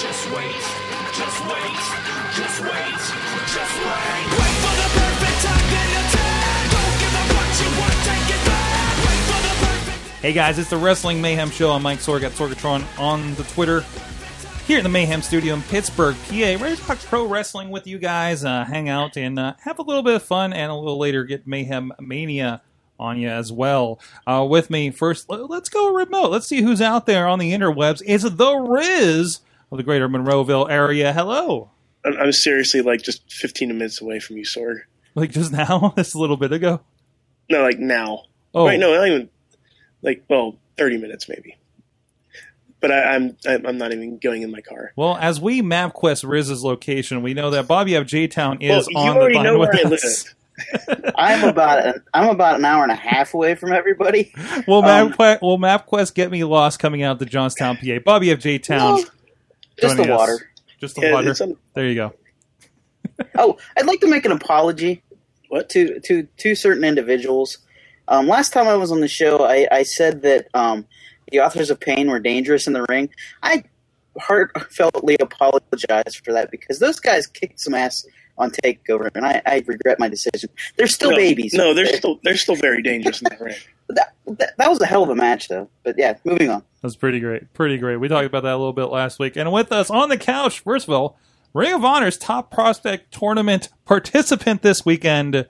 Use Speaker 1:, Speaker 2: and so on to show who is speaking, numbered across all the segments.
Speaker 1: just wait, just wait, just wait, just wait. Wait for the perfect time, then attack. Don't give up what you want, take it back. Wait for the perfect.
Speaker 2: Hey guys, it's the Wrestling Mayhem Show. I'm Mike Sorg at Sorgatron on the Twitter. Here in the Mayhem Studio in Pittsburgh, PA, ready to talk pro wrestling with you guys, uh, hang out and uh, have a little bit of fun, and a little later get Mayhem Mania on you as well. Uh, with me first, l- let's go remote. Let's see who's out there on the interwebs. It's the Riz of the Greater Monroeville area. Hello,
Speaker 3: I'm, I'm seriously like just 15 minutes away from you, Sorg.
Speaker 2: like just now, just a little bit ago.
Speaker 3: No, like now.
Speaker 2: Oh,
Speaker 3: Right? No, not even like well, 30 minutes maybe. But I, I'm I'm I'm not even going in my car.
Speaker 2: Well, as we map quest Riz's location, we know that Bobby of J Town is
Speaker 3: well,
Speaker 2: on
Speaker 3: you
Speaker 2: the
Speaker 3: already
Speaker 2: line
Speaker 3: know
Speaker 2: with
Speaker 3: where I
Speaker 2: us.
Speaker 3: live.
Speaker 4: I'm about a, I'm about an hour and a half away from everybody.
Speaker 2: Will
Speaker 4: Um,
Speaker 2: MapQuest will MapQuest get me lost coming out to Johnstown, PA? Bobby of J
Speaker 4: No,
Speaker 2: Town.
Speaker 4: Just the
Speaker 2: joining us.
Speaker 4: water.
Speaker 2: Just the
Speaker 3: Yeah,
Speaker 2: water.
Speaker 3: it's on-
Speaker 2: there you go.
Speaker 4: Oh, I'd like to make an apology
Speaker 3: What?
Speaker 4: to to to certain individuals. Um, last time I was on the show, I, I said that um, the authors of pain were dangerous in the ring. I heartfeltly apologize for that because those guys kicked some ass on Takeover, and I, I regret my decision. They're still
Speaker 3: no,
Speaker 4: babies.
Speaker 3: No, they're still they're still very dangerous in that ring.
Speaker 4: that, that, that was a hell of a match, though. But yeah, moving on.
Speaker 2: That's pretty great. Pretty great. We talked about that a little bit last week. And with us on the couch, first of all, Ring of Honor's top prospect tournament participant this weekend,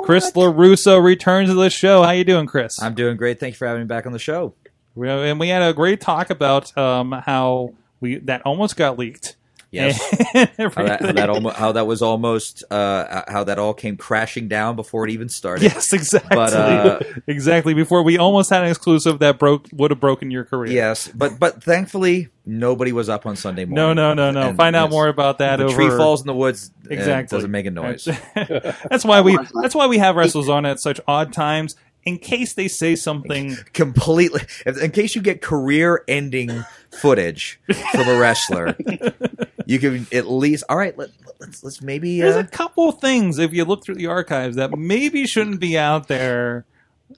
Speaker 2: Chris LaRusso returns to the show. How you doing, Chris?
Speaker 5: I'm doing great. Thank you for having me back on the show.
Speaker 2: We- and we had a great talk about um, how we that almost got leaked.
Speaker 5: Yes.
Speaker 2: And
Speaker 5: how, that, how,
Speaker 2: everything.
Speaker 5: that almo- how that was almost, uh, how that all came crashing down before it even started.
Speaker 2: Yes, exactly.
Speaker 5: But, uh,
Speaker 2: exactly. Before we almost had an exclusive that broke would have broken your career.
Speaker 5: Yes, but but thankfully nobody was up on Sunday morning.
Speaker 2: No, no, no, no.
Speaker 5: And,
Speaker 2: Find out
Speaker 5: yes,
Speaker 2: more about that
Speaker 5: the
Speaker 2: over.
Speaker 5: tree falls in the woods. uh,
Speaker 2: Exactly.
Speaker 5: doesn't make a noise.
Speaker 2: that's why we. That's why we have wrestlers on at such odd times in case they say something.
Speaker 5: Completely. if- In case you get career-ending footage from a wrestler, you can at least. All right, let, let's let's maybe.
Speaker 2: There's a
Speaker 5: Uh,
Speaker 2: couple things if you look through the archives that maybe shouldn't be out there.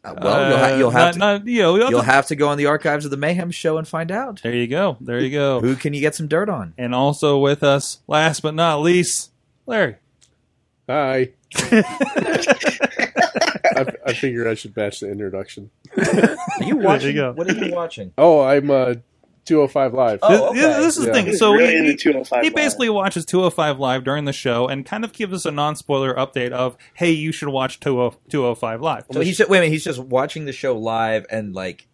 Speaker 5: uh, well, you'll, ha-
Speaker 2: Uh,
Speaker 5: you'll
Speaker 2: not-
Speaker 5: have to,
Speaker 2: not- you know, you'll have
Speaker 5: you'll
Speaker 2: to-
Speaker 5: have to go on the archives of the Mayhem Show and find out
Speaker 2: There you go. There you go.
Speaker 5: who can you get some dirt on.
Speaker 2: And also with us, last but not least, Larry.
Speaker 6: Hi. I, I figure I should batch the introduction.
Speaker 5: Are you
Speaker 2: There you
Speaker 5: watching?
Speaker 2: go.
Speaker 5: What are you watching?
Speaker 6: Oh, I'm uh, 205 live.
Speaker 5: Oh.
Speaker 2: This- this,
Speaker 5: okay.
Speaker 2: this is the
Speaker 6: Yeah.
Speaker 2: thing. So
Speaker 3: really
Speaker 2: he-
Speaker 3: into 205
Speaker 2: he
Speaker 3: Live.
Speaker 2: basically watches 205 live during the show and kind of gives us a non-spoiler update of hey you should watch oh, 20 205 live
Speaker 5: So he's just, wait a minute. He's just watching the show live and like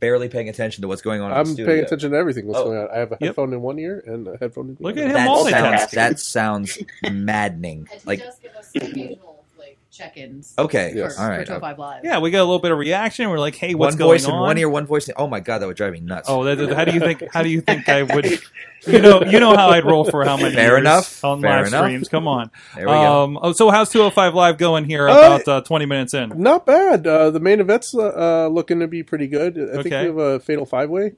Speaker 5: barely paying attention to what's going on. in the
Speaker 6: I'm
Speaker 5: studio.
Speaker 6: paying attention to everything that's
Speaker 5: Oh.
Speaker 6: going on. I have a headphone in one ear and a headphone in the
Speaker 2: Look
Speaker 6: other.
Speaker 2: at him
Speaker 5: That
Speaker 2: multitasking.
Speaker 5: sounds, that sounds maddening.
Speaker 7: And he
Speaker 5: Like
Speaker 7: does give us some occasional like check-ins.
Speaker 5: okay,
Speaker 6: Yes.
Speaker 7: for,
Speaker 5: all right.
Speaker 7: For 205 Live.
Speaker 2: yeah we got a little bit of reaction we're like hey what's
Speaker 5: one
Speaker 2: going
Speaker 5: voice
Speaker 2: on
Speaker 5: in one ear, one voice. In, oh my god, that would drive me nuts.
Speaker 2: oh that, that- how do you think how do you think i would you know you know how i'd roll for how many
Speaker 5: Fair
Speaker 2: years
Speaker 5: enough.
Speaker 2: on
Speaker 5: Fair
Speaker 2: live
Speaker 5: enough.
Speaker 2: streams come on
Speaker 5: there we go. Oh,
Speaker 2: um oh, so how's 205 live going here
Speaker 6: Uh,
Speaker 2: about uh, 20 minutes in
Speaker 6: Not bad. Uh, the main event's uh, uh, looking to be pretty good. I think we
Speaker 2: Okay.
Speaker 6: have a fatal five way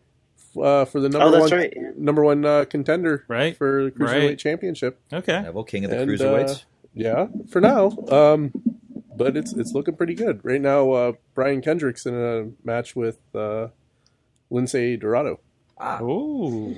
Speaker 6: uh, for the number
Speaker 4: oh,
Speaker 6: one
Speaker 4: that's right. yeah.
Speaker 6: number one uh, contender
Speaker 2: Right.
Speaker 6: for the cruiserweight
Speaker 2: Right.
Speaker 6: championship.
Speaker 2: okay
Speaker 5: Neville, king of the
Speaker 6: and,
Speaker 5: cruiserweights.
Speaker 6: uh, Yeah, for now. Um, but it's it's looking pretty good right now. Uh, Brian Kendrick's in a match with uh, Lindsay Dorado.
Speaker 5: ah,
Speaker 2: Ooh,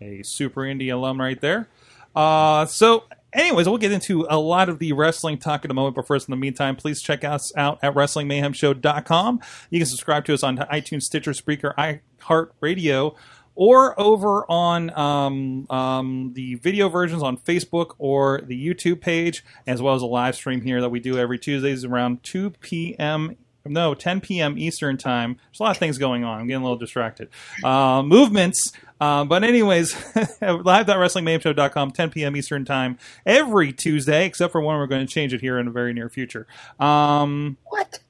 Speaker 2: a super indie alum right there. Uh, so, anyways, we'll get into a lot of the wrestling talk in a moment. But first, in the meantime, please check us out at WrestlingMayhemShow.com. You can subscribe to us on iTunes, Stitcher, Spreaker, iHeartRadio, or over on um, um, the video versions on Facebook or the YouTube page, as well as a live stream here that we do every Tuesdays around 2 p.m. No, 10 p.m. Eastern time. There's a lot of things going on. I'm getting a little distracted. Uh, movements. Uh, but anyways, live.wrestlingmayhemshow.com, 10 p.m. Eastern time every Tuesday, except for one we're going to change it here in the very near future. Um,
Speaker 4: What?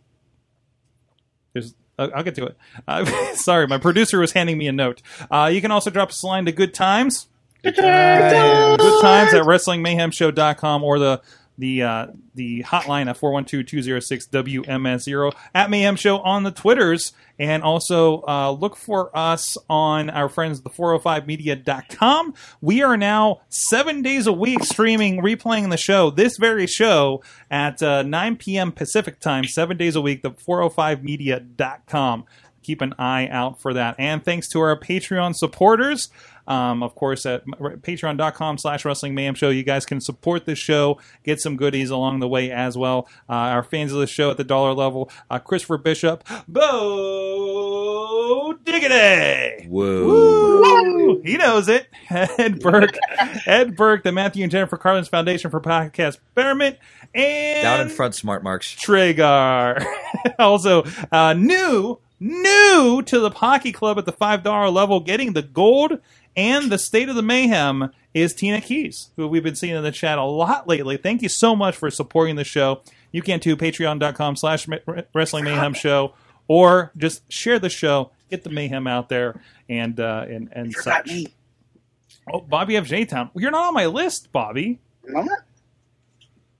Speaker 2: there's, I- I'll get to it. Uh, sorry, my producer was handing me a note. Uh, you can also drop us a line to Good Times. Good Times at WrestlingMayhemShow.com or the the uh, the hotline at 412-206-WMS0 at Mayhem Show on the Twitters. And also uh, look for us on our friends, the 405media.com. We are now seven days a week streaming, replaying the show, this very show, at uh, 9 p.m. Pacific time, seven days a week, the 405media.com keep an eye out for that. And thanks to our Patreon supporters. Um, of course, at patreon.com slash wrestling mayhem show, you guys can support this show, get some goodies along the way as well. Uh, our fans of the show at the dollar level, uh, Christopher Bishop, Bo Diggity!
Speaker 5: Whoa.
Speaker 2: Woo! He knows it. Ed Burke, Ed Burke, the Matthew and Jennifer Carlin's Foundation for Podcast Betterment, and
Speaker 5: Down in front, smart marks.
Speaker 2: Tragar. also, uh, new, new to the Pocky Club at the $5 level, getting the gold and the state of the mayhem is Tina Keys, who we've been seeing in the chat a lot lately. Thank you so much for supporting the show. You can too, patreon.com slash ma- wrestling mayhem show, or just share the show, get the mayhem out there, and, uh, and, and
Speaker 4: Forgot
Speaker 2: such.
Speaker 4: me.
Speaker 2: Oh, Bobby of J Town. You're not on my list, Bobby.
Speaker 4: Am I not?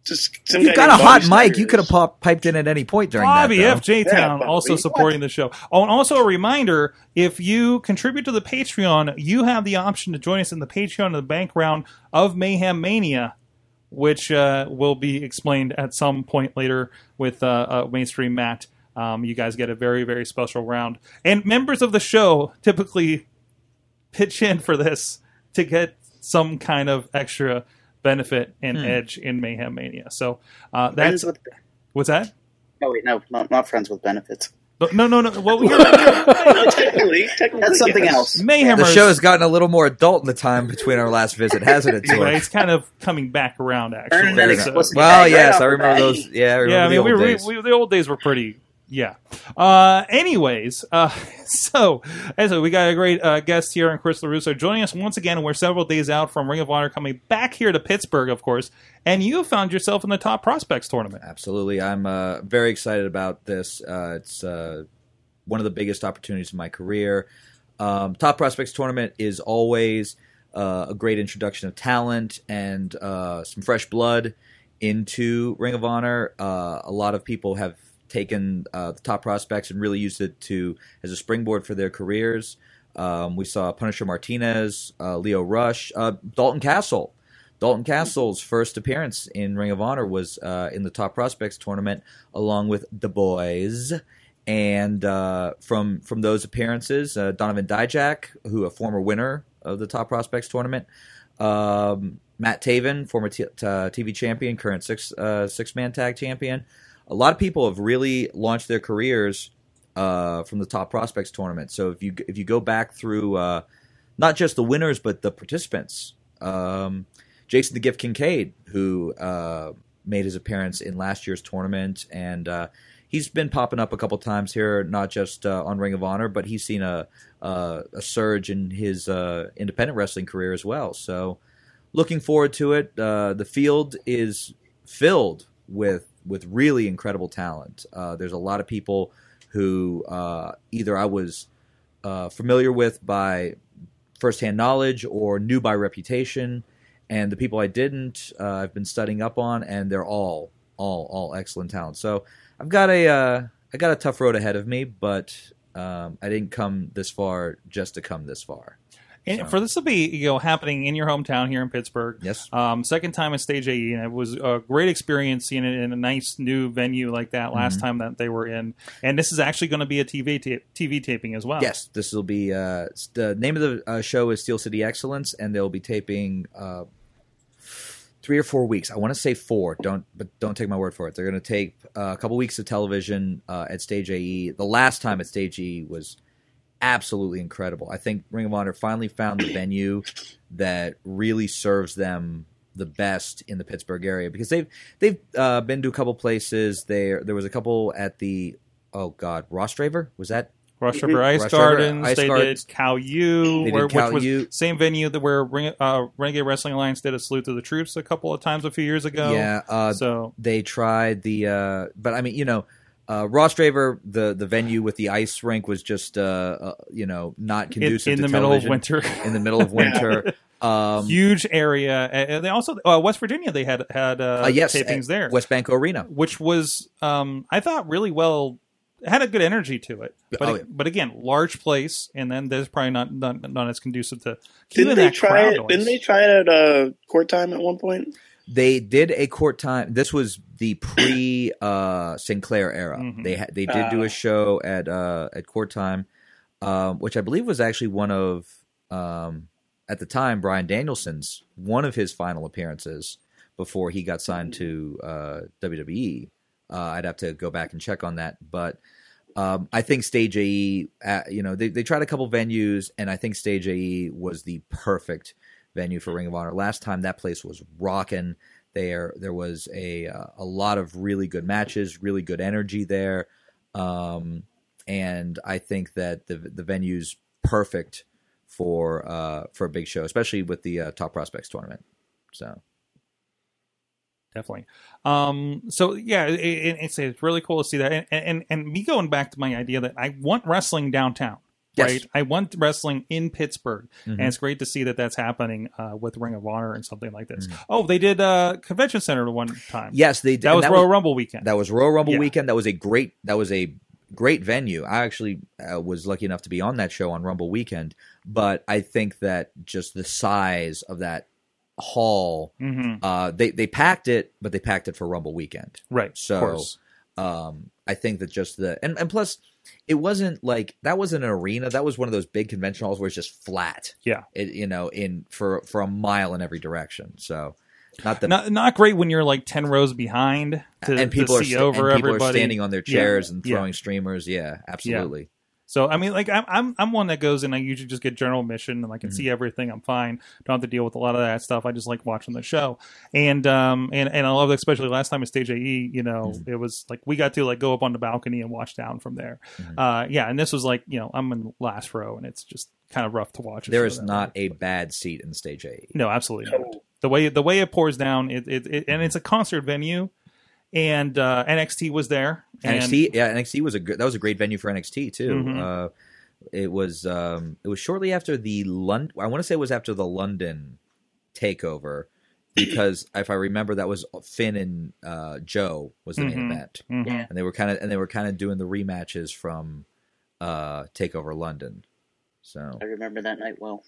Speaker 3: Just
Speaker 2: uh,
Speaker 3: some
Speaker 5: You
Speaker 3: guy
Speaker 5: got a
Speaker 3: named
Speaker 5: hot
Speaker 3: Bobby
Speaker 5: mic.
Speaker 3: Snyder
Speaker 5: You could have
Speaker 3: is-
Speaker 5: pop- piped in at any point during
Speaker 2: Bobby
Speaker 5: that. though.
Speaker 2: FJ Town
Speaker 3: Yeah, Bobby.
Speaker 2: also supporting the show. Oh, and also a reminder: if you contribute to the Patreon, you have the option to join us in the Patreon and the Bank round of Mayhem Mania, which uh, will be explained at some point later with uh, uh, mainstream Matt. Um, you guys get a very very special round, and members of the show typically pitch in for this to get some kind of extra benefit and
Speaker 5: Hmm.
Speaker 2: edge in Mayhem Mania. So uh, that's
Speaker 4: Friends with,
Speaker 2: what's that?
Speaker 4: oh, wait, no, not, not friends with benefits.
Speaker 2: No, no, no. What we
Speaker 3: No, technically, technically,
Speaker 4: That's something
Speaker 3: yes.
Speaker 4: else.
Speaker 2: Mayhem.
Speaker 5: The show's gotten a little more adult in the time between our last visit, hasn't it,
Speaker 2: Right,
Speaker 5: Tor?
Speaker 2: it's kind of coming back around,
Speaker 4: Earn that
Speaker 2: actually. So-
Speaker 4: explicit
Speaker 5: Well,
Speaker 4: tag right
Speaker 5: yes,
Speaker 4: off
Speaker 5: I
Speaker 4: the
Speaker 5: remember
Speaker 4: bat.
Speaker 5: those. Yeah, I remember
Speaker 2: yeah, I
Speaker 5: the
Speaker 2: mean, we,
Speaker 5: old
Speaker 2: we,
Speaker 5: days.
Speaker 2: we, the old days were pretty. Yeah. Uh, anyways, uh, so as we got a great uh, guest here, and Chris Larusso joining us once again. We're several days out from Ring of Honor, coming back here to Pittsburgh, of course. And you found yourself in the top prospects tournament.
Speaker 5: Absolutely. I'm uh, very excited about this. Uh, it's uh, one of the biggest opportunities in my career. Um, Top Prospects Tournament is always uh, a great introduction of talent and uh, some fresh blood into Ring of Honor. Uh, a lot of people have taken uh, the top prospects and really used it to as a springboard for their careers. Um, we saw Punisher Martinez, uh, Leo Rush, uh, Dalton Castle. Dalton Castle's first appearance in Ring of Honor was uh, in the Top Prospects tournament, along with the boys. And uh, from from those appearances, uh, Donovan Dijak, who a former winner of the Top Prospects tournament, um, Matt Taven, former t- t- uh, TV champion, current six uh, six man tag champion. A lot of people have really launched their careers uh, from the Top Prospects tournament. So if you if you go back through uh, not just the winners but the participants, um, Jason the Gift Kincaid, who uh, made his appearance in last year's tournament, and uh, he's been popping up a couple times here, not just uh, on Ring of Honor, but he's seen a uh, a surge in his uh, independent wrestling career as well. So, looking forward to it. Uh, the field is filled with with really incredible talent. Uh, there's a lot of people who uh, either I was uh, familiar with by firsthand knowledge or knew by reputation and the people I didn't, uh, I've been studying up on, and they're all, all, all excellent talent. So I've got a, uh, I got a tough road ahead of me, but um, I didn't come this far just to come this far.
Speaker 2: And
Speaker 5: So-
Speaker 2: for this to be you know happening in your hometown here in Pittsburgh,
Speaker 5: Yes.
Speaker 2: Um, second time at Stage AE, and it was a great experience seeing it in a nice new venue like that last
Speaker 5: Mm-hmm.
Speaker 2: time that they were in. And this is actually going to be a TV ta- TV taping as well.
Speaker 5: Yes, this will be uh, s- the name of the uh, show is Steel City Excellence, and they'll be taping uh, three or four weeks. I want to say four. Don't but don't take my word for it. They're going to tape uh, a couple weeks of television uh, at Stage AE. The last time at Stage AE was absolutely incredible. I think Ring of Honor finally found the venue that really serves them the best in the Pittsburgh area because they've they've uh, been to a couple places. There there was a couple at the oh god Ross Draver was that
Speaker 2: Rush River Ice
Speaker 5: Rush River
Speaker 2: Gardens.
Speaker 5: Ice
Speaker 2: they
Speaker 5: Gardens.
Speaker 2: did Cow U,
Speaker 5: They did
Speaker 2: where,
Speaker 5: Cal
Speaker 2: which was
Speaker 5: U.
Speaker 2: same venue that where Ren- uh, Renegade Wrestling Alliance did a salute to the troops a couple of times a few years ago.
Speaker 5: Yeah, uh,
Speaker 2: so
Speaker 5: they tried the, uh, but I mean, you know, Uh, Ross Draver, the the venue with the ice rink was just uh, uh you know not
Speaker 2: in,
Speaker 5: conducive
Speaker 2: in
Speaker 5: to
Speaker 2: the middle of
Speaker 5: television.
Speaker 2: winter.
Speaker 5: In the middle of winter, um,
Speaker 2: Huge area, and and they also uh, West Virginia. They had had uh,
Speaker 5: uh, yes,
Speaker 2: tapings
Speaker 5: at
Speaker 2: there,
Speaker 5: West Bank Arena.
Speaker 2: which was um, I thought really well it had a good energy to it. But
Speaker 5: Oh, yeah.
Speaker 2: but again, large place, and then there's probably not not, not as conducive to keeping
Speaker 3: Didn't they
Speaker 2: that
Speaker 3: try
Speaker 2: crowd
Speaker 3: it?
Speaker 2: noise.
Speaker 3: Didn't they try it at uh, court time at one point?
Speaker 5: They did a court time. This was the pre uh, Sinclair era.
Speaker 2: Mhm.
Speaker 5: They ha- they did do
Speaker 3: Ah.
Speaker 5: a show at uh, at court time, um, which I believe was actually one of um, at the time Brian Danielson's one of his final appearances before he got signed to uh, WWE. Uh, I'd have to go back and check on that, but um, I think Stage AE, uh, you know, they, they tried a couple venues, and I think Stage AE was the perfect venue for Ring of Honor. Last time that place was rocking. There, there was a uh, a lot of really good matches, really good energy there, um, and I think that the the venue's perfect for uh, for a big show, especially with the uh, Top Prospects tournament. So
Speaker 2: definitely. Um, so yeah, it, it, it's, it's really cool to see that, and, and and me going back to my idea that I want wrestling downtown.
Speaker 5: Yes.
Speaker 2: Right, I want wrestling in Pittsburgh,
Speaker 5: Mhm.
Speaker 2: and it's great to see that that's happening uh, with Ring of Honor and something like this. Oh, they did uh, Convention Center one time.
Speaker 5: yes, they did.
Speaker 2: that
Speaker 5: and
Speaker 2: was Royal Rumble weekend.
Speaker 5: That was Royal Rumble
Speaker 2: Yeah.
Speaker 5: weekend. That was a great. That was a great venue. I actually uh, was lucky enough to be on that show on Rumble weekend. But I think that just the size of that hall,
Speaker 2: Mhm.
Speaker 5: uh, they they packed it, but they packed it for Rumble weekend.
Speaker 2: right.
Speaker 5: So,
Speaker 2: of course.
Speaker 5: Um, I think that just the and and plus, it wasn't like that was an arena. That was one of those big convention halls where it's just flat.
Speaker 2: Yeah.
Speaker 5: it, you know, in for for a mile in every direction. So. Not the
Speaker 2: not not great when you're like ten rows behind to,
Speaker 5: and people
Speaker 2: to
Speaker 5: are
Speaker 2: see
Speaker 5: sta-
Speaker 2: over
Speaker 5: and people
Speaker 2: everybody.
Speaker 5: are standing on their
Speaker 2: Yeah.
Speaker 5: chairs and
Speaker 2: Yeah.
Speaker 5: throwing streamers. Yeah, absolutely.
Speaker 2: So I mean, like I'm I'm I'm one that goes and I usually just get general admission and I
Speaker 5: Mm-hmm.
Speaker 2: can see everything. I'm fine. Don't have to deal with a lot of that stuff. I just like watching the show, and um and and I love that especially last time at Stage AE. You know,
Speaker 5: Mm-hmm.
Speaker 2: it was like we got to like go up on the balcony and watch down from there.
Speaker 5: Mm-hmm.
Speaker 2: Uh, yeah, and this was like you know I'm in the last row and it's just kind of rough to watch.
Speaker 5: There is not a bad seat in stage A.
Speaker 2: No, absolutely not. The way the way it pours down, it, it, it and it's a concert venue, and uh, NXT was there. and-
Speaker 5: NXT, yeah, NXT was a good. That was a great venue for NXT too.
Speaker 2: Mhm.
Speaker 5: Uh, it was um, it was shortly after the London. I want to say it was after the London takeover because if I remember, that was Finn and uh, Joe was the main
Speaker 2: Mhm.
Speaker 5: event,
Speaker 2: Mhm.
Speaker 4: Yeah.
Speaker 5: and they were kind of and they were kind of doing the rematches from uh, Takeover London. So
Speaker 4: I remember that night well.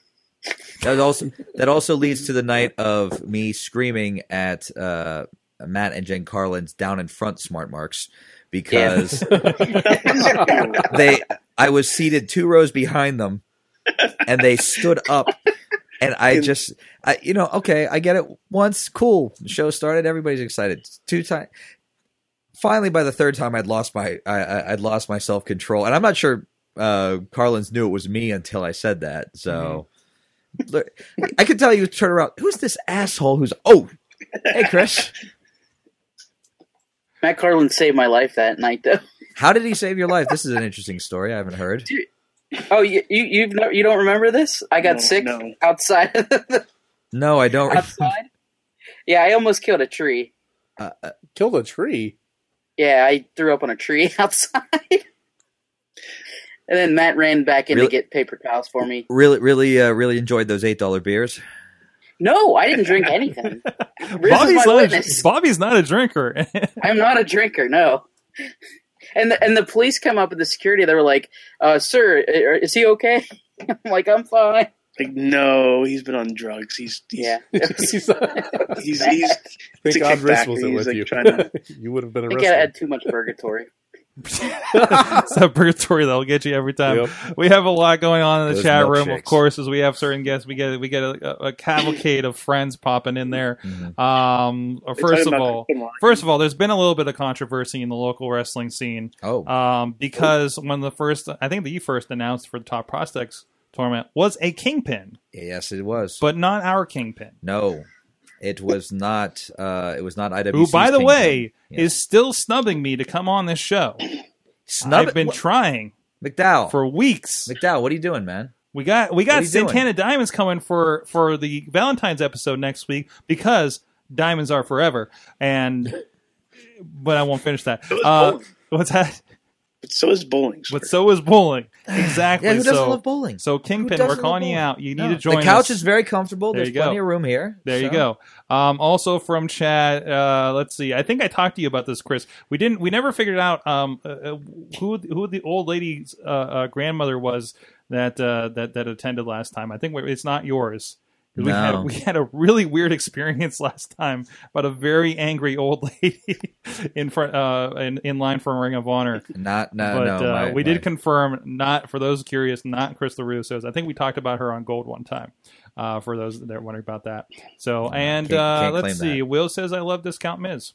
Speaker 5: That also that also leads to the night of me screaming at uh, Matt and Jen Carlin's down in front smart marks because they I was seated two rows behind them and they stood up and I just I you know okay I get it once cool the show started everybody's excited two times finally by the third time I'd lost my I, I I'd lost my self control and I'm not sure uh Carlin's knew it was me until I said that so. Look, I could tell you turn around. Who's this asshole? Who's oh, hey Chris?
Speaker 4: Matt Carlin saved my life that night, though.
Speaker 5: How did he save your life? This is an interesting story. I haven't heard.
Speaker 4: Oh, you you you've no, you don't remember this? I got
Speaker 3: No,
Speaker 4: sick
Speaker 3: no.
Speaker 4: outside of the,
Speaker 5: No, I don't.
Speaker 4: outside. Yeah, I almost killed a tree.
Speaker 5: Uh, uh,
Speaker 6: Killed a tree.
Speaker 4: Yeah, I threw up on a tree outside. and then Matt ran back in
Speaker 5: Really?
Speaker 4: to get paper towels for me.
Speaker 5: really, really, uh, really enjoyed those eight dollar beers.
Speaker 4: No, I didn't drink anything. Riz is
Speaker 2: Bobby's
Speaker 4: my
Speaker 2: not, a,
Speaker 4: witness.
Speaker 2: Bobby's not a drinker.
Speaker 4: I'm not a drinker, no. And the, and the police come up with the security. They were like, uh, "Sir, i- is he okay?" I'm like, "I'm fine."
Speaker 3: Like no, he's been on drugs. He's, he's
Speaker 4: Yeah,
Speaker 6: He's- Thank
Speaker 3: he's, he's a
Speaker 6: God Riss
Speaker 3: kickback.
Speaker 6: wasn't
Speaker 3: He's
Speaker 6: with
Speaker 3: like
Speaker 6: you.
Speaker 3: trying to-
Speaker 6: you would have been
Speaker 4: I think I had
Speaker 6: arrested.
Speaker 4: too much purgatory.
Speaker 2: it's a purgatory that'll get you every time. We have a lot going on in the
Speaker 5: Those
Speaker 2: chat room,
Speaker 5: milkshakes.
Speaker 2: of course, as we have certain guests. We get we get a, a cavalcade of friends popping in there.
Speaker 5: Mm-hmm.
Speaker 2: Um,
Speaker 3: They're
Speaker 2: first
Speaker 3: talking
Speaker 2: of
Speaker 3: about
Speaker 2: all,
Speaker 3: Pokemon.
Speaker 2: first of all, there's been a little bit of controversy in the local wrestling scene
Speaker 5: Oh,
Speaker 2: um, because one of the first, I think the first announced for the top prospects tournament was a kingpin,
Speaker 5: yes, it was.
Speaker 2: but not our kingpin.
Speaker 5: no, it was not. Uh, it was not IWC.
Speaker 2: Who, by the way,
Speaker 5: Yeah.
Speaker 2: is still snubbing me to come on this show.
Speaker 5: snub
Speaker 2: I've been trying
Speaker 5: McDowell.
Speaker 2: for weeks.
Speaker 5: McDowell, what are you doing, man?
Speaker 2: We got we
Speaker 5: What
Speaker 2: got
Speaker 5: are you doing?
Speaker 2: Santana Diamonds coming for for the Valentine's episode next week because diamonds are forever and but I won't finish that. Uh, What's that?
Speaker 3: But so is bowling. sir.
Speaker 2: But so is bowling. Exactly.
Speaker 5: Yeah, who doesn't
Speaker 2: so,
Speaker 5: love bowling?
Speaker 2: so Kingpin,
Speaker 5: doesn't
Speaker 2: we're
Speaker 5: love
Speaker 2: calling you
Speaker 5: bowling?
Speaker 2: out. You
Speaker 5: No.
Speaker 2: need to join.
Speaker 5: The couch
Speaker 2: us.
Speaker 5: is very comfortable.
Speaker 2: There
Speaker 5: There's
Speaker 2: you go.
Speaker 5: plenty of room here.
Speaker 2: There you
Speaker 5: so-
Speaker 2: go. Um, also from chat, uh, let's see. I think I talked to you about this, Chris. We didn't. We never figured out um, uh, uh, who who the old lady's uh, uh, grandmother was that uh, that that attended last time. I think we- it's not yours. 'Cause We
Speaker 5: No.
Speaker 2: had we had a really weird experience last time about a very angry old lady in front uh, in, in line for Ring of Honor.
Speaker 5: Not, no,
Speaker 2: but
Speaker 5: no.
Speaker 2: uh,
Speaker 5: my-
Speaker 2: we
Speaker 5: my-
Speaker 2: did confirm not for those curious, not Chris LaRusso's. I think we talked about her on Gold one time. Uh, for those that are wondering about that. So and
Speaker 5: can't-
Speaker 2: uh,
Speaker 5: can't
Speaker 2: let's
Speaker 5: claim
Speaker 2: see.
Speaker 5: that.
Speaker 2: Will says I love Discount Miz.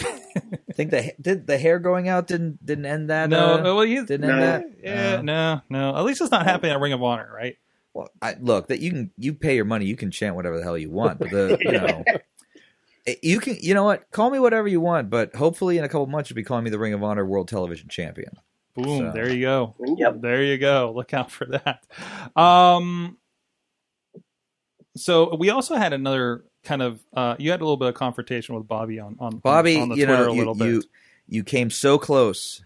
Speaker 5: I think the did the hair going out didn't didn't end that.
Speaker 2: no,
Speaker 5: uh,
Speaker 2: uh, well, you,
Speaker 5: didn't
Speaker 3: No.
Speaker 5: end that.
Speaker 2: yeah,
Speaker 5: Uh,
Speaker 2: no, no. At least it's not happening at Ring of Honor, right?
Speaker 5: Well, I, look that you can you pay your money, you can chant whatever the hell you want, but the you know. it- You can, you know what? Call me whatever you want, but hopefully in a couple months you'll be calling me the Ring of Honor World Television Champion.
Speaker 2: Boom!
Speaker 5: So.
Speaker 2: There you go.
Speaker 4: Yep.
Speaker 2: There you go. Look out for that. Um, so we also had another kind of. Uh, you had a little bit of confrontation with Bobby on on
Speaker 5: Bobby,
Speaker 2: on the
Speaker 5: you
Speaker 2: Twitter
Speaker 5: know,
Speaker 2: a
Speaker 5: you,
Speaker 2: little bit.
Speaker 5: you you came so close.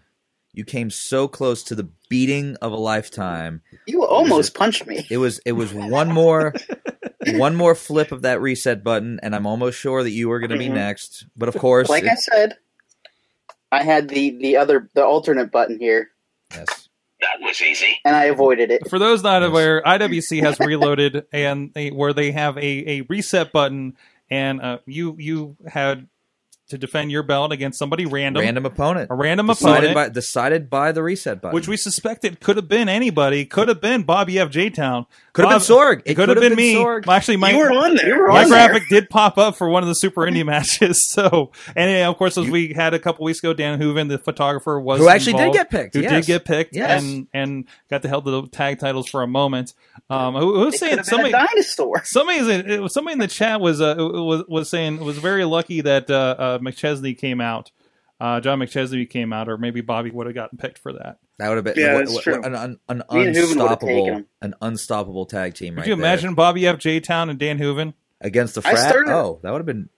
Speaker 5: You came so close to the beating of a lifetime.
Speaker 4: You almost punched me.
Speaker 5: It was it was one more one more flip of that reset button, and I'm almost sure that you were going to be
Speaker 3: Mhm.
Speaker 5: next. But of course,
Speaker 4: Mm-hmm. Like
Speaker 5: it-
Speaker 4: I said, I had the the other the alternate button here,
Speaker 5: yes.
Speaker 1: That was easy.
Speaker 4: and I avoided it.
Speaker 2: For those not
Speaker 5: Yes.
Speaker 2: aware, IWC has reloaded and they, where they have a, a reset button, and uh, you you had to defend your belt against somebody random,
Speaker 5: random opponent.
Speaker 2: a random
Speaker 5: decided
Speaker 2: opponent,
Speaker 5: by decided by the reset button,
Speaker 2: which we suspected could have been anybody, could have been Bobby F J Town,
Speaker 5: could have been Sorg.
Speaker 2: it could have been, me.
Speaker 5: Sorg.
Speaker 2: Actually, my
Speaker 3: you were on there.
Speaker 4: were
Speaker 2: my
Speaker 4: on there.
Speaker 2: graphic did pop up for one of the Super Indie matches. So, and uh, of course, as we had a couple weeks ago, Dan Hooven, the photographer, was
Speaker 5: Who actually did
Speaker 2: involved,
Speaker 5: get picked,
Speaker 2: Who did
Speaker 5: yes.
Speaker 2: get picked?
Speaker 5: Yes.
Speaker 2: and and got to held the tag titles for a moment. Um, who, who's
Speaker 4: It could
Speaker 2: saying
Speaker 4: have been a
Speaker 2: somebody?
Speaker 4: dinosaur.
Speaker 2: Somebody, is in- it was- somebody in the chat was uh, was was saying was very lucky that uh, uh, McChesney came out. Uh, John McChesney came out, or maybe Bobby would have gotten picked for that.
Speaker 5: That would have been
Speaker 3: Yeah,
Speaker 5: what-
Speaker 3: that's
Speaker 5: what-
Speaker 3: true.
Speaker 5: an, an, an
Speaker 4: Me and Hooven would've taken
Speaker 5: unstoppable
Speaker 4: 'em.
Speaker 5: an unstoppable tag team
Speaker 2: Could
Speaker 5: right
Speaker 2: you
Speaker 5: there.
Speaker 2: imagine Bobby F. J. Town and Dan Hooven?
Speaker 5: against the
Speaker 4: I
Speaker 5: frat.
Speaker 4: started-
Speaker 5: oh, that would have been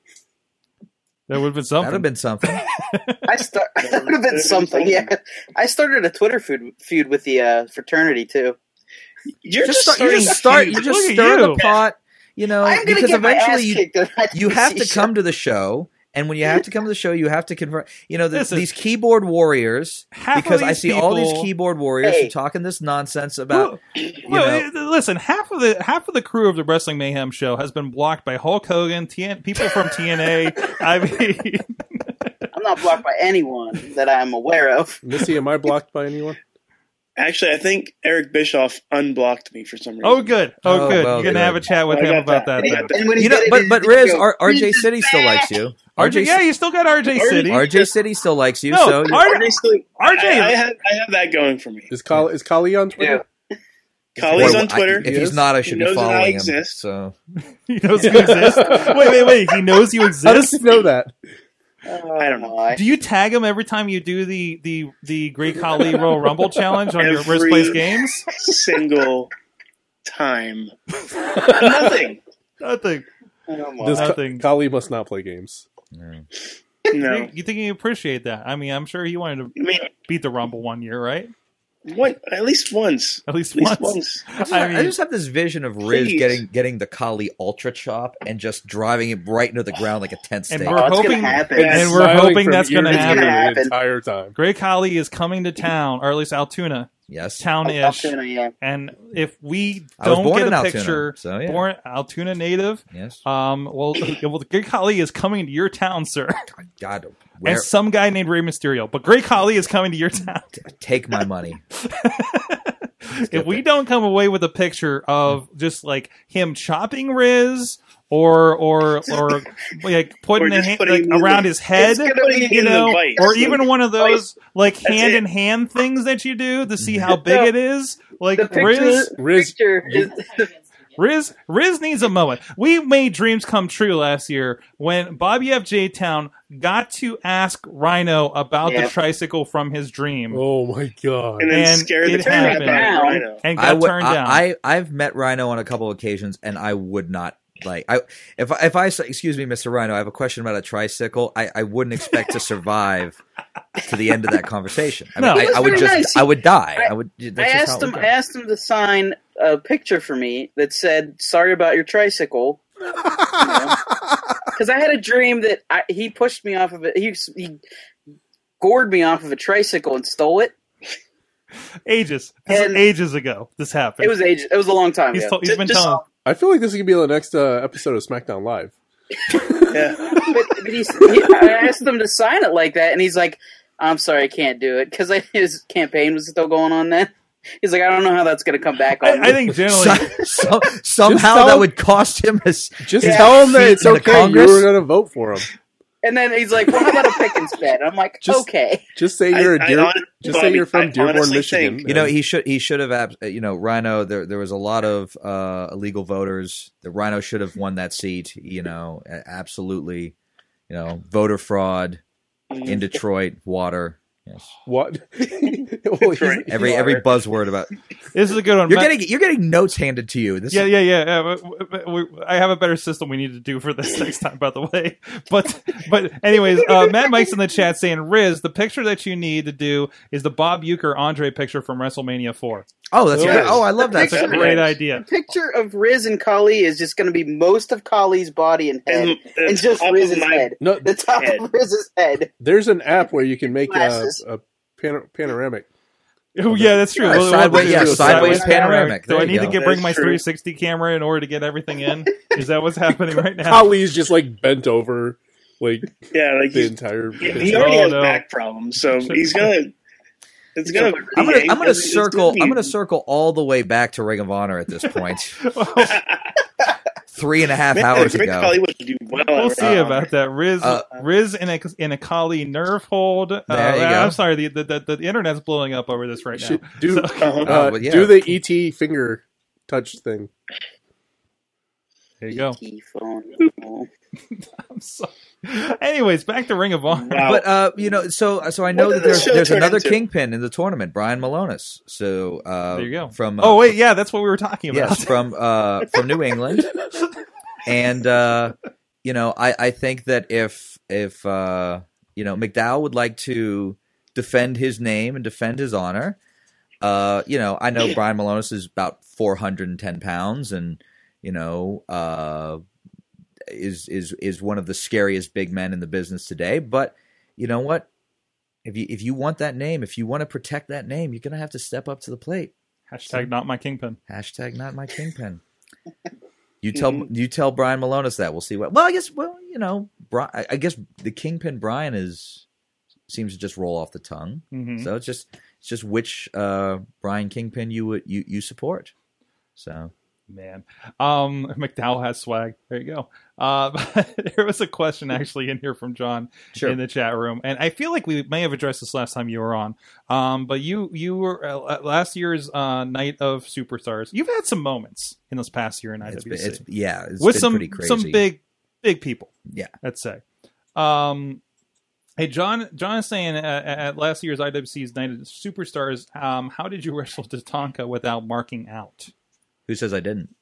Speaker 2: That would have been
Speaker 5: that would
Speaker 2: something.
Speaker 5: have been something.
Speaker 4: I start. that would have been something. Yeah, I started a Twitter feud feud with the uh, fraternity too.
Speaker 3: You're
Speaker 5: just
Speaker 3: just,
Speaker 5: start, you
Speaker 3: starting.
Speaker 5: just start you
Speaker 2: huge.
Speaker 5: just
Speaker 2: Look at
Speaker 5: stir the
Speaker 2: you.
Speaker 5: pot, you know,
Speaker 4: I'm gonna
Speaker 5: because
Speaker 4: get my ass
Speaker 5: eventually you
Speaker 4: kicked. at that
Speaker 5: you have to
Speaker 4: PC
Speaker 5: come to the show. And when you have to come to the show, you have to convert. You know, the,
Speaker 2: Listen.
Speaker 5: these keyboard warriors.
Speaker 2: Half of
Speaker 5: because I
Speaker 2: these
Speaker 5: see all these
Speaker 2: people-
Speaker 5: keyboard warriors
Speaker 4: Hey.
Speaker 5: who talking this nonsense about
Speaker 2: Well,
Speaker 5: know-
Speaker 2: well, listen, half of the half of the crew of the Wrestling Mayhem show has been blocked by Hulk Hogan, TN, people from TNA. I mean,
Speaker 4: show. I'm not blocked by anyone that I'm aware of.
Speaker 6: Missy, am I blocked by anyone?
Speaker 3: Actually, I think Eric Bischoff unblocked me for some reason.
Speaker 2: oh good, oh,
Speaker 5: Oh,
Speaker 2: good.
Speaker 5: well,
Speaker 2: You're gonna
Speaker 5: good.
Speaker 2: have a chat with
Speaker 3: I
Speaker 2: him
Speaker 3: got
Speaker 2: about that.
Speaker 3: that. I got
Speaker 2: then.
Speaker 3: that.
Speaker 4: And when he
Speaker 5: you know,
Speaker 4: did it,
Speaker 5: but
Speaker 4: it-
Speaker 5: but
Speaker 4: it
Speaker 5: Riz,
Speaker 4: goes,
Speaker 5: R- RJ
Speaker 4: "He's
Speaker 5: City still likes you.
Speaker 2: RJ, yeah,
Speaker 5: RJ,
Speaker 2: you still got RJ City.
Speaker 5: RJ City still likes you.
Speaker 2: No,
Speaker 5: so
Speaker 2: R-
Speaker 3: Honestly,
Speaker 2: RJ,
Speaker 3: I, I have I have that going for me.
Speaker 6: Is Kali, is Kali on Twitter?
Speaker 3: Kali's
Speaker 5: Well,
Speaker 3: on Twitter.
Speaker 5: I, if he's not, I should be
Speaker 3: He knows that I
Speaker 5: following him.
Speaker 3: exist.
Speaker 5: So
Speaker 2: he knows you exist. Wait, wait, wait. He knows you
Speaker 6: How does
Speaker 2: exist.
Speaker 6: he know that?
Speaker 3: Uh, I don't know.
Speaker 4: "Oh, I-
Speaker 2: Do you tag him every time you do the the the Great Khali Royal Rumble challenge on your
Speaker 3: Every-
Speaker 2: first place games?
Speaker 3: Single time. Nothing.
Speaker 2: Nothing.
Speaker 4: oh my."
Speaker 6: Does Ka-
Speaker 2: Nothing.
Speaker 6: Kali must not play games.
Speaker 3: No.
Speaker 2: You, you think you appreciate that? I mean, I'm sure he wanted to
Speaker 3: I mean,
Speaker 2: beat the Rumble one year, right?
Speaker 3: one at least once.
Speaker 2: At least,
Speaker 3: At least
Speaker 2: once.
Speaker 3: once.
Speaker 5: I just,
Speaker 2: I mean-
Speaker 5: I just have this vision of Riz
Speaker 3: Please.
Speaker 5: getting getting the Kali Ultra Chop and just driving it right into the ground like a tent
Speaker 2: And
Speaker 5: stake.
Speaker 2: we're
Speaker 4: it's gonna
Speaker 2: hoping,
Speaker 4: happen.
Speaker 2: and
Speaker 6: Been
Speaker 2: we're
Speaker 6: smiling
Speaker 2: hoping
Speaker 6: from
Speaker 2: that's
Speaker 6: ear
Speaker 2: going to
Speaker 6: to ear
Speaker 2: happen.
Speaker 6: The
Speaker 4: happen.
Speaker 6: entire time.
Speaker 2: Greg Holly is coming to town, or at least Altoona,
Speaker 5: Yes,
Speaker 2: town
Speaker 4: I'll
Speaker 2: ish.
Speaker 4: tune in, yeah.
Speaker 2: And if we
Speaker 5: I was
Speaker 2: don't
Speaker 5: born
Speaker 2: get
Speaker 5: in
Speaker 2: a
Speaker 5: Altoona,
Speaker 2: picture,
Speaker 5: so yeah.
Speaker 2: born Altoona native,
Speaker 5: yes.
Speaker 2: um, well, well, Greg Holly is coming to your town, sir.
Speaker 5: God, where
Speaker 2: And some guy named Rey Mysterio, but Greg Holly is coming to your town.
Speaker 5: take my money?
Speaker 2: if we don't come away with a picture of just like him chopping Riz or or or like putting a
Speaker 3: just
Speaker 2: hand,
Speaker 3: putting
Speaker 2: like,
Speaker 3: him in
Speaker 2: around
Speaker 3: the-
Speaker 2: his head,
Speaker 3: It's gonna be
Speaker 2: you
Speaker 3: in the
Speaker 2: know,
Speaker 3: vice.
Speaker 2: or even one of those like
Speaker 3: That's
Speaker 2: hand
Speaker 3: it.
Speaker 2: in hand things that you do to see how big it is. Like
Speaker 4: The picture,
Speaker 2: Riz,
Speaker 6: Riz-
Speaker 4: picture is
Speaker 2: Riz, Riz needs a moment. We made dreams come true last year when Bobby F. J. Town got to ask Rhino about the
Speaker 4: Yeah.
Speaker 2: tricycle from his dream
Speaker 6: Oh my god.
Speaker 3: And then
Speaker 2: And
Speaker 3: scare the
Speaker 2: it
Speaker 3: crap out of
Speaker 2: happened.
Speaker 3: Rhino.
Speaker 2: and got
Speaker 5: I would.
Speaker 2: turned down.
Speaker 5: I, I I've met Rhino on a couple occasions, and I would not Like I, if I- if I say, excuse me, Mister Rhino, I have a question about a tricycle. I, I wouldn't expect to survive to the end of that conversation. I,
Speaker 2: No.
Speaker 5: mean,
Speaker 4: It
Speaker 5: I,
Speaker 4: was
Speaker 5: I would
Speaker 4: very
Speaker 5: just,
Speaker 4: nice.
Speaker 5: I would die.
Speaker 4: I-
Speaker 5: I, would. That's
Speaker 4: I
Speaker 5: just
Speaker 4: asked
Speaker 5: how
Speaker 4: him.
Speaker 5: it would
Speaker 4: I asked him to sign a picture for me that said "Sorry about your tricycle," because I had a dream that I, he pushed me off of it. He, he gored me off of a tricycle and stole it.
Speaker 2: Ages. This is
Speaker 4: And-
Speaker 2: ages ago. This happened.
Speaker 4: It was ages. It was a long time
Speaker 2: he's,
Speaker 4: ago.
Speaker 2: to- he's been
Speaker 3: Just-
Speaker 2: telling.
Speaker 6: I feel like this is gonna be the next uh, episode of SmackDown Live.
Speaker 3: Yeah.
Speaker 4: but, but he's, he, I asked him to sign it like that, and he's like, "I'm sorry, I can't do it because his campaign was still going on then." He's like, "I don't know how that's going to come back on."
Speaker 2: I, I
Speaker 4: me."
Speaker 2: think generally.
Speaker 5: So, so, somehow
Speaker 6: tell
Speaker 5: that
Speaker 6: him-
Speaker 5: would cost him his.
Speaker 6: Just
Speaker 4: Yeah.
Speaker 6: tell him that it's
Speaker 5: In the
Speaker 6: okay. You
Speaker 5: Congress?
Speaker 6: were gonna vote for him.
Speaker 4: and then he's like, "Well, how about a pick and spread?" I'm like,
Speaker 6: Just-
Speaker 4: "Okay."
Speaker 6: Just say you're a
Speaker 3: I- I
Speaker 6: Dear,
Speaker 3: hon-
Speaker 6: just say
Speaker 3: Bobby,
Speaker 6: you're from
Speaker 3: I
Speaker 6: Dearborn,
Speaker 3: honestly
Speaker 6: Michigan.
Speaker 3: think-
Speaker 5: You know,
Speaker 6: and-
Speaker 5: he should he should have. abs- uh, You know, Rhino. There there was a lot of uh, illegal voters. The Rhino should have won that seat. You know, a- absolutely. You know, voter fraud
Speaker 2: Mm-hmm.
Speaker 5: in Detroit. Water. Yes.
Speaker 6: what? Well, he's-
Speaker 3: Right.
Speaker 5: Every every buzzword about
Speaker 2: This is a good one.
Speaker 5: you're
Speaker 2: Matt-
Speaker 5: getting you're getting notes handed to you. This
Speaker 2: yeah,
Speaker 5: is,
Speaker 2: yeah, yeah. Uh, yeah. but- but- but we- I have a better system we need to do for this next time, by the way. But, but anyways, uh, Matt Mike's in the chat saying, Riz, the picture that you need to do is the Bob Euchre Andre picture from WrestleMania 4.
Speaker 5: oh, that's
Speaker 6: Yeah.
Speaker 5: great. Oh, I love that.
Speaker 2: That's a
Speaker 3: Picture-
Speaker 2: great idea.
Speaker 4: The picture of Riz and Kali is just going to be most of Kali's body and head,
Speaker 3: And
Speaker 4: and, just
Speaker 3: top of
Speaker 4: Riz's
Speaker 3: my-
Speaker 4: head.
Speaker 6: No,
Speaker 4: The top
Speaker 3: head.
Speaker 4: of Riz's head.
Speaker 6: there's an app where you can make a,
Speaker 4: Glasses.
Speaker 6: a panor- panoramic.
Speaker 2: Oh, yeah, that's true.
Speaker 5: Yeah,
Speaker 2: We'll- we'll
Speaker 5: sideways-
Speaker 2: do
Speaker 6: yeah,
Speaker 2: a
Speaker 6: sideways
Speaker 5: panoramic.
Speaker 2: Do I
Speaker 5: There
Speaker 2: need
Speaker 5: you
Speaker 2: to
Speaker 5: go.
Speaker 2: get, bring my
Speaker 3: That's true.
Speaker 2: 360 camera in order to get everything in? Is that what's happening right
Speaker 5: Oh,
Speaker 2: now?
Speaker 6: Kali's just like bent over, like
Speaker 3: Yeah, like
Speaker 6: the
Speaker 3: he's,
Speaker 6: entire.
Speaker 3: he,
Speaker 6: picture.
Speaker 3: he already
Speaker 2: Oh,
Speaker 3: has
Speaker 2: no.
Speaker 3: back problems, so he's gonna. It's gonna.
Speaker 5: I'm gonna I'm gonna
Speaker 3: it's- it's
Speaker 5: circle
Speaker 3: be-
Speaker 5: I'm gonna circle all the way back to Ring of Honor at this point. Three and a half
Speaker 3: Man,
Speaker 5: hours
Speaker 3: Rick
Speaker 5: ago.
Speaker 3: Hollywood would do well.
Speaker 2: We'll
Speaker 3: at
Speaker 2: see
Speaker 3: Raw.
Speaker 2: about that. Riz,
Speaker 5: Uh,
Speaker 2: Riz in a in a Kali nerve hold. Uh,
Speaker 5: There you go.
Speaker 2: I'm sorry, the, the, the, the internet's blowing up over this right now.
Speaker 6: Should- do
Speaker 3: Uh-huh.
Speaker 6: uh,
Speaker 5: Oh, but yeah.
Speaker 6: do the ET finger touch thing.
Speaker 2: There you go.
Speaker 3: E
Speaker 4: Key phone.
Speaker 2: I'm sorry. Anyways, back to Ring of Honor.
Speaker 3: Wow.
Speaker 5: But uh, you know, so so I know
Speaker 3: What
Speaker 5: that
Speaker 3: did
Speaker 5: there's
Speaker 3: the show
Speaker 5: there's
Speaker 3: turn
Speaker 5: another
Speaker 3: into?
Speaker 5: kingpin in the tournament, Brian Malonis. So uh,
Speaker 2: There you go.
Speaker 5: From uh,
Speaker 2: Oh wait, yeah, that's what we were talking about.
Speaker 5: yes, from uh, from New England, and uh, you know, I I think that if if uh, you know McDowell would like to defend his name and defend his honor, uh, you know, I know Brian Malonis is about 410 pounds, and you know, uh, is is is one of the scariest big men in the business today. But you know what? If you if you want that name, if you want to protect that name, you're gonna have to step up to the plate.
Speaker 2: Hashtag not my kingpin.
Speaker 5: Hashtag not my kingpin. You tell
Speaker 2: Mm-hmm.
Speaker 5: you tell Brian Malonis that. We'll see what. Well, I guess. Well, you know, Bri- I I guess the kingpin Brian is seems to just roll off the tongue.
Speaker 2: Mhm.
Speaker 5: So it's just it's just which uh, Brian kingpin you would you you support. So
Speaker 2: Man, um, McDowell has swag. There you go. Uh, there was a question actually in here from John
Speaker 5: Sure.
Speaker 2: in the chat room, and I feel like we may have addressed this last time you were on. Um, but you you were uh, at last year's uh, night of superstars. You've had some moments in this past year in IWC
Speaker 5: it's, been, it's yeah, it's
Speaker 2: with
Speaker 5: been
Speaker 2: some
Speaker 5: pretty crazy.
Speaker 2: some big big people.
Speaker 5: Yeah.
Speaker 2: let's say. Um, hey, John. John is saying uh, at last year's IWC's Night of Superstars, um, how did you wrestle Tatanka without marking out?
Speaker 5: Who says I didn't?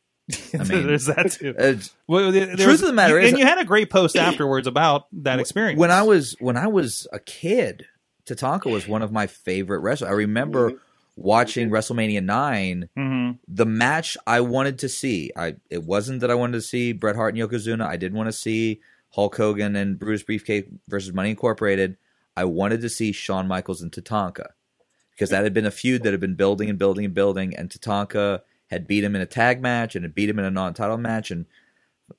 Speaker 5: I mean-
Speaker 2: there's that too.
Speaker 5: It's-
Speaker 2: Well, there, there
Speaker 5: Truth
Speaker 2: was-
Speaker 5: of the matter
Speaker 2: you-
Speaker 5: is-
Speaker 2: and you had a great post afterwards about that experience.
Speaker 5: When I was when I was a kid, Tatanka was one of my favorite wrestlers. I remember
Speaker 2: Mm-hmm.
Speaker 5: watching WrestleMania nine
Speaker 2: Mhm.
Speaker 5: the match I wanted to see. I it wasn't that I wanted to see Bret Hart and Yokozuna. I did want to see Hulk Hogan and Bruce Briefcase versus Money Incorporated. I wanted to see Shawn Michaels and Tatanka because that had been a feud that had been building and building and building, and Tatanka had beat him in a tag match and had beat him in a non-title match, and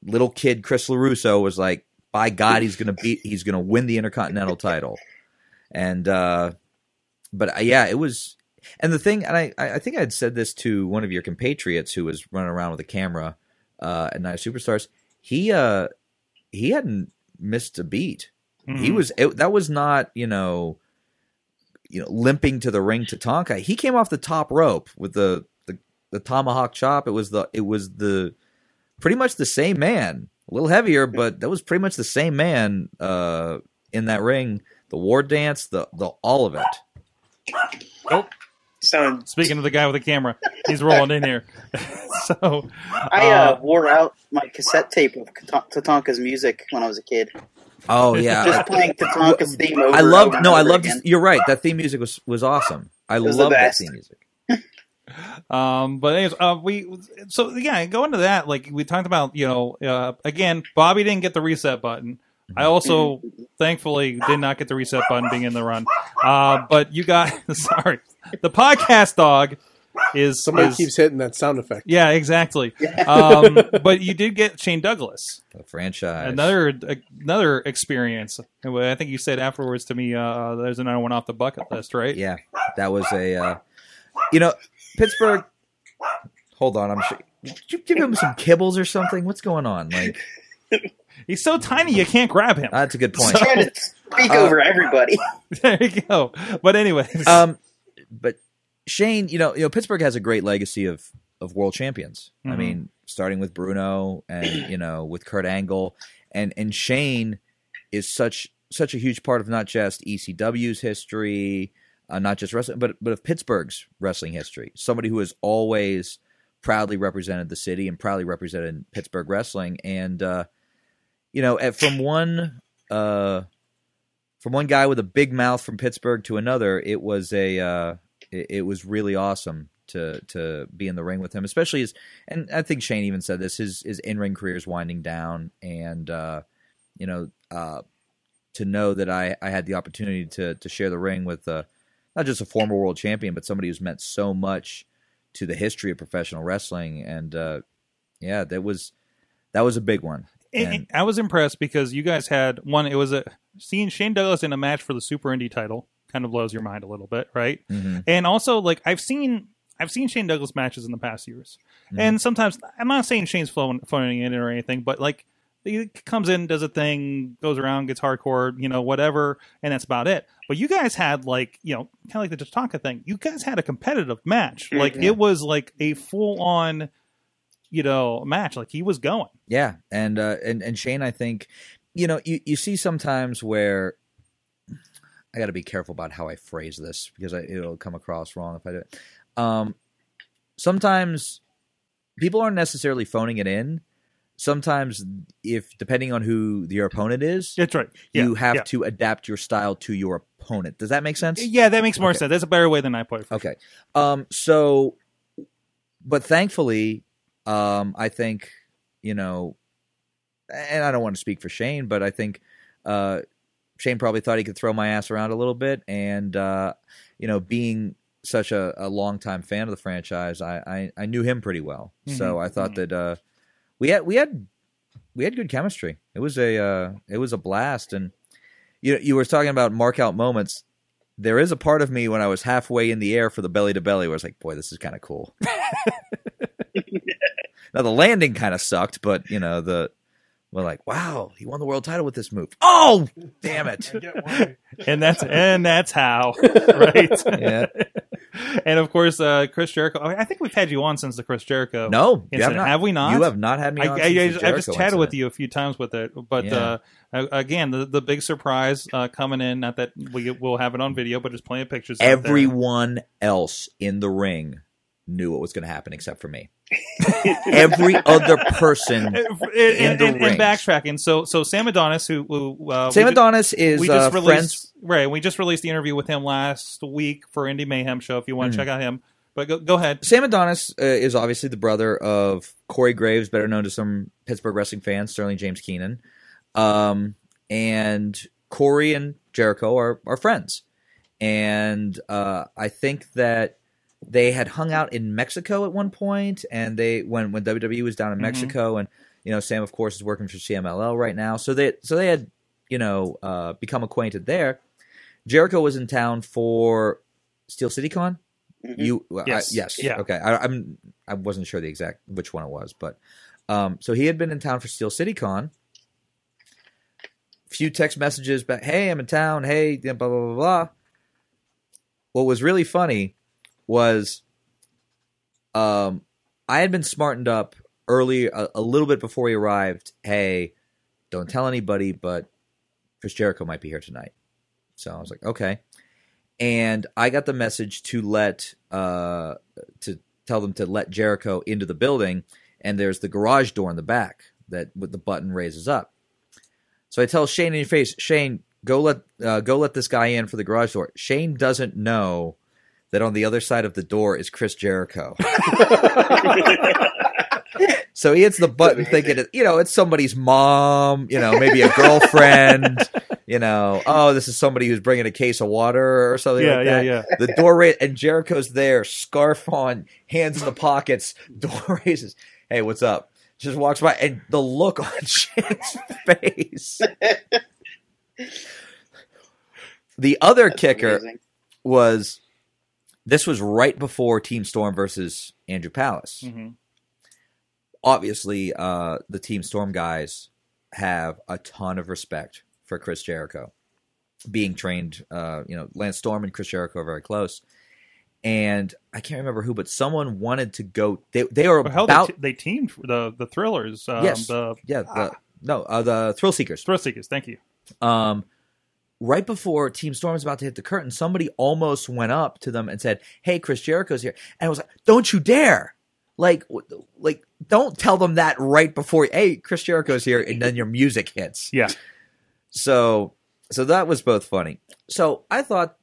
Speaker 5: little kid Chris Larusso was like, "By God, he's gonna beat, he's gonna win the Intercontinental title," and uh, but uh, yeah, it was and the thing, and I, I I think I had said this to one of your compatriots who was running around with a camera uh, at Night of Superstars. He uh, he hadn't missed a beat. He
Speaker 2: Mhm.
Speaker 5: was it, that was not you know, you know, limping to the ring to Tonka. He came off the top rope with the, the the tomahawk chop. It was the it was the pretty much the same man, a little heavier, but that was pretty much the same man uh, in that ring. The war dance, the the all of it.
Speaker 3: Sound
Speaker 2: Speaking of the guy with the camera, he's rolling in here. so,
Speaker 4: I uh, wore out my cassette tape of Kata- Tatanka's music when I was a kid.
Speaker 5: Oh yeah,
Speaker 4: Just playing Tatanka's theme over
Speaker 5: I
Speaker 4: and
Speaker 5: love.
Speaker 4: over
Speaker 5: No, I
Speaker 4: and over
Speaker 5: love.
Speaker 4: again.
Speaker 5: You're right. That theme music was was awesome. I
Speaker 4: was the
Speaker 5: love that
Speaker 4: best.
Speaker 5: theme music.
Speaker 2: Um, but anyways, uh, we so yeah, going to that, like we talked about, you know, uh, again, Bobby didn't get the reset button. I also thankfully did not get the reset button being in the run. Uh, but you guys, sorry, the podcast dog is
Speaker 6: Somebody
Speaker 2: is-
Speaker 6: keeps hitting that sound effect.
Speaker 2: yeah, exactly. Um, but you did get Shane Douglas,
Speaker 5: The franchise.
Speaker 2: another another experience. And I think you said afterwards to me, uh, there's another one off the bucket list, right?
Speaker 5: Yeah, that was a. Uh, you know, Pittsburgh. Hold on, I'm sure. Did you give him some kibbles or something? What's going on? Like
Speaker 2: He's so tiny you can't grab him.
Speaker 5: that's a good point.
Speaker 4: Trying to speak
Speaker 5: Uh,
Speaker 4: over everybody.
Speaker 2: there you go. But anyways,
Speaker 5: Um, but Shane, you know, you know, Pittsburgh has a great legacy of of world champions. I
Speaker 2: Mhm.
Speaker 5: mean, starting with Bruno and you know with Kurt Angle, and and Shane is such such a huge part of not just ECW's history, uh, not just wrestling, but but of Pittsburgh's wrestling history. Somebody who has always proudly represented the city and proudly represented Pittsburgh wrestling, and uh, you know, at, from one. Uh, from one guy with a big mouth from Pittsburgh to another, it was a uh, it, it was really awesome to to be in the ring with him, especially as and I think Shane even said this his his in ring career is winding down, and uh, you know uh, to know that I I had the opportunity to to share the ring with uh, not just a former world champion, but somebody who's meant so much to the history of professional wrestling, and uh, yeah, that was that was a big one.
Speaker 2: And-
Speaker 5: And-
Speaker 2: I was impressed because you guys had one. It was a seeing Shane Douglas in a match for the Super Indie title kind of blows your mind a little bit, right?
Speaker 5: Mhm.
Speaker 2: And also, like I've seen, I've seen Shane Douglas matches in the past years, and sometimes I'm not saying Shane's flowing, phoning it in or anything, but like he comes in, does a thing, goes around, gets hardcore, you know, whatever, and that's about it. But you guys had like you know, kind of like the Tatanka thing. You guys had a competitive match, like it was like a full on, you know, match. Like he was going.
Speaker 5: Yeah, and uh, and and Shane, I think, you know, you you see sometimes where I got to be careful about how I phrase this because I, it'll come across wrong if I do it. Um, sometimes people aren't necessarily phoning it in. Sometimes, if depending on who your opponent is,
Speaker 2: That's right.
Speaker 5: you
Speaker 2: Yeah,
Speaker 5: have
Speaker 2: yeah.
Speaker 5: to adapt your style to your opponent. Does that make sense?
Speaker 2: Yeah, that makes more
Speaker 5: Okay.
Speaker 2: sense. That's a better way than I put it.
Speaker 5: Okay. Um, so, but thankfully, um, I think, you know, and I don't want to speak for Shane, but I think uh, Shane probably thought he could throw my ass around a little bit. And, uh, you know, being such a, a longtime fan of the franchise, I, I, I knew him pretty well. So I thought that uh, we had, we had, we had good chemistry. It was a, uh, it was a blast. And you, you were talking about mark out moments there is a part of me when I was halfway in the air for the belly to belly where I was like, boy, this is kind of cool. now the landing kind of sucked, but you know, the we're like, wow, he won the world title with this move. Oh, damn it.
Speaker 2: And that's and that's how, right?
Speaker 5: Yeah.
Speaker 2: And of course, uh, Chris Jericho. I think we've had you on since the Chris Jericho.
Speaker 5: No, you
Speaker 2: incident. have we not?
Speaker 5: You have not had me
Speaker 2: I,
Speaker 5: on.
Speaker 2: I,
Speaker 5: since the
Speaker 2: I just- I just
Speaker 5: Jericho
Speaker 2: chatted with
Speaker 5: incident.
Speaker 2: you a few times with it, but
Speaker 5: Yeah.
Speaker 2: uh, a- again, the, the big surprise uh, coming in. Not that we will have it on video, but there's plenty of pictures. out there.
Speaker 5: Everyone else in the ring knew what was going to happen except for me. Every other person.
Speaker 2: and, and,
Speaker 5: the
Speaker 2: and,
Speaker 5: rings.
Speaker 2: and backtracking. So so Sam Adonis, who, who uh, we
Speaker 5: Sam
Speaker 2: ju-
Speaker 5: Adonis is
Speaker 2: we
Speaker 5: uh,
Speaker 2: just released
Speaker 5: friends
Speaker 2: right. We just released the interview with him last week for Indie Mayhem show. If you
Speaker 5: Hmm.
Speaker 2: want to check out him, but go, go ahead.
Speaker 5: Sam Adonis uh, is obviously the brother of Corey Graves, better known to some Pittsburgh wrestling fans, Sterling James Keenan. Um, and Corey and Jericho are, are friends. And uh, I think that they had hung out in Mexico at one point, and they when when WWE was down in Mexico, and you know Sam, of course, is working for CMLL right now. So they so they had you know uh, become acquainted there. Jericho was in town for Steel City Con.
Speaker 4: Mm-hmm.
Speaker 5: You uh, I-
Speaker 2: Yes.
Speaker 5: yes
Speaker 2: Yeah.
Speaker 5: okay I, I'm I wasn't sure the exact which one it was, but um, so he had been in town for Steel City Con. Few text messages, but hey, I'm in town. Hey, blah blah blah blah. What was really funny was um, I had been smartened up early a, a little bit before he arrived. Hey, don't tell anybody, but Chris Jericho might be here tonight. So I was like, okay. and I got the message to let uh, to tell them to let Jericho into the building, and there's the garage door in the back that with the button raises up. So I tell Shane in your face, Shane, go let uh, go let this guy in for the garage door. Shane doesn't know that on the other side of the door is Chris Jericho. So he hits the button thinking, it- you know, it's somebody's mom, you know, maybe a girlfriend, you know, oh, this is somebody who's bringing a case of water or something
Speaker 2: yeah,
Speaker 5: like
Speaker 2: yeah,
Speaker 5: that.
Speaker 2: yeah.
Speaker 5: The door ra- and Jericho's there, scarf on, hands in the pockets, door raises. Hey, what's up? Just walks by, and the look on Shane's face. the other
Speaker 4: That's
Speaker 5: kicker
Speaker 4: amazing.
Speaker 5: was this was right before Team Storm versus Andrew Palace
Speaker 2: Mhm.
Speaker 5: obviously uh, the Team Storm guys have a ton of respect for Chris Jericho being trained. Uh, you know, Lance Storm and Chris Jericho are very close. And I can't remember who, but someone wanted to go. They they are
Speaker 2: Well, hell,
Speaker 5: about
Speaker 2: they, they teamed the the thrillers. Um,
Speaker 5: Yes.
Speaker 2: The
Speaker 5: yeah the no uh, the Thrill Seekers.
Speaker 2: thrill seekers. Thank you.
Speaker 5: Um, right before Team Storm's about to hit the curtain, somebody almost went up to them and said, "Hey, Chris Jericho's here," and I was like, "Don't you dare!" Like, w- like, don't tell them that right before. Hey, Chris Jericho's here, and then your music hits.
Speaker 2: Yeah.
Speaker 5: So, so that was both funny. So I thought,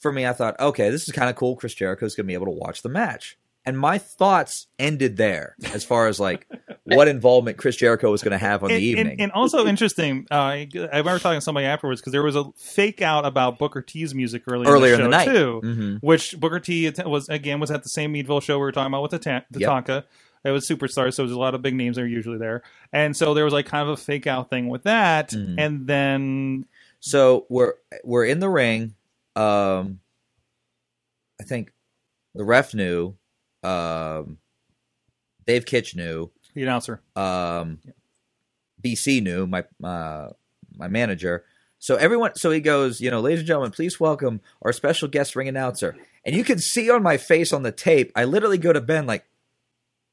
Speaker 5: for me, I thought, okay, this is kind of cool. Chris Jericho's gonna be able to watch the match, and my thoughts ended there as far as like what involvement Chris Jericho was gonna have on
Speaker 2: and,
Speaker 5: the evening.
Speaker 2: And, and also interesting, uh, I I remember talking to somebody afterwards because there was a fake out about Booker T's music earlier,
Speaker 5: Earlier
Speaker 2: in
Speaker 5: in
Speaker 2: the,
Speaker 5: the
Speaker 2: show
Speaker 5: night.
Speaker 2: too,
Speaker 5: Mhm.
Speaker 2: which Booker T att- was again was at the same Meadville show we were talking about with Tata-
Speaker 5: Yep.
Speaker 2: Tatanka. It was superstars, so there's a lot of big names that are usually there, and so there was like kind of a fake out thing with that,
Speaker 5: Mhm.
Speaker 2: and then
Speaker 5: So we're we're in the ring. Um, I think the ref knew. Um, Dave Kitch knew.
Speaker 2: the announcer,
Speaker 5: Um, BC knew my uh, my manager. So everyone, so he goes, you know, ladies and gentlemen, please welcome our special guest ring announcer. And you can see on my face on the tape, I literally go to Ben like,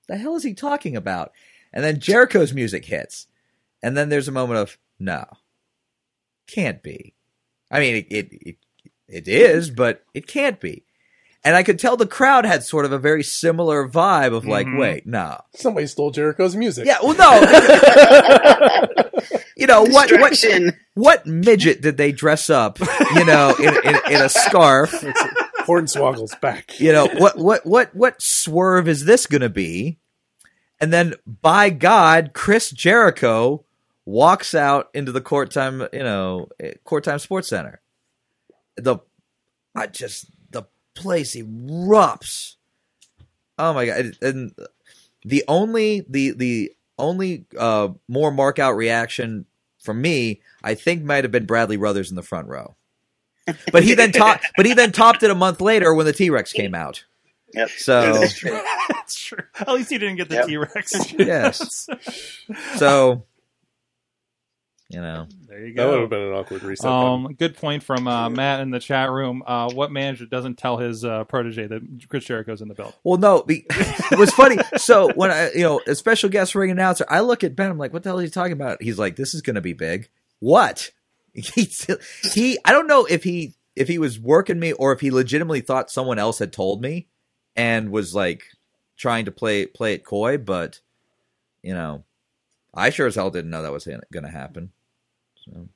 Speaker 5: the hell is he talking about? And then Jericho's music hits, and then there's a moment of no, can't be. I mean, it it it, it is, but it can't be. And I could tell the crowd had sort of a very similar vibe of like,
Speaker 2: Mhm.
Speaker 5: wait, no,
Speaker 6: Mm-hmm. Somebody stole Jericho's music.
Speaker 5: yeah, well, no. you know what? What?
Speaker 4: Distraction.
Speaker 5: What midget did they dress up? You know, in, in, in a scarf.
Speaker 6: Hornswoggle's back.
Speaker 5: You know what? What? What? What swerve is this going to be? And then, by God, Chris Jericho walks out into the court time. You know, eh, court time sports center. The, I just the place erupts. Oh my god! And the only the the only uh more mark out reaction from me, I think, might have been Bradley Ruthers in the front row. But he then topped. but he then topped it a month later when the T Rex came out.
Speaker 4: Yep.
Speaker 5: So
Speaker 4: That's true.
Speaker 2: that's true. At least he didn't get the
Speaker 4: Yep.
Speaker 2: T Rex.
Speaker 5: Yes. so you know
Speaker 2: there you
Speaker 6: That would
Speaker 2: go.
Speaker 6: have been an awkward reset. button.
Speaker 2: Um, good point from uh, Matt in the chat room. Uh, what manager doesn't tell his uh, protege that Chris Jericho's in the build?
Speaker 5: well no be, it was funny so when i you know a special guest ring announcer i look at ben i'm like what the hell is he talking about he's like this is gonna be big what he, he i don't know if he if he was working me or if he legitimately thought someone else had told me and was like trying to play play it coy but you know i sure as hell didn't know that was gonna happen so
Speaker 2: Well,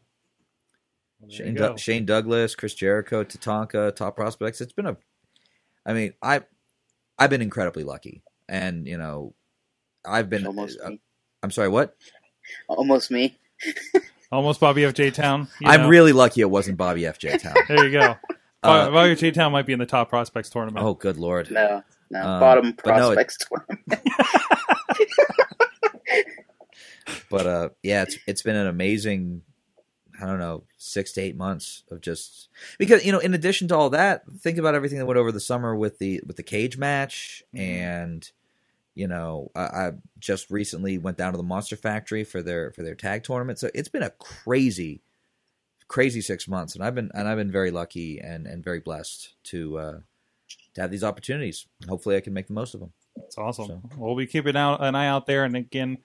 Speaker 2: there you
Speaker 5: Shane,
Speaker 2: go.
Speaker 5: Doug Shane Douglas, Chris Jericho, Tatanka, top prospects. It's been a, I mean, I, I've been incredibly lucky, and you know, I've been.
Speaker 4: Almost
Speaker 5: uh,
Speaker 4: me.
Speaker 5: I'm sorry, what?
Speaker 4: Almost me.
Speaker 2: Almost Bobby F. J. Town. you
Speaker 5: I'm
Speaker 2: know.
Speaker 5: really lucky it wasn't Bobby F. J. Town.
Speaker 2: There you go.
Speaker 5: Uh,
Speaker 2: Bobby Bobby F. J. Town might be in the top prospects tournament.
Speaker 5: oh, good lord!
Speaker 4: No, no.
Speaker 5: Um,
Speaker 4: Bottom
Speaker 5: but no, it-
Speaker 4: prospects tournament.
Speaker 5: But uh, yeah, it's it's been an amazing, I don't know, six to eight months of just because you know, in addition to all that, think about everything that went over the summer with the with the cage match and. You know, I, I just recently went down to the Monster Factory for their for their tag tournament. So it's been a crazy, crazy six months, and I've been and I've been very lucky and and very blessed to uh, to have these opportunities. Hopefully, I can make the most of them.
Speaker 2: It's awesome.
Speaker 5: So-
Speaker 2: Well, we keep an eye, an eye out there, and again,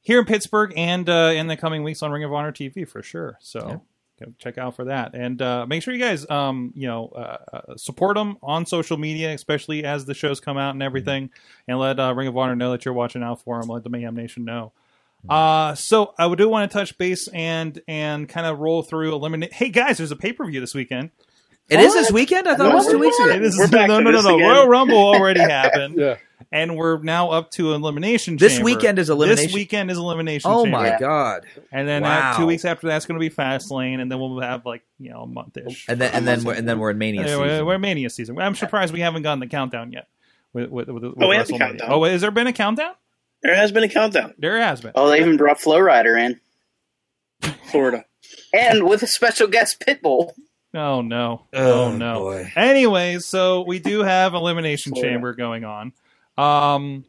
Speaker 2: here in Pittsburgh, and uh, in the coming weeks on Ring of Honor TV for sure. So
Speaker 5: Yeah.
Speaker 2: go check out for that and uh, make sure you guys um, you know uh, uh, support them on social media especially as the shows come out and everything
Speaker 5: Mm-hmm.
Speaker 2: and let uh, ring of honor know that you're watching out for them let the mayhem nation know
Speaker 5: Mm-hmm.
Speaker 2: uh, so i do want to touch base and and kind of roll through eliminate hey guys there's a pay-per-view this weekend
Speaker 5: It is this weekend. I thought it was two weeks ago.
Speaker 2: It is-
Speaker 3: We're back
Speaker 2: no
Speaker 3: to
Speaker 2: no no
Speaker 3: this
Speaker 2: no
Speaker 3: again.
Speaker 2: royal rumble already happened
Speaker 6: Yeah.
Speaker 2: and we're now up to elimination
Speaker 5: This
Speaker 2: Chamber.
Speaker 5: weekend is elimination.
Speaker 2: this weekend is elimination
Speaker 5: Oh
Speaker 2: Chamber.
Speaker 5: my
Speaker 4: Yeah.
Speaker 5: god!
Speaker 2: And then uh, two
Speaker 5: Wow.
Speaker 2: weeks after that's going to be Fastlane, and then we'll have like you know a monthish.
Speaker 5: And then and then we're, and then we're in mania
Speaker 2: Yeah,
Speaker 5: season.
Speaker 2: we're, we're Mania season. I'm surprised we haven't gotten the countdown yet. With,
Speaker 5: Uh,
Speaker 2: with, with, with
Speaker 3: we had the
Speaker 2: WrestleMania.
Speaker 3: countdown.
Speaker 2: Oh, wait, has there been a countdown?
Speaker 3: There has been a countdown.
Speaker 2: There has been.
Speaker 4: Oh, they even brought Flow Rider in,
Speaker 3: Florida.
Speaker 4: and with a special guest Pitbull.
Speaker 2: Oh no.
Speaker 5: Oh,
Speaker 2: Oh, no.
Speaker 5: boy.
Speaker 2: Anyways, so we do have elimination
Speaker 3: Yeah.
Speaker 2: chamber going on. Um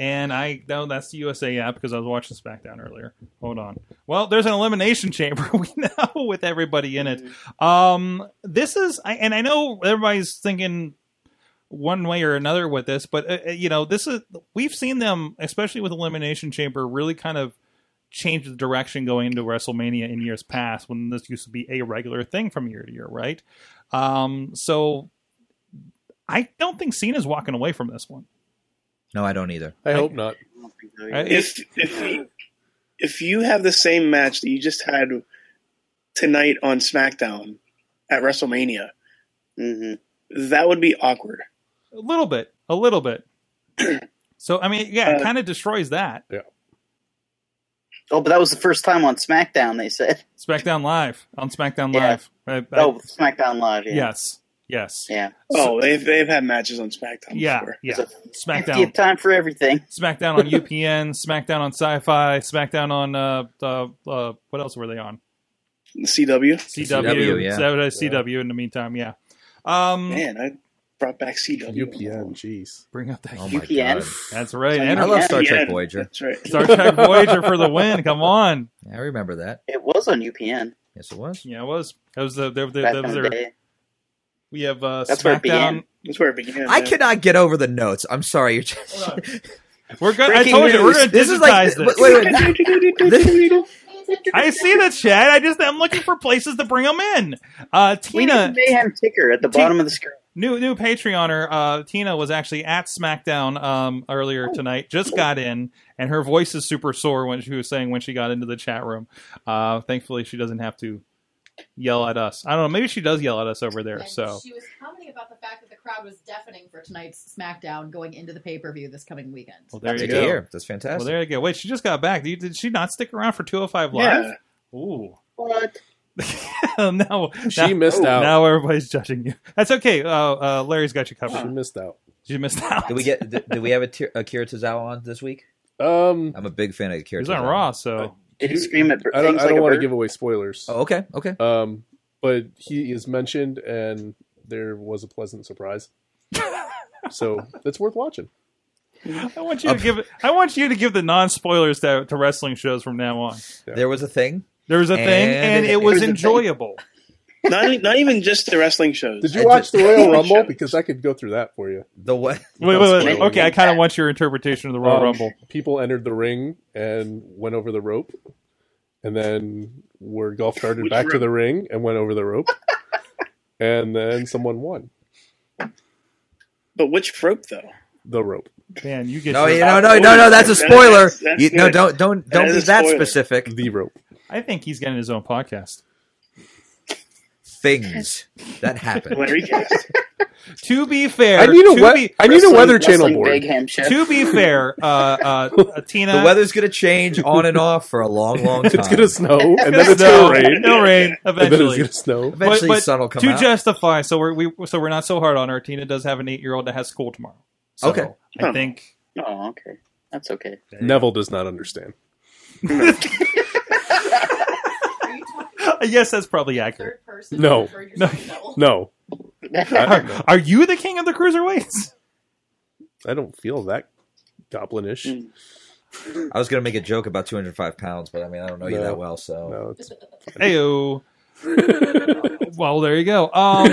Speaker 2: and I no, that's the USA app because I was watching SmackDown earlier. Hold on. Well, there's an elimination chamber we know with everybody in it. Um this is I, and I know everybody's thinking one way or another with this, but uh, uh, you know, this is we've seen them especially with elimination chamber really kind of change the direction going into WrestleMania in years past when this used to be a regular thing from year to year, right? Um, so I don't think Cena's walking away from this one.
Speaker 5: No, I don't either.
Speaker 6: I hope not.
Speaker 2: I- it-
Speaker 3: If if you- if you have the same match that you just had tonight on SmackDown at WrestleMania,
Speaker 4: hmm
Speaker 5: Mm-hmm.
Speaker 3: that would be awkward.
Speaker 2: a little bit, a little bit. So I mean, yeah, it
Speaker 3: Uh,
Speaker 2: kind of destroys that
Speaker 4: Oh, but that was the first time on SmackDown. They said,
Speaker 2: SmackDown Live on SmackDown
Speaker 4: Yeah.
Speaker 2: Live. I- I-
Speaker 4: "Oh, SmackDown Live." Yeah,
Speaker 2: yes, yes,
Speaker 4: yeah.
Speaker 3: Oh, they've they've had matches on SmackDown
Speaker 2: yeah,
Speaker 3: before.
Speaker 2: yeah.
Speaker 4: So-
Speaker 2: SmackDown,
Speaker 4: Fiftieth time for everything.
Speaker 2: SmackDown on UPN, SmackDown on Sci-Fi, SmackDown on uh, uh, uh, what else were they on? CW,
Speaker 3: CW.
Speaker 5: CW, yeah.
Speaker 2: Saturday CW. In the meantime, yeah. Um,
Speaker 3: Man, I brought back CW.
Speaker 6: UPN, jeez.
Speaker 2: bring up that.
Speaker 5: Oh my
Speaker 4: UPN.
Speaker 5: god!
Speaker 2: That's right.
Speaker 5: I
Speaker 2: Enter-
Speaker 5: love Star
Speaker 3: Yeah,
Speaker 5: Trek Voyager.
Speaker 3: That's right.
Speaker 2: Star Trek Voyager for the win. Come on.
Speaker 5: I remember that.
Speaker 4: It was on UPN
Speaker 5: Yes, it was.
Speaker 2: Yeah, it was. That was the. That was the,
Speaker 4: back
Speaker 2: that was
Speaker 4: in the
Speaker 2: their-
Speaker 4: day.
Speaker 2: we have uh,
Speaker 4: That's where it
Speaker 2: SmackDown.
Speaker 3: That's where it began.
Speaker 5: I
Speaker 3: man.
Speaker 5: cannot get over the notes. I'm sorry. You're just,
Speaker 2: Hold We're good. I
Speaker 4: Breaking
Speaker 2: told you we're
Speaker 4: news.
Speaker 2: gonna digitize this.
Speaker 5: This is like-
Speaker 2: this.
Speaker 5: wait, wait.
Speaker 2: I see the chat. I just I'm looking for places to bring them in. Uh,
Speaker 4: We need a
Speaker 2: Tina,
Speaker 4: mayhem ticker at the
Speaker 2: Tina-
Speaker 4: bottom of the screen.
Speaker 2: new new Patreoner. Uh, Tina was actually at SmackDown um,
Speaker 4: Oh.
Speaker 2: earlier tonight. Just got in, and her voice is super sore when she was saying when she got into the chat room. Uh, thankfully, she doesn't have to yell at us. I don't know. Maybe she does yell at us over there.
Speaker 7: And
Speaker 2: So
Speaker 7: she was commenting about the fact that the crowd was deafening for tonight's SmackDown going into the pay per view this coming weekend.
Speaker 2: well, there
Speaker 5: that's
Speaker 2: you
Speaker 5: good
Speaker 2: go.
Speaker 5: to hear. That's fantastic.
Speaker 2: Well, there you go. Wait, she just got back. Did, did she not stick around for 205
Speaker 3: Yeah.
Speaker 2: Live? Ooh.
Speaker 4: What?
Speaker 2: now,
Speaker 6: She
Speaker 2: now,
Speaker 6: missed out.
Speaker 2: now everybody's judging you. That's okay. Uh, uh, Larry's got you
Speaker 6: She
Speaker 2: covered.
Speaker 6: missed out.
Speaker 2: You missed out.
Speaker 5: Did we get? Did, did we have a, Ti- Akira Tozawa on this week?
Speaker 6: Um,
Speaker 5: I'm a big fan of Akira.
Speaker 2: He's on
Speaker 5: Tozawa.
Speaker 2: Raw, so.
Speaker 4: Did he scream at
Speaker 6: I don't.
Speaker 4: things
Speaker 6: I don't
Speaker 4: like
Speaker 6: want
Speaker 4: a
Speaker 6: to
Speaker 4: bird?
Speaker 6: give away spoilers.
Speaker 5: Oh, okay, okay.
Speaker 6: Um, but he is mentioned, and there was a pleasant surprise. so that's worth watching.
Speaker 2: I want you to give. I want you to give the non spoilers to, to wrestling shows from now on.
Speaker 5: There was a thing.
Speaker 2: There was a thing, and
Speaker 5: And
Speaker 2: it
Speaker 4: Here's
Speaker 2: was
Speaker 4: the thing.
Speaker 2: enjoyable.
Speaker 3: not, e, not even just the wrestling shows.
Speaker 6: Did you
Speaker 5: I
Speaker 6: watch
Speaker 5: just-
Speaker 6: the Royal Rumble?
Speaker 3: Shows.
Speaker 6: Because I could go through that for you.
Speaker 5: The what?
Speaker 2: Wait, wait, wait.
Speaker 4: Wait,
Speaker 2: Okay, I
Speaker 4: make
Speaker 2: kind of
Speaker 4: that-
Speaker 2: want your interpretation of the Royal
Speaker 6: Um,
Speaker 2: Rumble.
Speaker 6: People entered the ring and went over the rope, and then were golf started
Speaker 3: Which
Speaker 6: back to
Speaker 3: rope?
Speaker 6: the ring and went over the rope, and then someone won
Speaker 3: But which rope though?
Speaker 6: the rope.
Speaker 2: Man, you get.
Speaker 5: No,
Speaker 2: your-
Speaker 5: you no, no, no, no. That's a
Speaker 3: That's-
Speaker 5: spoiler.
Speaker 3: that's
Speaker 5: You- no,
Speaker 3: good.
Speaker 5: don't, don't,
Speaker 3: That
Speaker 5: don't
Speaker 3: is
Speaker 5: be
Speaker 3: a
Speaker 5: that
Speaker 3: spoiler.
Speaker 5: specific.
Speaker 6: The rope.
Speaker 2: I think he's getting his own podcast.
Speaker 5: Things that happened.
Speaker 3: Larry Cast.
Speaker 2: To be fair,
Speaker 6: I need a
Speaker 2: to
Speaker 6: we-
Speaker 2: be,
Speaker 6: I need a
Speaker 4: Wrestling-
Speaker 6: Weather Channel
Speaker 4: wrestling
Speaker 6: board.
Speaker 4: Big ham show.
Speaker 2: to be fair, uh, uh, Tina.
Speaker 5: The weather's gonna change on and off for a long, long time.
Speaker 6: It's gonna snow, and then
Speaker 2: It'll
Speaker 6: it's gonna rain,
Speaker 2: It'll rain
Speaker 6: and then
Speaker 2: eventually.
Speaker 6: it's gonna snow.
Speaker 5: Eventually, sun will come
Speaker 2: to
Speaker 5: out.
Speaker 2: justify, so we're we, so we're not so hard on her. Tina does have an eight year old that has school tomorrow. So
Speaker 5: Okay.
Speaker 2: I think
Speaker 4: Oh, okay. That's okay.
Speaker 6: Neville does not understand.
Speaker 7: Are you talking
Speaker 2: yes, that's probably accurate.
Speaker 7: third person?
Speaker 6: No.
Speaker 7: Or you're
Speaker 2: No.
Speaker 7: just double?
Speaker 6: No,
Speaker 2: Are,
Speaker 6: I,
Speaker 2: are you the king of the cruiserweights?
Speaker 6: I don't feel that goblinish.
Speaker 5: I was gonna make a joke about 205 pounds, but I mean, I don't know you
Speaker 6: No.
Speaker 5: that well, so
Speaker 6: No, it's,
Speaker 2: Heyo. well, there you go. Um,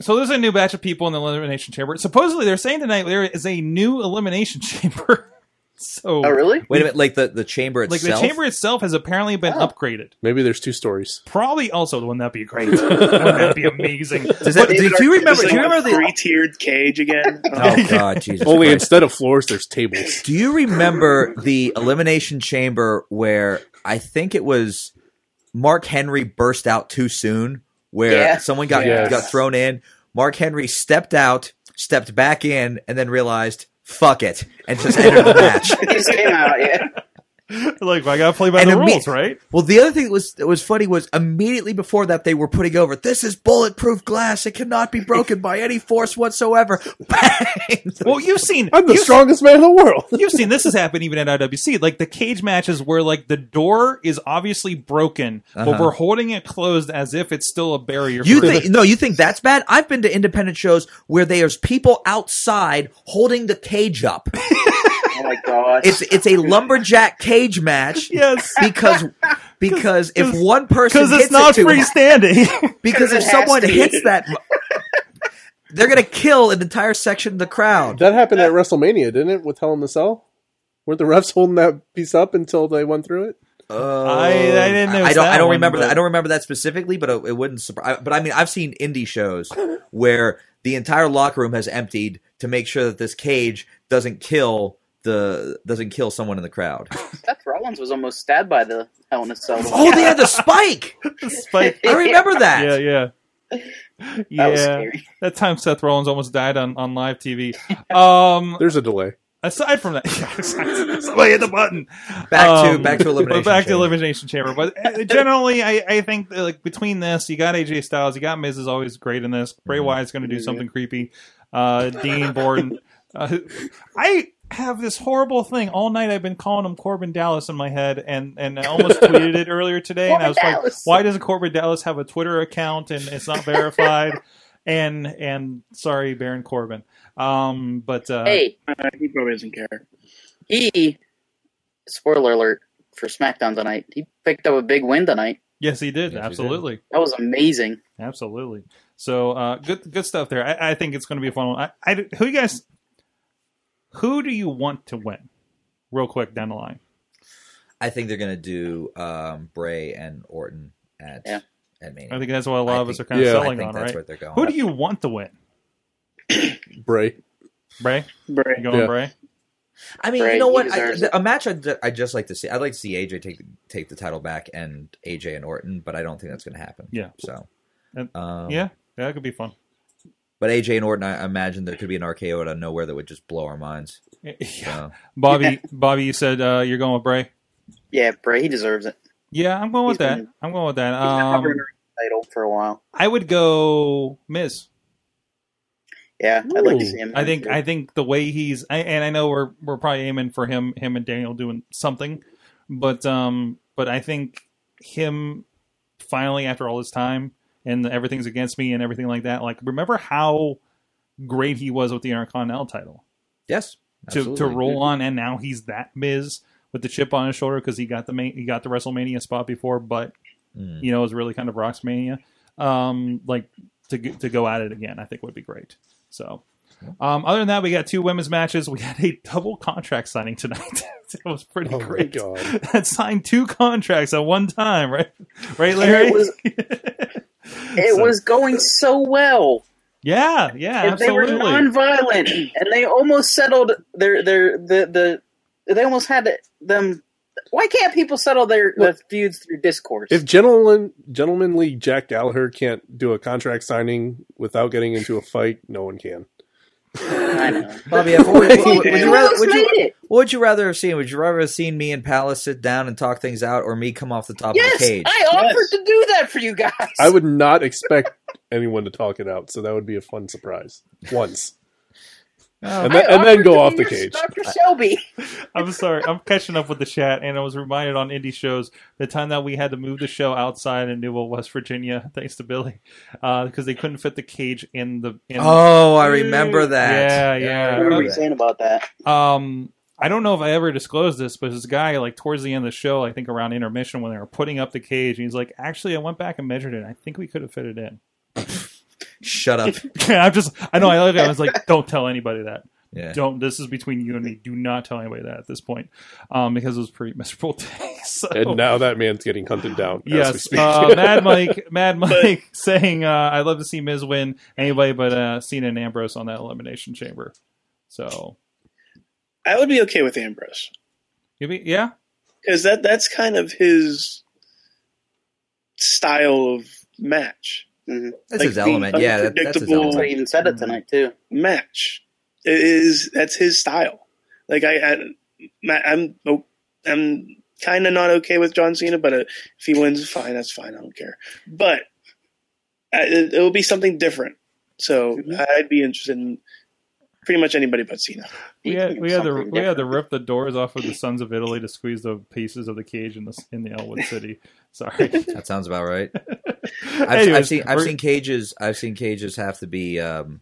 Speaker 2: so there's a new batch of people in the elimination chamber. Supposedly, they're saying tonight there is a new elimination chamber. So
Speaker 4: Oh, really?
Speaker 5: Wait a minute, like the, the chamber
Speaker 2: like
Speaker 5: itself.
Speaker 2: the chamber itself has apparently been
Speaker 4: Oh.
Speaker 2: upgraded.
Speaker 6: Maybe there's two stories.
Speaker 2: Probably also wouldn't that be great? wouldn't that be amazing?
Speaker 5: Does
Speaker 4: But
Speaker 5: that, do
Speaker 4: David
Speaker 5: you
Speaker 4: Arquette
Speaker 5: remember?
Speaker 4: is
Speaker 5: Do you
Speaker 4: like
Speaker 5: remember the?
Speaker 3: three tiered cage again?
Speaker 5: Oh God, Jesus!
Speaker 6: Only
Speaker 5: Christ.
Speaker 6: instead of floors, there's tables.
Speaker 5: Do you remember the elimination chamber where I think it was Mark Henry burst out too soon, where
Speaker 4: Yeah.
Speaker 5: someone got
Speaker 6: Yes.
Speaker 5: got thrown in. Mark Henry stepped out, stepped back in, and then realized, "Fuck it," and just entered the match.
Speaker 4: It just came out, yeah.
Speaker 2: like I gotta play by
Speaker 5: And
Speaker 2: the
Speaker 5: imme-
Speaker 2: rules, right?
Speaker 5: Well, the other thing that was that was funny was immediately before that they were putting over, "This is bulletproof glass; it cannot be broken by any force whatsoever." Bang!
Speaker 2: Well, you've seen
Speaker 6: I'm the
Speaker 2: you've-
Speaker 6: strongest man in the world.
Speaker 2: You've seen this has happened even at IWC. Like the cage matches where like the door is obviously broken, but
Speaker 5: Uh-huh.
Speaker 2: we're holding it closed as if it's still a barrier.
Speaker 5: You
Speaker 2: for-
Speaker 5: think no? You think that's bad? I've been to independent shows where there's people outside holding the cage up.
Speaker 4: Oh my god.
Speaker 5: It's it's a lumberjack cage match
Speaker 2: yes.
Speaker 5: because because if one person
Speaker 2: Because
Speaker 5: hits
Speaker 2: it's not
Speaker 5: it too,
Speaker 2: freestanding.
Speaker 5: because
Speaker 4: 'Cause
Speaker 5: if
Speaker 4: it has
Speaker 5: someone
Speaker 4: to.
Speaker 5: hits that, they're gonna kill an entire section of the crowd.
Speaker 6: That happened at WrestleMania, didn't it? With Hell in the Cell, were the refs holding that piece up until they went through it?
Speaker 5: Uh,
Speaker 2: I- I didn't notice
Speaker 5: I don't.
Speaker 2: that
Speaker 5: I don't
Speaker 2: one,
Speaker 5: remember that.
Speaker 2: but-
Speaker 5: I don't remember that specifically, but it, it wouldn't surprise. But I mean, I've seen indie shows where the entire locker room has emptied to make sure that this cage doesn't kill the doesn't kill someone in the crowd.
Speaker 4: Seth Rollins was almost stabbed by the Hell in a Cell.
Speaker 5: Oh, they had the spike.
Speaker 2: Spike.
Speaker 5: I remember that.
Speaker 2: Yeah, yeah.
Speaker 4: That was
Speaker 2: Yeah,
Speaker 4: scary.
Speaker 2: that time Seth Rollins almost died on, on live TV. Um,
Speaker 6: There's a delay.
Speaker 2: aside from that, somebody hit the button.
Speaker 5: Back to
Speaker 2: Um,
Speaker 5: back to elimination.
Speaker 2: But back to
Speaker 5: chamber.
Speaker 2: elimination chamber. But uh, generally, I, I think that, like between this, you got AJ Styles, you got Miz is always great in this. Bray
Speaker 5: Mhm.
Speaker 2: Wyatt's going to do
Speaker 3: Yeah.
Speaker 2: something creepy. Uh, Dean Borden. Uh, I have this horrible thing all night. I've been calling him Corbin Dallas in my head, and and I almost tweeted it earlier today. and I
Speaker 4: Corbin
Speaker 2: was like,
Speaker 4: Dallas.
Speaker 2: why does Corbin Dallas have a Twitter account and it's not verified? and and sorry, Baron Corbin. Um, but uh,
Speaker 4: Hey,
Speaker 3: Uh, he probably doesn't care.
Speaker 4: he spoiler alert for SmackDown tonight. He picked up a big win tonight.
Speaker 2: yes, he did
Speaker 5: Yes, he did.
Speaker 2: absolutely.
Speaker 4: That was amazing.
Speaker 2: Absolutely. So uh, good, good stuff there. I, I think it's going to be a fun one. I, I, who you guys? Who do you want to win? Real quick down the line.
Speaker 5: I think they're gonna do um, Bray and Orton at
Speaker 4: Yeah.
Speaker 5: at Mania.
Speaker 2: I think that's what a lot
Speaker 5: I
Speaker 2: of us are
Speaker 5: think-
Speaker 2: kind of
Speaker 6: yeah,
Speaker 5: I
Speaker 2: selling
Speaker 5: think
Speaker 2: on,
Speaker 5: that's
Speaker 2: right?
Speaker 5: where they're going.
Speaker 2: Who do you want to win?
Speaker 6: Bray.
Speaker 2: Bray, you
Speaker 3: Bray.
Speaker 2: going
Speaker 6: Yeah.
Speaker 2: Bray?
Speaker 5: I mean,
Speaker 4: Bray,
Speaker 5: you know
Speaker 4: he
Speaker 5: what? I,
Speaker 4: deserves
Speaker 5: th- a match I'd, I'd just like to see. I'd like to see AJ take the, take the title back and AJ and Orton, but I don't think that's going to happen.
Speaker 2: Yeah.
Speaker 5: So,
Speaker 2: And-
Speaker 5: um,
Speaker 2: Yeah, yeah, that could be fun.
Speaker 5: But AJ and Orton, I imagine there could be an RKO out of nowhere that would just blow our minds.
Speaker 2: Yeah.
Speaker 5: So.
Speaker 2: Bobby, Bobby, you said uh, you're going with Bray.
Speaker 4: Yeah, Bray, he deserves it.
Speaker 2: Yeah, I'm going with
Speaker 4: He's
Speaker 2: that.
Speaker 4: been-
Speaker 2: I'm going with that.
Speaker 4: He's been
Speaker 2: Um,
Speaker 4: hovering around the title for a while.
Speaker 2: I would go Miz.
Speaker 4: Yeah, I'd like to
Speaker 6: Ooh.
Speaker 4: see him.
Speaker 2: I think I think the way he's I, and I know we're we're probably aiming for him him and Daniel doing something, but um but I think him finally after all this time and everything's against me and everything like that. Like remember how great he was with the Intercontinental title
Speaker 5: Yes.
Speaker 2: to to
Speaker 5: absolutely.
Speaker 2: roll on and now he's that Miz with the chip on his shoulder because he got the main he got the WrestleMania spot before, but
Speaker 5: Mm.
Speaker 2: you know, is really kind of Rock's mania. Um, like to g- to go at it again, I think would be great. So, um, other than that, we got two women's matches. We had a double contract signing tonight. it was pretty
Speaker 6: Oh my
Speaker 2: great.
Speaker 6: God.
Speaker 2: That signed two contracts at one time, right? Right,
Speaker 4: And
Speaker 2: Larry?
Speaker 4: it was it
Speaker 2: So-
Speaker 4: was going so well.
Speaker 2: yeah, yeah,
Speaker 4: and they were
Speaker 2: absolutely.
Speaker 4: non-violent, and they almost settled their their the the they almost had them. Why can't people settle their, their feuds through discourse?
Speaker 6: If gentleman, gentlemanly Jack Gallagher can't do a contract signing without getting into a fight, no one can.
Speaker 4: I know.
Speaker 5: Bobby, F, would, would- would
Speaker 4: He
Speaker 5: you rather,
Speaker 4: almost
Speaker 5: would, you,
Speaker 4: made it.
Speaker 5: what would you rather have seen? Would you rather have seen me and Palace sit down and talk things out or me come off the top of
Speaker 4: Yes,
Speaker 5: the cage?
Speaker 4: I offered to do that for you guys.
Speaker 6: I would not expect anyone to talk it out, so that would be a fun surprise. Once.
Speaker 5: Oh.
Speaker 6: And
Speaker 4: I
Speaker 6: then, and
Speaker 4: offered
Speaker 6: then
Speaker 4: to
Speaker 6: go off
Speaker 4: be your
Speaker 6: the cage.
Speaker 4: Dr. Shelby.
Speaker 2: I'm sorry. I'm catching up with the chat, and I was reminded on indie shows the time that we had to move the show outside in Newell, West Virginia, thanks to Billy, because they couldn't fit the cage in the in
Speaker 5: Oh, I remember that.
Speaker 2: Yeah,
Speaker 5: I
Speaker 2: yeah.
Speaker 4: What
Speaker 5: remember
Speaker 4: were you
Speaker 5: that.
Speaker 4: saying about that?
Speaker 2: Um, I don't know if I ever disclosed this, but this guy, like towards the end of the show, I think around intermission when they were putting up the cage, he's like, "Actually, I went back and measured it. and I think we could have fit it in."
Speaker 5: Shut up.
Speaker 2: I'm just, I know, I looked at him, I was like, "Don't tell anybody that.
Speaker 5: Yeah.
Speaker 2: Don't. This is between you and me. Do not tell anybody that at this point, um, because it was a pretty miserable day. So.
Speaker 6: And now that man's getting hunted down. As we
Speaker 2: Yes,
Speaker 6: speak.
Speaker 2: uh, Mad Mike, Mad Mike saying, uh, "I'd love to see Miz win anybody but uh, Cena and Ambrose on that elimination chamber." So,
Speaker 3: I would be okay with Ambrose
Speaker 2: you be, yeah,
Speaker 3: because that that's kind of his style of match Mm-hmm.
Speaker 5: That's
Speaker 3: Like
Speaker 5: his
Speaker 3: the
Speaker 5: element. Yeah, that, that's his
Speaker 3: unpredictable- Mm-hmm.
Speaker 4: That's why
Speaker 5: element.
Speaker 4: he even said it tonight too.
Speaker 3: match It is that's his style. Like I, I Ma- I'm oh, I'm kind of not okay with John Cena, but uh, if he wins, fine, that's fine. I don't care. But I, it, it will be something different. So
Speaker 4: Mm-hmm.
Speaker 3: I'd be interested in pretty much anybody but Cena.
Speaker 2: we
Speaker 4: He
Speaker 2: had
Speaker 4: can
Speaker 2: we
Speaker 4: do
Speaker 2: had to
Speaker 4: something
Speaker 2: we had to rip the doors off of the Sons of Italy to squeeze the pieces of the cage in the in the Elwood City. Sorry.
Speaker 5: That sounds about right. I've, I've
Speaker 2: Anyways,
Speaker 5: seen I've
Speaker 2: we're-
Speaker 5: seen cages I've seen cages have to be um,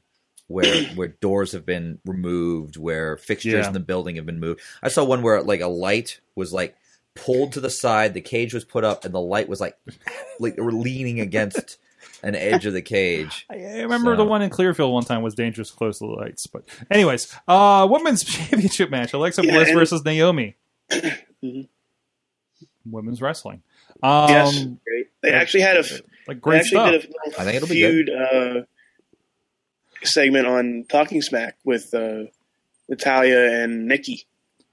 Speaker 5: where where doors have been removed, where fixtures
Speaker 2: Yeah.
Speaker 5: in the building have been moved. I saw one where like a light was like pulled to the side, the cage was put up, and the light was like like they were leaning against an edge of the cage.
Speaker 2: I I remember
Speaker 5: So-
Speaker 2: the one in Clearfield one time was dangerous close to the lights. But anyways, uh women's championship match: Alexa
Speaker 3: Yeah,
Speaker 2: Bliss
Speaker 3: and-
Speaker 2: versus Naomi.
Speaker 3: Mhm.
Speaker 2: Women's wrestling. Um,
Speaker 3: Yes. They
Speaker 2: Yeah.
Speaker 3: actually had a f-
Speaker 2: like
Speaker 3: they
Speaker 2: great
Speaker 3: actually
Speaker 2: stuff.
Speaker 3: did a little
Speaker 5: I think it'll be
Speaker 3: feud uh, segment on Talking Smack with uh, Natalia and Nikki.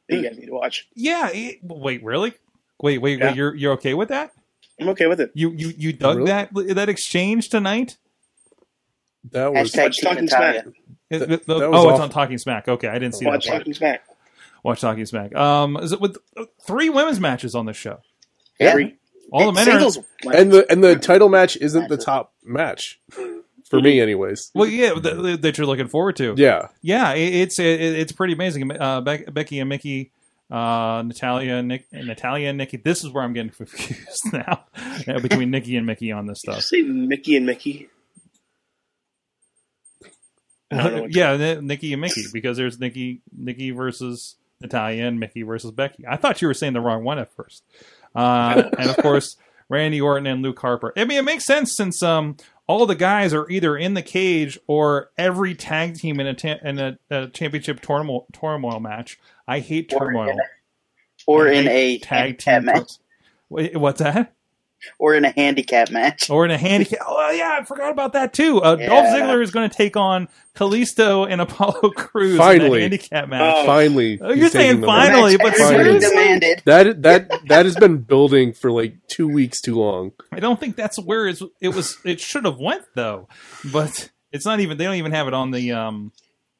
Speaker 3: That you guys need to watch.
Speaker 2: yeah. it- wait, really? Wait, wait,
Speaker 3: Yeah.
Speaker 2: wait. You're you're okay with that?
Speaker 3: I'm okay with it.
Speaker 2: You you you dug
Speaker 6: Really?
Speaker 2: that that exchange tonight?
Speaker 6: that was
Speaker 4: Hashtag
Speaker 3: Watch
Speaker 4: Team
Speaker 3: Talking
Speaker 4: Natalia.
Speaker 3: Smack.
Speaker 2: It-
Speaker 6: That-
Speaker 2: it-
Speaker 6: that was
Speaker 2: oh, it's
Speaker 6: awful.
Speaker 2: on Talking Smack. Okay, I didn't see
Speaker 3: Watch
Speaker 2: that. Part.
Speaker 3: Talking Smack.
Speaker 2: Watch Talking Smack. Um, is it with uh, three women's matches on this show?
Speaker 4: Yeah.
Speaker 3: Every-
Speaker 2: All the men are.
Speaker 4: singles.
Speaker 6: and the and the title match isn't the top match for me, anyways.
Speaker 2: Well, yeah, th- th- that you're looking forward to.
Speaker 6: Yeah,
Speaker 2: yeah, it, it's it, it's pretty amazing. Uh, Bec- Becky and Mickey, uh, Natalia and Nick, and Natalia and Nikki. This is where I'm getting confused now uh, between Nikki and Mickey on this
Speaker 3: Did you
Speaker 2: stuff.
Speaker 3: say Mickey and Mickey. I don't know what-
Speaker 2: yeah, N- Nikki and Mickey because there's Nikki Nikki versus Natalia and Mickey versus Becky. I thought you were saying the wrong one at first. Uh, and of course, Randy Orton and Luke Harper. I mean, it makes sense since um all the guys are either in the cage or every tag team in a ta- in a, a championship turmoil turmoil match. I hate
Speaker 4: Or
Speaker 2: turmoil.
Speaker 4: in Or in a
Speaker 2: tag
Speaker 4: handicap
Speaker 2: team.
Speaker 4: match.
Speaker 2: Wait, what's that?
Speaker 4: Or in a handicap match.
Speaker 2: Or in a handicap? Oh yeah, I forgot about that too. Uh, Dolph
Speaker 4: Yeah.
Speaker 2: Ziggler is going to take on Callisto and Apollo Cruz in a
Speaker 6: Finally.
Speaker 2: handicap match.
Speaker 6: finally.
Speaker 2: Oh, you're
Speaker 6: he's
Speaker 2: saying
Speaker 6: taking the win.
Speaker 2: Finally,
Speaker 4: Match
Speaker 2: but
Speaker 4: everybody
Speaker 6: seriously?
Speaker 4: demanded.
Speaker 6: That that that has been building for like two weeks too long.
Speaker 2: I don't think that's where it's, it was. It should have went though, but it's not even. They don't even have it on the um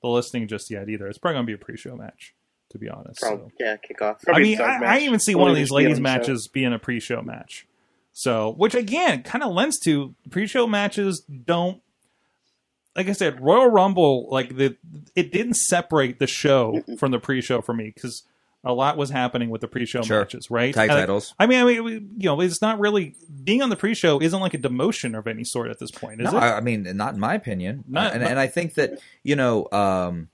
Speaker 2: the listing just yet either. It's probably going to be a pre-show match, to be honest. so.
Speaker 4: Probably, yeah, kick off.
Speaker 2: I
Speaker 3: Probably
Speaker 2: mean,
Speaker 3: the third
Speaker 2: I, I
Speaker 3: match.
Speaker 2: even see
Speaker 3: Only
Speaker 2: one of
Speaker 3: to
Speaker 2: these
Speaker 3: be
Speaker 2: ladies
Speaker 3: on the show.
Speaker 2: matches being a pre-show match. So, which again kind of lends to pre-show matches don't. Like I said, Royal Rumble, like the it didn't separate the show from the pre-show for me because a lot was happening with the pre-show
Speaker 5: Sure.
Speaker 2: matches, right?
Speaker 5: Tag
Speaker 2: Uh,
Speaker 5: titles.
Speaker 2: I mean, I mean, we- you know, it's not really being on the pre-show isn't like a demotion of any sort at this point, is
Speaker 5: no,
Speaker 2: it?
Speaker 5: I, I mean, not in my opinion.
Speaker 2: Not-
Speaker 5: and,
Speaker 2: not-
Speaker 5: and I think that you know, um,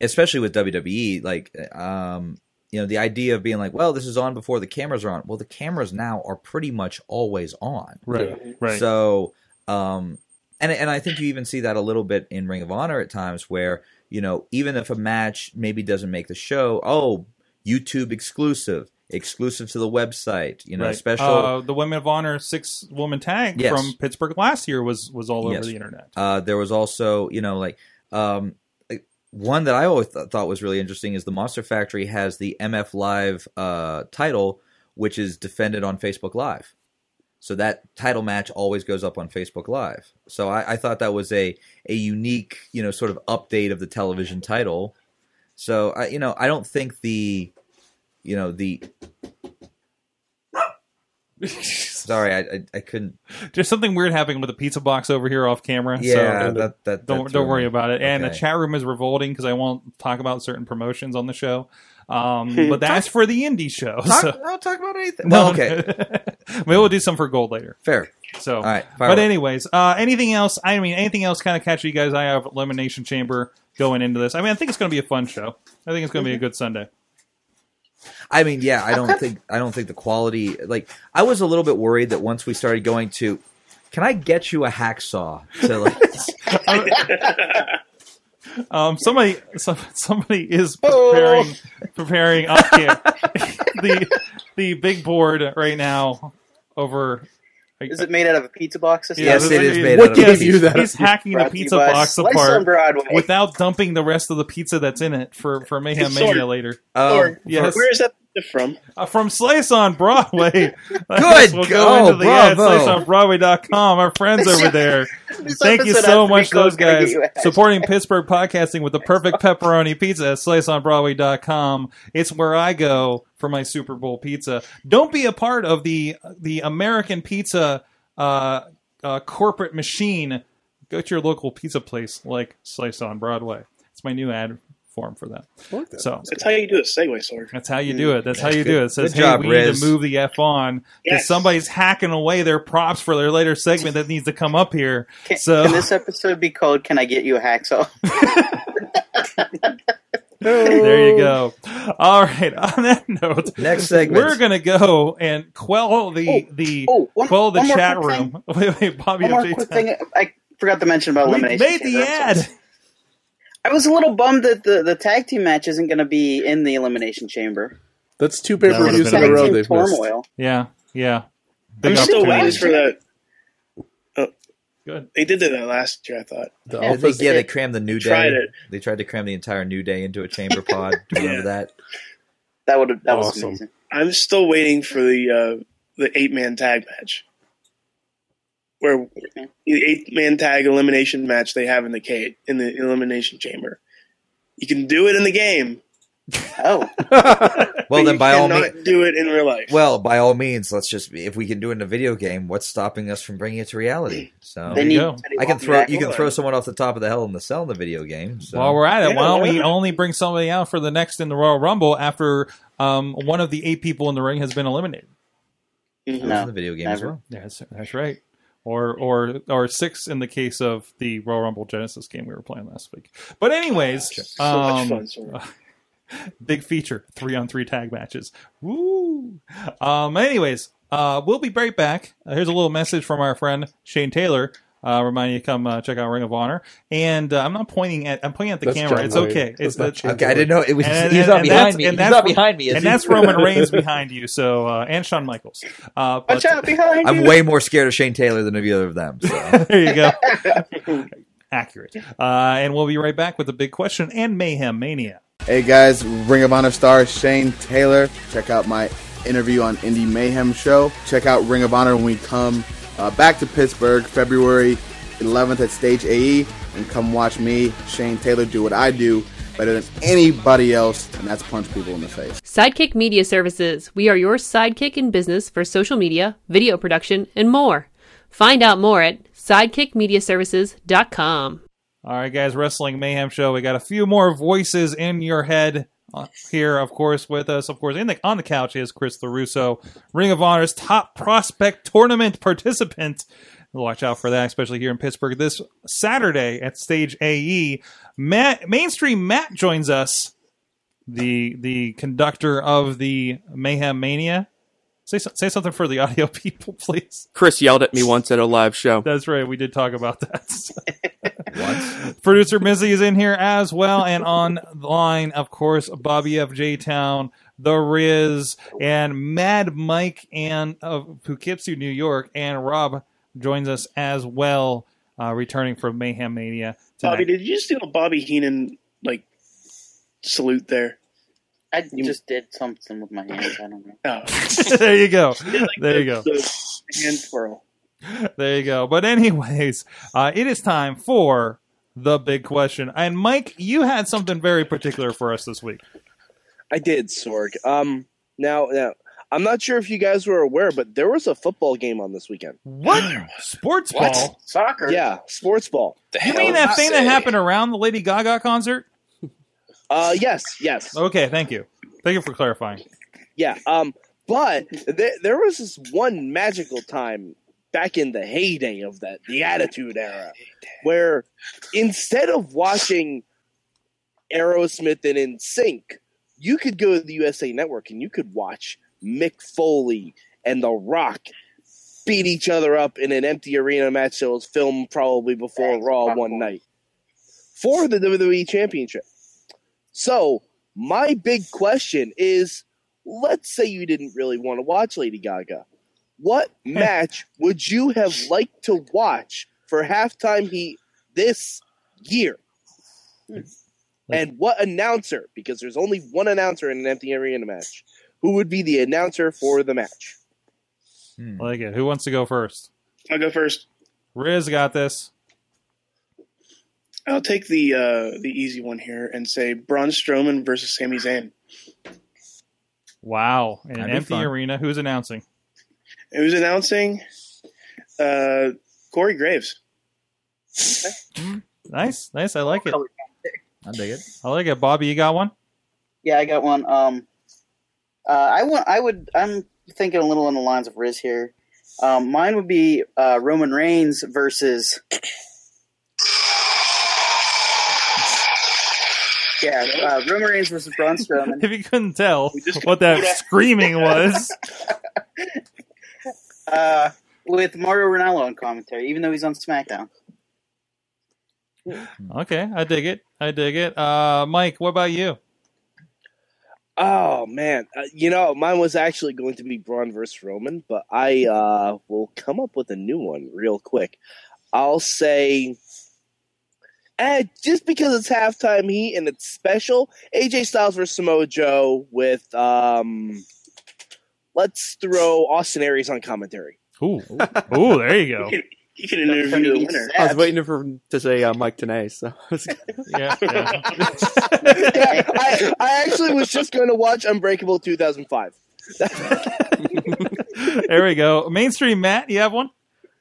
Speaker 5: especially with WWE, like um, you know, the idea of being like, well, this is on before the cameras are on. Well, the cameras now are pretty much always on.
Speaker 2: right, right.
Speaker 5: So, um, and and I think you even see that a little bit in Ring of Honor at times, where you know, even if a match maybe doesn't make the show, oh, YouTube exclusive, exclusive to the website, you know,
Speaker 2: Right.
Speaker 5: special.
Speaker 2: Uh, the Women of Honor six woman tag
Speaker 5: Yes.
Speaker 2: from Pittsburgh last year was was all over
Speaker 5: Yes.
Speaker 2: the internet.
Speaker 5: Uh, there was also, you know, like um, like, one that I always th- thought was really interesting is the Monster Factory has the MF Live uh, title, which is defended on Facebook Live. So that title match always goes up on Facebook Live. So I, I thought that was a a unique, you know, sort of update of the television title. So I, you know, I don't think the, you know, the. Sorry, I, I I couldn't.
Speaker 2: There's something weird happening with the pizza box over here off camera.
Speaker 5: Yeah,
Speaker 2: so don't
Speaker 5: that, that that
Speaker 2: don't
Speaker 5: threw
Speaker 2: worry
Speaker 5: me.
Speaker 2: about it. And the
Speaker 5: Okay.
Speaker 2: chat room is revolting because I won't talk about certain promotions on the show. Um, but that's for the indie show.
Speaker 5: Talk,
Speaker 2: Oh, so-
Speaker 5: I'll talk about anything. Well, okay,
Speaker 2: Maybe we'll do some for gold later.
Speaker 5: fair.
Speaker 2: So,
Speaker 5: All right, fire
Speaker 2: but
Speaker 5: away.
Speaker 2: anyways, uh, anything else? I mean, anything else kind of catch you guys' eye of Elimination Chamber going into this? I mean, I think it's going to be a fun show. I think it's going to be a good Sunday.
Speaker 5: I mean, yeah, I don't think I don't think the quality. Like, I was a little bit worried that once we started going to, can I get you a hacksaw to like.
Speaker 2: Um, somebody, some, somebody is preparing
Speaker 5: Oh.
Speaker 2: preparing up here the the big board right now over.
Speaker 4: Is it made out of a pizza box? This
Speaker 5: Yes,
Speaker 2: this-
Speaker 5: it is
Speaker 2: he-
Speaker 5: made
Speaker 6: out of
Speaker 2: yes,
Speaker 6: pizza. Give you that.
Speaker 2: He's hacking the
Speaker 4: Brought to you
Speaker 2: pizza
Speaker 4: by
Speaker 2: box
Speaker 4: Slice on
Speaker 2: apart
Speaker 4: Broadway.
Speaker 2: without dumping the rest of the pizza that's in it for for Mayhem
Speaker 3: It's sort-
Speaker 2: Mania later.
Speaker 5: Um,
Speaker 3: Or-
Speaker 2: Yes.
Speaker 3: Where is that from?
Speaker 2: Uh, from Slice on Broadway. I guess we'll go
Speaker 5: go-
Speaker 2: into the ad,
Speaker 5: bravo.
Speaker 2: sliceonbroadway.com. Our friends over there.
Speaker 4: This
Speaker 2: Thank you
Speaker 4: episode
Speaker 2: so
Speaker 4: has to
Speaker 2: much,
Speaker 4: be called
Speaker 2: those
Speaker 4: Gotta Get
Speaker 2: guys,
Speaker 4: You Out.
Speaker 2: supporting Pittsburgh podcasting with the perfect pepperoni pizza at sliceonbroadway.com. It's where I go for my Super Bowl pizza. Don't be a part of the the American pizza uh, uh, corporate machine. Go to your local pizza place like Slice on Broadway. It's my new ad form for that.
Speaker 6: like that.
Speaker 2: So
Speaker 3: That's how you do a segue, sword.
Speaker 2: that's how you do it. That's how you do it. It says,
Speaker 5: Good job,
Speaker 2: hey, we need
Speaker 5: Riz.
Speaker 2: to move the F on because
Speaker 3: Yes.
Speaker 2: somebody's hacking away their props for their later segment that needs to come up here.
Speaker 4: Can,
Speaker 2: So-
Speaker 4: can this episode be called "Can I Get You a Hacksaw"?
Speaker 2: There you go. All right. On that note,
Speaker 5: Next segment.
Speaker 2: we're going to go and quell the, the,
Speaker 4: Oh, one,
Speaker 2: quell the
Speaker 4: one more
Speaker 2: chat
Speaker 4: quick thing.
Speaker 2: room. Wait, wait, Bobby.
Speaker 4: One more
Speaker 2: update
Speaker 4: quick
Speaker 2: time.
Speaker 4: thing I forgot to mention about
Speaker 2: We
Speaker 4: elimination.
Speaker 2: made the
Speaker 4: chamber.
Speaker 2: ad.
Speaker 4: I was a little bummed that the, the tag team match isn't going to be in the elimination chamber.
Speaker 6: That's two pay per views
Speaker 2: That would've
Speaker 6: in a
Speaker 2: been
Speaker 6: row
Speaker 4: Tag team
Speaker 6: they've missed.
Speaker 4: turmoil.
Speaker 2: Yeah. Yeah.
Speaker 3: I'm
Speaker 2: Big
Speaker 3: still
Speaker 2: opportunity.
Speaker 3: waiting for that.
Speaker 2: Good.
Speaker 3: They did that last year, I thought.
Speaker 6: The
Speaker 5: I think,
Speaker 6: Alphas,
Speaker 5: yeah, they crammed the new day.
Speaker 3: Tried it.
Speaker 5: They tried to cram the entire new day into a chamber pod. Do you remember that?
Speaker 4: That would have that was
Speaker 6: Awesome.
Speaker 4: amazing.
Speaker 3: I'm still waiting for the uh, the eight man tag match, where
Speaker 4: man.
Speaker 3: the eight man tag elimination match they have in the cage in the elimination chamber. You can do it in the game.
Speaker 4: Oh,
Speaker 5: Well,
Speaker 3: but
Speaker 5: then
Speaker 3: you
Speaker 5: by all
Speaker 3: cannot
Speaker 5: means,
Speaker 3: do it in real life.
Speaker 5: well, by all means, let's just if we can do it in a video game, what's stopping us from bringing it to reality? So
Speaker 4: they
Speaker 2: you
Speaker 4: need.
Speaker 2: go.
Speaker 4: Teddy
Speaker 5: I can
Speaker 4: Walker
Speaker 5: throw
Speaker 4: back.
Speaker 5: you can throw someone off the top of the hell in the cell in the video game. So.
Speaker 2: While we're at it,
Speaker 3: Yeah,
Speaker 2: why don't we
Speaker 3: whatever.
Speaker 2: only bring somebody out for the next in the Royal Rumble after um, one of the eight people in the ring has been eliminated?
Speaker 5: That was
Speaker 4: No,
Speaker 5: in the video game as
Speaker 4: never.
Speaker 5: well.
Speaker 2: Yes, that's right. Or or or six in the case of the Royal Rumble Genesis game we were playing last week. But anyways,
Speaker 3: So much
Speaker 2: um,
Speaker 3: fun, Sword.
Speaker 2: big feature three on three tag matches. Woo! Um, anyways, uh, we'll be right back. Uh, here's a little message from our friend Shane Taylor. Uh, remind you to come uh, check out Ring of Honor. And uh, I'm not pointing at I'm pointing at the
Speaker 6: That's
Speaker 2: camera.
Speaker 6: John
Speaker 2: it's
Speaker 6: Wayne.
Speaker 2: okay.
Speaker 6: That's
Speaker 2: It's the,
Speaker 6: not Shane
Speaker 5: Okay, I didn't know it was.
Speaker 2: And-
Speaker 5: he's
Speaker 2: and-
Speaker 5: not
Speaker 2: and that's-
Speaker 5: behind me.
Speaker 2: and
Speaker 5: He's
Speaker 2: that's
Speaker 5: not
Speaker 2: Ro-
Speaker 5: behind me. is
Speaker 2: and
Speaker 5: he?
Speaker 2: that's Roman Reigns behind you. So uh, and Shawn Michaels. Uh, but,
Speaker 4: Watch out behind
Speaker 5: I'm
Speaker 4: you.
Speaker 5: way more scared of Shane Taylor than of either of them. So.
Speaker 2: there you go. Accurate. Uh, and we'll be right back with the big question and mayhem mania.
Speaker 8: Hey guys, Ring of Honor star Shane Taylor. Check out my interview on Indie Mayhem Show. Check out Ring of Honor when we come uh, back to Pittsburgh February 11th at Stage AE. And come watch me, Shane Taylor, do what I do better than anybody else, and that's punch people in the face.
Speaker 9: Sidekick Media Services. We are your sidekick in business for social media, video production, and more. Find out more at sidekickmediaservices.com.
Speaker 2: All right, guys, Wrestling Mayhem Show. We got a few more voices in your head uh, here, of course, with us. Of course, in the, on the couch is Chris LaRusso, Ring of Honor's top prospect tournament participant. Watch out for that, especially here in Pittsburgh this Saturday at Stage AE. Matt, Mainstream Matt joins us, the the conductor of the Mayhem Mania. Say, so- say something for the audio people, please.
Speaker 10: Chris yelled at me once at a live show.
Speaker 2: That's right. We did talk about that. Producer Mizzy is in here as well, and online, of course, Bobby F. J. Town, The Riz, and Mad Mike, and of Poughkeepsie, New York, and Rob joins us as well, uh, returning from Mayhem Mania
Speaker 3: Bobby,
Speaker 2: tonight.
Speaker 3: did you just do a Bobby Heenan like salute there?
Speaker 4: I just did something with my hands. I don't know.
Speaker 2: Oh.
Speaker 3: No,
Speaker 2: there you go. There you go.
Speaker 3: The hand twirl.
Speaker 2: There you go. But anyways, uh, it is time for the big question, and Mike, you had something very particular for us this week.
Speaker 10: I did, Sorg. Um, now, now, I'm not sure if you guys were aware, but there was a football game on this weekend.
Speaker 2: What sports
Speaker 11: What?
Speaker 2: ball?
Speaker 4: Soccer.
Speaker 10: Yeah, sports ball.
Speaker 11: The
Speaker 2: You
Speaker 11: hell
Speaker 2: mean
Speaker 11: did I
Speaker 2: that thing that
Speaker 11: say?
Speaker 2: happened around the Lady Gaga concert?
Speaker 10: Uh, yes, yes,
Speaker 2: Okay, thank you. Thank you for clarifying.
Speaker 10: yeah. Um, but there, there was this one magical time back in the heyday of that, the Attitude Era, where instead of watching Aerosmith and In Sync, you could go to the USA Network and you could watch Mick Foley and The Rock beat each other up in an empty arena match that was filmed probably before
Speaker 4: Thanks,
Speaker 10: Raw
Speaker 4: popcorn.
Speaker 10: one night. for the WWE Championship. So, my big question is let's say you didn't really want to watch Lady Gaga. What match would you have liked to watch for halftime heat this year? And what announcer, because there's only one announcer in an empty arena match, who would be the announcer for the match?
Speaker 2: I like it. Who wants to go first?
Speaker 3: I'll go first.
Speaker 2: Riz got this.
Speaker 3: I'll take the uh, the easy one here and say Braun Strowman versus Sami Zayn.
Speaker 2: Wow. In an
Speaker 3: That'd be
Speaker 2: empty
Speaker 3: fun.
Speaker 2: arena. Who's announcing?
Speaker 3: It was announcing uh, Corey Graves.
Speaker 2: Nice. Nice. I like it.
Speaker 5: I dig it.
Speaker 2: I like it. Bobby, you got one?
Speaker 4: Yeah, I got one. Um, uh, I want. I would. I'm thinking a little on the lines of Riz here. Um, mine would be uh, Roman Reigns versus. Yeah, uh, Roman Reigns versus Braun Strowman.
Speaker 2: If you couldn't tell what that screaming was.
Speaker 4: uh, with Mario Ronaldo on commentary, even though he's on SmackDown.
Speaker 2: Okay. I dig it. I dig it. Uh, Mike, what about you?
Speaker 10: Oh man, uh, you know mine was actually going to be Braun versus Roman, but I uh, will come up with a new one real quick. I'll say, eh, just because it's halftime heat and it's special, AJ Styles versus Samoa Joe with um, let's throw Austin Aries on commentary.
Speaker 2: Ooh, ooh, there you go.
Speaker 3: You can interview the winner.
Speaker 11: I was waiting for him to say uh, Mike Tanay. So
Speaker 2: yeah,
Speaker 10: Yeah, I, I actually was just going to watch Unbreakable 2005.
Speaker 2: there we go. Mainstream Matt, you have one?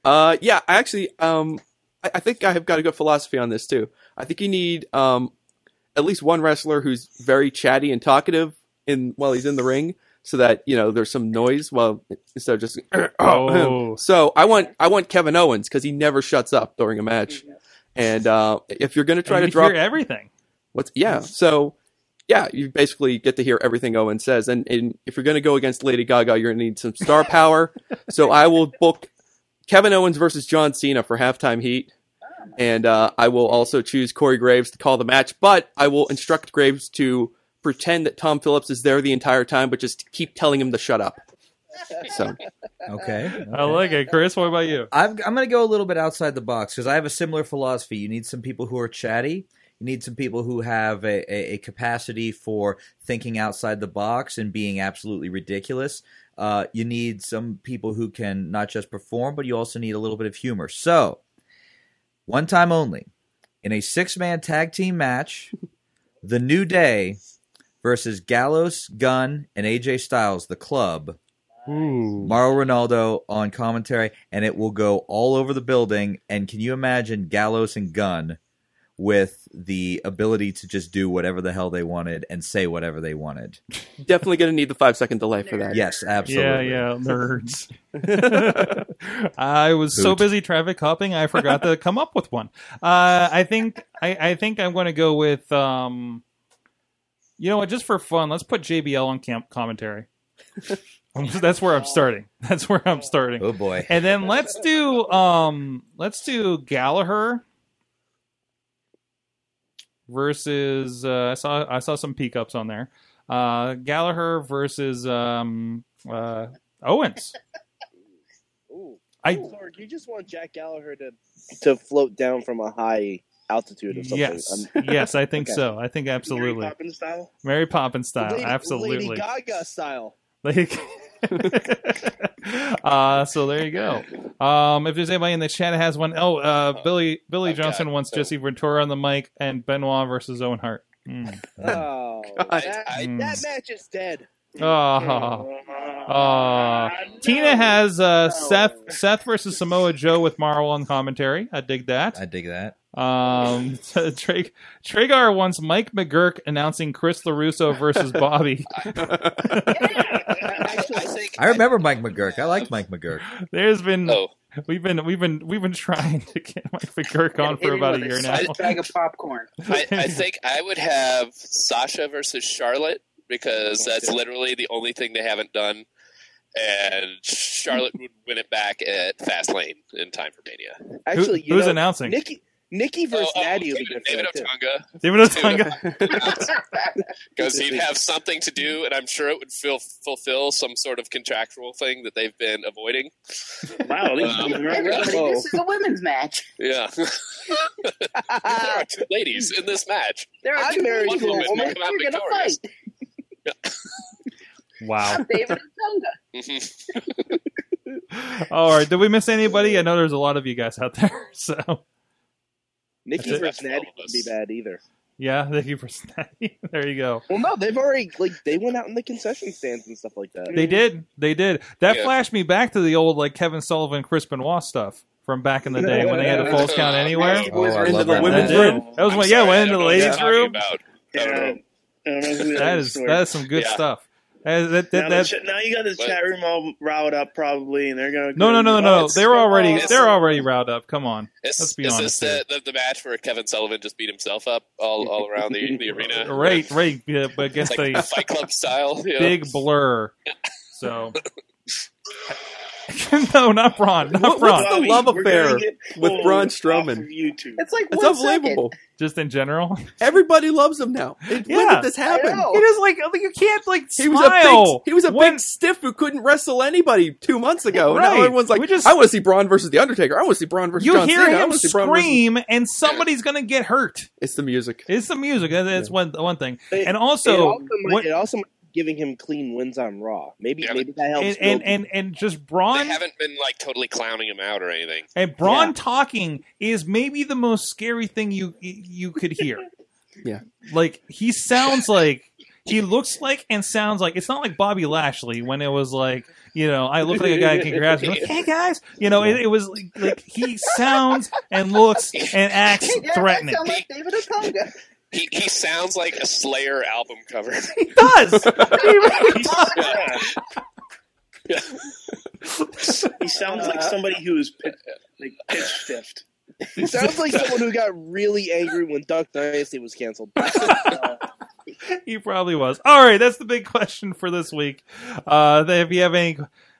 Speaker 11: Uh, yeah, I actually, um, I, I think I have got a good philosophy on this too. I think you need um, at least one wrestler who's very chatty and talkative in while he's in the ring, so that you know there's some noise while instead of just.
Speaker 2: Oh.
Speaker 11: so I want I want Kevin Owens because he never shuts up during a match, and uh, if you're gonna try
Speaker 2: And
Speaker 11: to
Speaker 2: you
Speaker 11: drop
Speaker 2: hear everything.
Speaker 11: What's yeah?
Speaker 4: Mm-hmm.
Speaker 11: So yeah, you basically get to hear everything Owen says, and, and if you're going to go against Lady Gaga, you're going to need some star power. so I will book Kevin Owens versus John Cena for halftime heat,
Speaker 4: Oh,
Speaker 11: and uh, I will also choose Corey Graves to call the match. But I will instruct Graves to pretend that Tom Phillips is there the entire time, but just keep telling him to shut up. So
Speaker 5: Okay.
Speaker 2: I like it. Chris, what about you?
Speaker 5: I'm, I'm going to go a little bit outside the box because I have a similar philosophy. You need some people who are chatty. You need some people who have a, a, a capacity for thinking outside the box and being absolutely ridiculous. Uh, you need some people who can not just perform, but you also need a little bit of humor. So, one time only, in a six man tag team match, The New Day versus Gallows, Gunn, and AJ Styles, the club. Mario Ronaldo on commentary, and it will go all over the building. And can you imagine Gallows and Gunn with the ability to just do whatever the hell they wanted and say whatever they wanted?
Speaker 11: definitely going to need the five second delay for that.
Speaker 5: Yes, absolutely.
Speaker 2: Yeah, yeah, nerds. I was so
Speaker 11: Hoot.
Speaker 2: busy traffic hopping, I forgot to come up with one. Uh, I think I, I think I'm going to go with, um, you know what? Just for fun, let's put JBL on camp commentary. That's where I'm starting. That's where I'm starting.
Speaker 5: Oh boy.
Speaker 2: And then let's do um let's do Gallagher versus uh, I saw I saw some peak ups on there. Uh Gallagher versus um uh Owens. I-
Speaker 10: Lord, you just want Jack Gallagher to to float down from a high altitude or something.
Speaker 2: Yes.
Speaker 10: I'm-
Speaker 2: yes, I think
Speaker 10: Okay.
Speaker 2: so. I think absolutely. Mary
Speaker 3: Poppins style?
Speaker 2: style.
Speaker 10: Lady-
Speaker 2: absolutely.
Speaker 10: Lady Gaga style.
Speaker 2: Like uh so there you go. Um if there's anybody in the chat that has one, oh uh Billy Billy Johnson wants Jesse Ventura on the mic and Benoit versus Owen Hart. Mm.
Speaker 10: Oh, that,
Speaker 2: I-
Speaker 10: that match is dead.
Speaker 2: Oh. Oh. Tina has uh, Seth Seth versus Samoa Joe with Marl on commentary. I dig that. I
Speaker 5: dig that.
Speaker 2: Um, Tra- Tragar wants Mike McGurk announcing Chris LaRusso versus Bobby.
Speaker 5: I remember Mike McGurk. I liked Mike McGurk.
Speaker 2: There's been
Speaker 4: Oh.
Speaker 2: we've been we've been we've been trying to get Mike McGurk on for about a year now.
Speaker 4: Bag of popcorn.
Speaker 12: I, I think I would have Sasha versus Charlotte because that's literally the only thing they haven't done. And Charlotte would win it back at Fastlane in time for Mania.
Speaker 10: Actually, you
Speaker 2: who's
Speaker 10: know,
Speaker 2: announcing?
Speaker 10: Nikki Nikki versus Natty would be good.
Speaker 12: David
Speaker 10: for that, too.
Speaker 12: Otunga.
Speaker 2: David Otunga.
Speaker 12: because he'd have something to do, and I'm sure it would feel, fulfill some sort of contractual thing that they've been avoiding.
Speaker 10: Wow, these
Speaker 4: Uh,
Speaker 12: Um,
Speaker 10: people
Speaker 4: Everybody, this is a women's match.
Speaker 12: yeah. there are two ladies in this match.
Speaker 4: There are
Speaker 12: I'm
Speaker 4: two
Speaker 12: married to a
Speaker 4: women.
Speaker 12: woman. Come out
Speaker 4: We're gonna
Speaker 12: victorious.
Speaker 4: fight.
Speaker 2: Wow.
Speaker 4: I'm David and
Speaker 12: Tonga.
Speaker 2: All right. Did we miss anybody? I know there's a lot of you guys out there. So,
Speaker 10: Nikki
Speaker 2: That's it.
Speaker 10: versus Natty wouldn't be bad either.
Speaker 2: yeah, thank you for snapping. There you go.
Speaker 10: Well, no, they've already like they went out in the concession stands and stuff like that.
Speaker 2: They did. They did. That
Speaker 10: Yeah.
Speaker 2: flashed me back to the old like Kevin Sullivan, Chris Benoit stuff from back in the day when they had a false count anywhere.
Speaker 10: Oh, I love
Speaker 2: That
Speaker 10: that match.
Speaker 2: did. That was
Speaker 12: I'm
Speaker 2: when yeah,
Speaker 12: sorry,
Speaker 2: went into
Speaker 12: I
Speaker 2: the
Speaker 12: don't know what you're
Speaker 2: ladies'
Speaker 12: talking
Speaker 2: room.
Speaker 12: about. I don't know.
Speaker 2: That is that is some good
Speaker 12: Yeah.
Speaker 2: stuff. That, that,
Speaker 3: Now,
Speaker 2: that,
Speaker 3: the
Speaker 2: that,
Speaker 3: ch- now you got this chat room all riled up, probably, and they're going.
Speaker 2: no, no, no, no. They're already
Speaker 12: it's-
Speaker 2: they're already riled up. Come on,
Speaker 12: Is,
Speaker 2: let's be
Speaker 12: is
Speaker 2: honest. here.
Speaker 12: this the, the, the match where Kevin Sullivan just beat himself up all, all around the, the arena?
Speaker 2: Right, right. Yeah, but
Speaker 12: It's
Speaker 2: against
Speaker 12: like
Speaker 2: a
Speaker 12: Fight Club style. you know?
Speaker 2: big blur. So. no, not Braun. Not
Speaker 11: What-
Speaker 2: Braun.
Speaker 11: what's the love affair with Braun Strowman?
Speaker 3: YouTube.
Speaker 4: It's like
Speaker 11: It's unbelievable.
Speaker 2: Just in general.
Speaker 11: Everybody loves him now. It, When
Speaker 2: Yeah.
Speaker 11: did this happen?
Speaker 4: I know.
Speaker 2: It is like you can't like
Speaker 11: He was a
Speaker 2: Smile.
Speaker 11: big, he was a
Speaker 2: When-
Speaker 11: big stiff who couldn't wrestle anybody two months ago.
Speaker 2: Right.
Speaker 11: Now everyone's like,
Speaker 2: We just-
Speaker 11: I want to see Braun versus the Undertaker. I want to see Braun versus
Speaker 2: You
Speaker 11: John
Speaker 2: hear
Speaker 11: Cena. I
Speaker 2: him
Speaker 11: want to see Braun versus-"
Speaker 2: scream, and somebody's gonna get hurt.
Speaker 11: It's the music.
Speaker 2: It's the music. That- That's one one thing.
Speaker 10: It-
Speaker 2: And also,
Speaker 10: it also, might,
Speaker 2: what-
Speaker 10: it also might be giving him clean wins on Raw. Maybe maybe that helps.
Speaker 2: and, and
Speaker 10: build-
Speaker 2: and and just Braun
Speaker 12: They haven't been like totally clowning him out or anything.
Speaker 2: and Braun talking is maybe the most scary thing you you could hear.
Speaker 11: Yeah.
Speaker 2: Like he sounds like he looks like and sounds like it's not like Bobby Lashley when it was like you know I look like a guy who can grab me. Like, hey guys, you know it, it was like, like he sounds and looks and acts
Speaker 4: Yeah,
Speaker 2: threatening.
Speaker 4: I sound like David Otunga.
Speaker 12: He, he sounds like a Slayer album cover.
Speaker 2: He does.
Speaker 3: He sounds like somebody who is pit, like pitch stiffed.
Speaker 10: It sounds like someone who got really angry when Duck Dynasty was canceled.
Speaker 2: he probably was. All right, that's the big question for this week. Uh, if you have any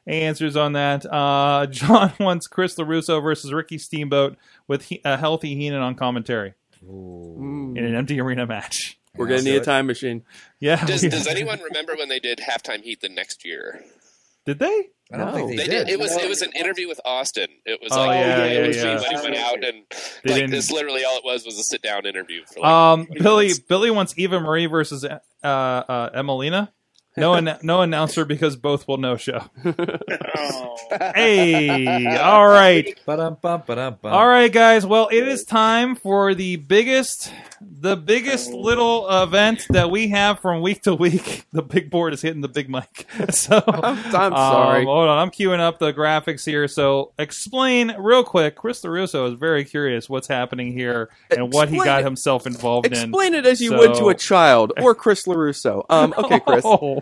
Speaker 2: answers on that, uh, John wants Chris LaRusso versus Ricky Steamboat with he- a healthy Heenan on commentary in an empty arena match.
Speaker 11: We're gonna need a time machine.
Speaker 2: Yeah.
Speaker 12: Does,
Speaker 2: we-
Speaker 12: does anyone remember when they did halftime heat the next year?
Speaker 2: Did they? Um,
Speaker 11: I don't think
Speaker 12: They did. It was it was an interview with Austin. It was
Speaker 2: Oh,
Speaker 12: like
Speaker 2: yeah,
Speaker 12: they-
Speaker 2: yeah,
Speaker 12: it was-
Speaker 2: yeah.
Speaker 12: they went out and
Speaker 2: They
Speaker 12: like
Speaker 2: didn't-
Speaker 12: this literally all it was was a sit down interview for like
Speaker 2: Um, Billy Billy wants Eva Marie versus uh, uh, Emelina. No, an- no announcer because both will no show.
Speaker 12: Oh.
Speaker 2: hey, all right. All right, guys. Well, it is time for the biggest, the
Speaker 11: Oh.
Speaker 2: biggest little event that we have from week to week. The big board is hitting the big mic. So um,
Speaker 11: I'm sorry.
Speaker 2: hold on, I'm queuing up the graphics here. So explain real quick. Chris Russo is very curious what's happening here and what he
Speaker 11: Explain
Speaker 2: got
Speaker 11: it.
Speaker 2: himself involved in.
Speaker 11: Explain it as you would to a child or Chris Larusso. Um, okay, Chris. Oh,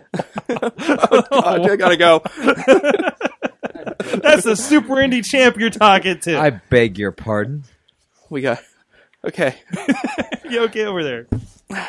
Speaker 2: Oh.
Speaker 11: God, I gotta go.
Speaker 2: That's the super indie champ you're talking to.
Speaker 5: I beg your pardon.
Speaker 11: We got okay.
Speaker 2: you okay over there?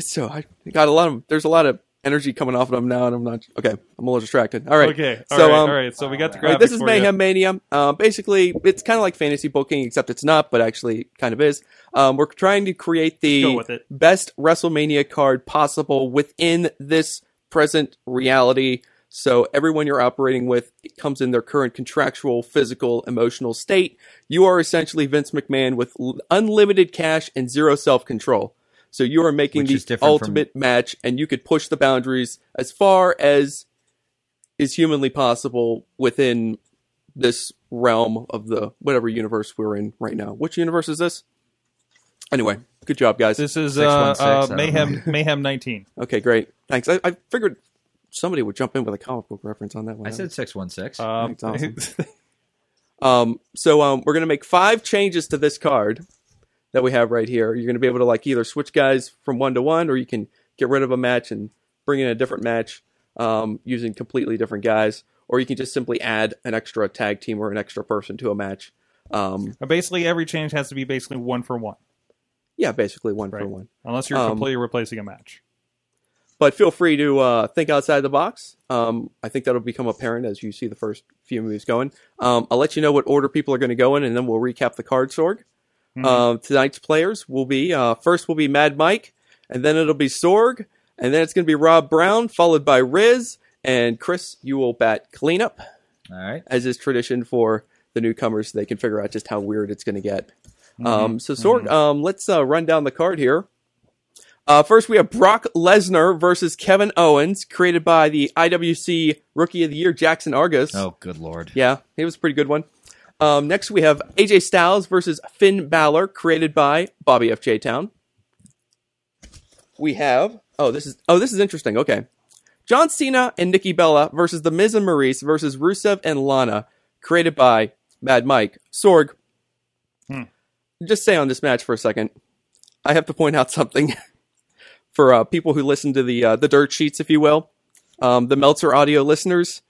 Speaker 11: So I got a lot of. There's a lot of energy coming off of him now, and I'm not okay. I'm a little distracted. All right.
Speaker 2: Okay.
Speaker 11: So
Speaker 2: All right,
Speaker 11: um,
Speaker 2: all right. So we got the
Speaker 11: Right,
Speaker 2: graphics.
Speaker 11: this is
Speaker 2: for
Speaker 11: Mayhem
Speaker 2: You.
Speaker 11: Mania. Um, basically, it's kind of like fantasy booking, except it's not, but actually it kind of is. Um, we're trying to create
Speaker 2: Go
Speaker 11: the
Speaker 2: with it.
Speaker 11: best WrestleMania card possible within this present reality. So everyone you're operating with comes in their current contractual, physical, emotional state. You are essentially Vince McMahon with l- unlimited cash and zero self control. So you are making
Speaker 5: Which is
Speaker 11: the
Speaker 5: different from-
Speaker 11: ultimate match, and you could push the boundaries as far as is humanly possible within this realm of the whatever universe we're in right now. Which universe is this? Anyway, good job, guys.
Speaker 2: This is uh,
Speaker 5: 616, I
Speaker 2: uh,
Speaker 5: don't
Speaker 2: Mayhem Mayhem 19.
Speaker 11: Okay, great. Thanks. I, I figured somebody would jump in with a comic book reference on that one.
Speaker 5: I said six one six.
Speaker 2: Um,
Speaker 11: That's awesome. Um, so um, we're gonna make five changes to this card that we have right here. You're gonna be able to like either switch guys from one to one, or you can get rid of a match and bring in a different match um, using completely different guys, or you can just simply add an extra tag team or an extra person to a match. Um,
Speaker 2: basically, every change has to be basically one for one,
Speaker 11: yeah, basically one for one.
Speaker 2: unless you're
Speaker 11: Um,
Speaker 2: completely replacing a match.
Speaker 11: But feel free to uh, think outside the box. Um, I think that'll become apparent as you see the first few moves going. Um, I'll let you know what order people are going to go in, and then we'll recap the card sorg.
Speaker 2: Mm-hmm.
Speaker 11: Um, tonight's players will be uh, first will be Mad Mike, and then it'll be Sorg, and then it's going to be Rob Brown, followed by Riz and Chris. You will bat cleanup.
Speaker 5: All right,
Speaker 11: as is tradition for the newcomers, they can figure out just how weird it's going to get. Um,
Speaker 2: Mm-hmm.
Speaker 5: Mhm.
Speaker 11: so Sorg, um, let's uh, run down the card here. Uh, first, we have Brock Lesnar versus Kevin Owens, created by the IWC Rookie of the Year Jackson Argus.
Speaker 5: Oh, good lord.
Speaker 11: Yeah, it was a pretty good one. Um, next, we have AJ Styles versus Finn Balor, created by Bobby F. J. Town. We have oh, this is oh, this is interesting. Okay, John Cena and Nikki Bella versus The Miz and Maurice versus Rusev and Lana, created by Mad Mike Sorg.
Speaker 2: Hmm.
Speaker 11: Just stay on this match for a second. I have to point out something for uh, people who listen to the uh, the dirt sheets, if you will, um, the Meltzer audio listeners.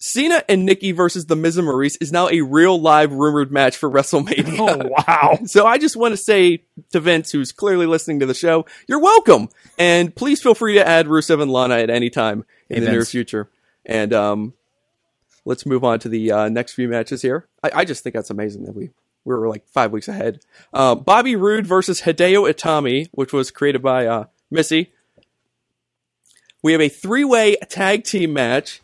Speaker 11: Cena and Nikki versus the Miz and Maurice is now a real live rumored match for WrestleMania. Oh
Speaker 2: wow!
Speaker 11: so I just want to say to Vince, who's clearly listening to the show, you're welcome, and please feel free to add Rusev and Lana at any time in
Speaker 5: Hey,
Speaker 11: the near
Speaker 5: Vince.
Speaker 11: future. And um, let's move on to the uh, next few matches here. I, I just think that's amazing that we we were like five weeks ahead. Uh, Bobby Roode versus Hideo Itami, which was created by uh, Missy. We have a three-way tag team match: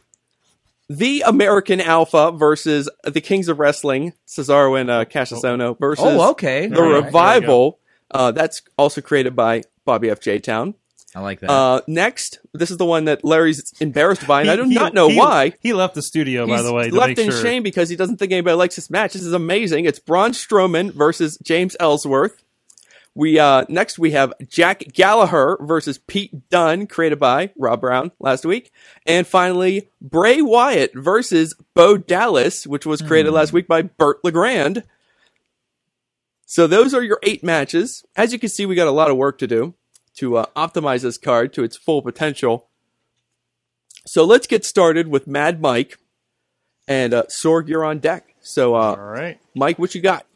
Speaker 11: the American Alpha versus the Kings of Wrestling, Cesaro and uh, Cassius versus
Speaker 5: Oh, okay.
Speaker 11: the
Speaker 5: All right, there we go.
Speaker 11: Revival. Uh, that's also created by Bobby F. J. Town.
Speaker 5: I like that.
Speaker 11: Uh, next, this is the one that Larry's embarrassed by, and I do
Speaker 2: He-
Speaker 11: not
Speaker 2: he-
Speaker 11: know
Speaker 2: he-
Speaker 11: why.
Speaker 2: He left the studio, by
Speaker 11: He's
Speaker 2: the way. To
Speaker 11: left
Speaker 2: make
Speaker 11: in
Speaker 2: sure.
Speaker 11: shame because he doesn't think anybody likes this match. This is amazing. It's Braun Strowman versus James Ellsworth. We uh, next we have Jack Gallagher versus Pete Dunne, created by Rob Brown last week, and finally Bray Wyatt versus Bo Dallas, which was created
Speaker 2: Hmm.
Speaker 11: last week by Burt Legrand. So those are your eight matches. As you can see, we got a lot of work to do to uh, optimize this card to its full potential. So let's get started with Mad Mike and uh, Sorg. You're on deck. So, uh, all
Speaker 2: right,
Speaker 11: Mike, what you got?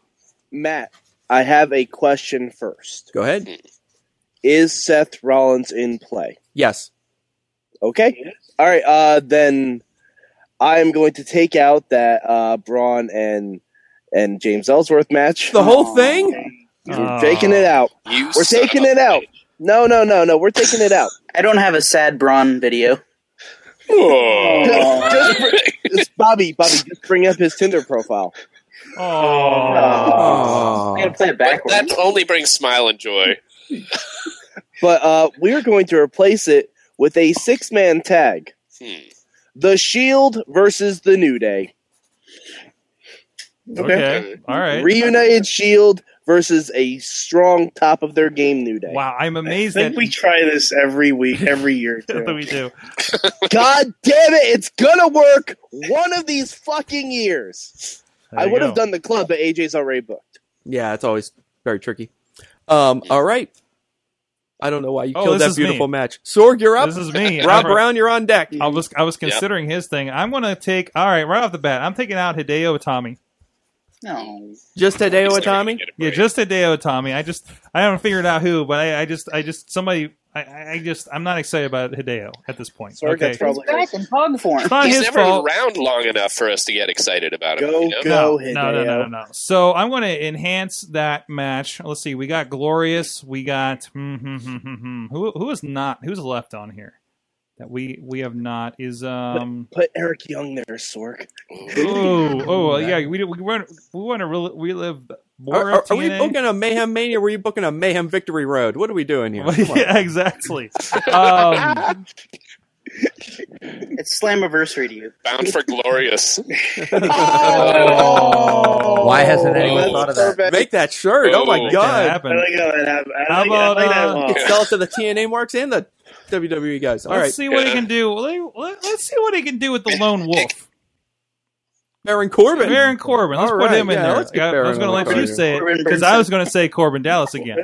Speaker 10: Matt, I have a question first.
Speaker 11: Go ahead.
Speaker 10: Is Seth Rollins in play?
Speaker 11: Yes.
Speaker 10: Okay. All right. Uh, then I am going to take out that uh, Braun and and James Ellsworth match.
Speaker 11: The whole thing.
Speaker 10: We're taking it out. We're taking it out. No, no, no, no. We're taking it out.
Speaker 4: I don't have a sad Braun video.
Speaker 10: just, just br- just- Bobby, Bobby, just bring up his Tinder profile.
Speaker 11: Oh.
Speaker 4: I'm gonna play it backwards.
Speaker 12: That only brings smile and joy.
Speaker 10: But uh, we're going to replace it with a six man tag
Speaker 12: Hmm.
Speaker 10: The Shield versus The New Day.
Speaker 2: Okay. Mm-hmm. All right.
Speaker 10: Reunited Shield versus a strong top of their game New Day.
Speaker 2: Wow, I'm amazed.
Speaker 10: I think
Speaker 2: that-
Speaker 10: we
Speaker 3: try this every week, every year. too.
Speaker 2: we do.
Speaker 10: God damn it, it's gonna work one of these fucking years.
Speaker 11: There
Speaker 10: I
Speaker 11: you
Speaker 10: would have
Speaker 11: go.
Speaker 10: done the club, but AJ's already booked.
Speaker 11: Yeah, it's always very tricky. Um, all right. I don't know why you
Speaker 2: Oh,
Speaker 11: killed
Speaker 2: this
Speaker 11: that
Speaker 2: is me.
Speaker 11: beautiful match. Sorg, you're up.
Speaker 2: This is me.
Speaker 11: Rob
Speaker 2: All right.
Speaker 11: Brown, you're on deck.
Speaker 2: I was I was considering his thing. I'm going to take. All right, right off the bat, I'm taking out Hideo Itami.
Speaker 4: No.
Speaker 11: Just Hideo Itami.
Speaker 2: Yeah, just Hideo Itami. I just I haven't figured out who, but I, I just I just somebody. I- I, I just I'm not excited about Hideo at this point. okay.
Speaker 4: back in hog form.
Speaker 2: It's not
Speaker 12: He's
Speaker 2: his
Speaker 12: never
Speaker 2: fault.
Speaker 12: around long enough for us to get excited about him. you
Speaker 2: no,
Speaker 12: know?
Speaker 2: no, no, no, no. So I'm going to enhance that match. Let's see. We got Glorious. We got hmm, hmm, hmm, hmm, hmm. who? Who is not? Who's left on here? That we we have not is um.
Speaker 10: Put Eric Young there, Sork.
Speaker 2: Oh, oh, well, yeah. We we want we want to rel relive more
Speaker 11: Are, are,
Speaker 2: of
Speaker 11: are we
Speaker 2: TNA.
Speaker 11: booking a Mayhem Mania? Or are you booking a Mayhem Victory Road? What are we doing here? Come on.
Speaker 2: yeah, exactly. Um,
Speaker 4: It's Slammiversary to you.
Speaker 12: Bound for glorious.
Speaker 5: Why hasn't anyone
Speaker 12: Oh.
Speaker 5: thought of that?
Speaker 11: Make that shirt. Oh, my
Speaker 12: Oh.
Speaker 11: God.
Speaker 2: happen.
Speaker 3: I like how that happened. I like,
Speaker 11: How
Speaker 3: I
Speaker 11: about
Speaker 3: like that
Speaker 11: uh,
Speaker 3: one.
Speaker 11: sell it to the TNA marks and the WWE guys? All
Speaker 2: let's
Speaker 11: right,
Speaker 2: see what he can do. Let, let, us see what he can do with the lone wolf.
Speaker 11: Baron Corbin.
Speaker 2: Baron Corbin. Let's
Speaker 11: All
Speaker 2: put
Speaker 11: right,
Speaker 2: him in
Speaker 11: yeah,
Speaker 2: there.
Speaker 11: let's get
Speaker 2: I, I was going
Speaker 11: Baron
Speaker 2: to
Speaker 11: on
Speaker 2: let
Speaker 11: the
Speaker 2: you
Speaker 11: card.
Speaker 2: say it
Speaker 4: Corbin
Speaker 2: because I was going to say Corbin Dallas again.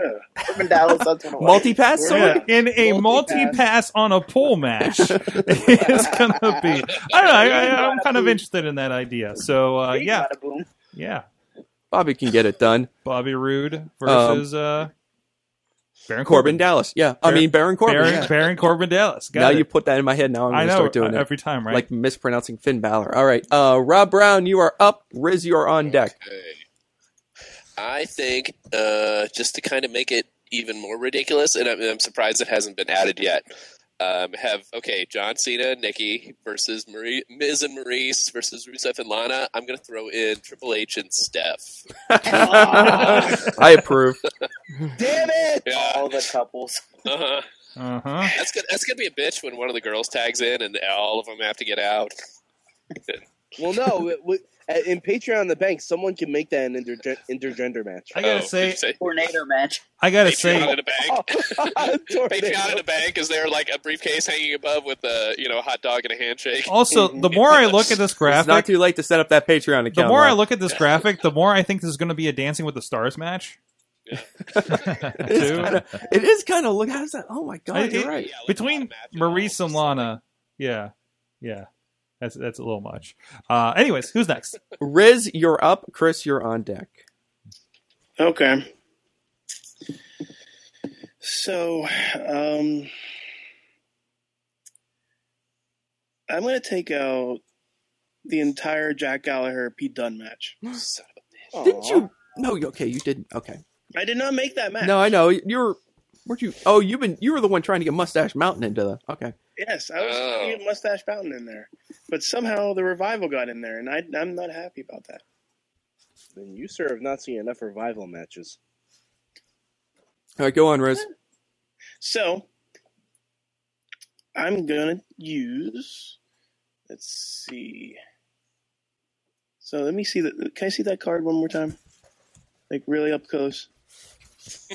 Speaker 4: Urban Dallas, that's what it was.
Speaker 11: Multi-pass,
Speaker 4: Yeah.
Speaker 11: so
Speaker 2: In a multi-pass on a pool match is going to be. I don't know. I, I, I'm kind of interested in that idea. So uh, yeah,
Speaker 4: Bada boom.
Speaker 2: yeah.
Speaker 11: Bobby can get it done. Um,
Speaker 2: Bobby Roode versus uh, Baron
Speaker 11: Corbin Dallas. Yeah, I
Speaker 2: Baron-
Speaker 11: mean Baron Corbin.
Speaker 2: Baron,
Speaker 11: yeah.
Speaker 2: Baron Corbin Dallas. Got
Speaker 11: now
Speaker 2: it.
Speaker 11: you put that in my head. Now I'm
Speaker 2: I
Speaker 11: going to
Speaker 2: know,
Speaker 11: start doing
Speaker 2: uh,
Speaker 11: it
Speaker 2: every time, right?
Speaker 11: Like mispronouncing Finn Balor. All right, uh, Rob Brown, you are up. Riz, you are on deck.
Speaker 12: I think uh, just to kind of make it even more ridiculous, and I'm, I'm surprised it hasn't been added yet. Um, have okay, John Cena, Nikki versus Marie, Miz and Maurice versus Rusev and Lana. I'm gonna throw in Triple H and Steph.
Speaker 11: I approve.
Speaker 4: Damn it! All the couples.
Speaker 12: Uh-huh.
Speaker 2: Uh-huh.
Speaker 12: That's gonna that's gonna be a bitch when one of the girls tags in and all of them have to get out.
Speaker 10: Well, no, it, would- in Patreon on the bank, someone can make that an intergen- intergender match.
Speaker 2: I gotta Oh, say- did you
Speaker 4: tornado match.
Speaker 2: I gotta say,
Speaker 12: Patreon in a bank. Patreon in a bank. Is there like a briefcase hanging above with a you know a hot dog and a handshake?
Speaker 2: Also, the more I look at this
Speaker 11: It's not
Speaker 2: graphic-
Speaker 11: too late to set up that Patreon account.
Speaker 2: the more I
Speaker 11: Rob.
Speaker 2: look at this graphic, the more I think this is going to be a Dancing with the Stars match.
Speaker 11: It is
Speaker 2: Too.
Speaker 11: kinda- it is kind of look. How's that? Oh my god,
Speaker 2: I-
Speaker 11: you're
Speaker 2: it-
Speaker 11: right.
Speaker 2: Between Maurice and Lana, yeah, yeah, that's that's a little much. Uh, anyways, who's next?
Speaker 11: Riz, you're up. Chris, you're on deck.
Speaker 3: Okay. So, um, I'm going to take out the entire Jack Gallagher Pete Dunn match.
Speaker 11: Didn't you? No, you- okay, you didn't. Okay.
Speaker 3: I did not make that match.
Speaker 11: No, I know. You're. Where'd you? Oh, you've been. You were the one trying to get Mustache Mountain into the. Okay.
Speaker 3: Yes, I was
Speaker 11: Oh.
Speaker 3: trying to get Mustache Mountain in there, but somehow the revival got in there, and I, I'm not happy about that.
Speaker 10: Then you, sir, have not seen enough revival matches.
Speaker 11: All right, go on, Riz.
Speaker 3: So I'm gonna use. Let's see. So let me see that. Can I see that card one more time? Like really up close.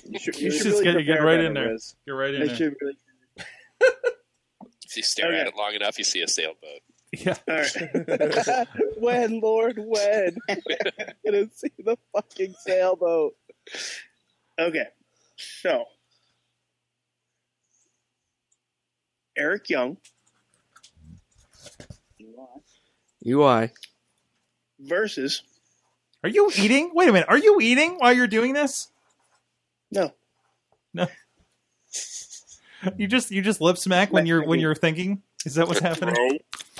Speaker 3: You should,
Speaker 2: You should get- get
Speaker 3: prepare
Speaker 2: right
Speaker 3: better,
Speaker 2: in there.
Speaker 3: Riz.
Speaker 2: Get right in
Speaker 3: I
Speaker 2: there.
Speaker 3: should really-
Speaker 12: If you stare at it long enough, you see a sailboat.
Speaker 2: Yeah.
Speaker 3: All right.
Speaker 10: when, Lord, when? I'm gonna see the fucking sailboat.
Speaker 3: Okay. So Eric Young
Speaker 11: UI.
Speaker 3: versus
Speaker 2: Are you eating? Wait a minute. Are you eating while you're doing this?
Speaker 3: No.
Speaker 2: No. You just you just lip smack when you're when you're thinking. Is that what's happening? Hmm.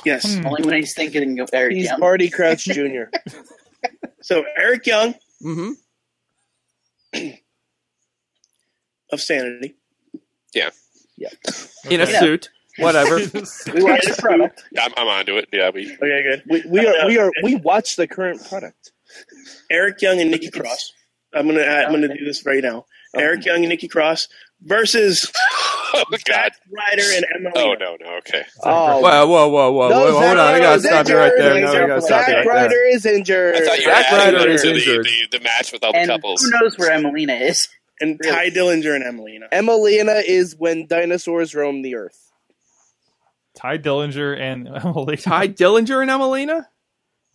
Speaker 3: Yes.
Speaker 4: Only when he's thinking of Eric
Speaker 3: He's
Speaker 4: Young.
Speaker 3: Barty Crouch Jr.. so Eric Young
Speaker 11: mm-hmm.
Speaker 3: of Sanity.
Speaker 12: Yeah.
Speaker 3: Yeah.
Speaker 11: In a suit. Whatever.
Speaker 3: We watch the product.
Speaker 12: I'm, I'm onto it. Yeah, we.
Speaker 3: Okay, good.
Speaker 10: We, we are, we are, we watch the current product.
Speaker 3: Eric Young and Nikki Cross. I'm gonna I'm gonna do this right now. Eric Young and Nikki Cross versus
Speaker 12: oh, God.
Speaker 3: Ryder and Emma.
Speaker 12: Oh no, no, okay.
Speaker 11: whoa, whoa, whoa, whoa,
Speaker 10: Oh. No,
Speaker 11: whoa! Hold
Speaker 10: Zack
Speaker 11: on, I
Speaker 10: Ryder
Speaker 11: gotta
Speaker 10: is
Speaker 11: stop you right there.
Speaker 10: injured.
Speaker 11: No, I gotta stop you
Speaker 10: Zack
Speaker 11: right
Speaker 10: Ryder
Speaker 11: there.
Speaker 10: is injured.
Speaker 12: I thought you were
Speaker 11: Zack
Speaker 12: adding
Speaker 11: Ryder
Speaker 12: it
Speaker 11: is
Speaker 12: to the,
Speaker 11: injured.
Speaker 10: E
Speaker 12: the, the match with all the
Speaker 4: And
Speaker 12: couples.
Speaker 4: who knows where Emelina is?
Speaker 3: And Ty Dillinger and Emelina.
Speaker 10: Emelina is when dinosaurs roam the earth.
Speaker 2: Ty Dillinger and Emily.
Speaker 11: Ty Dillinger and Emelina.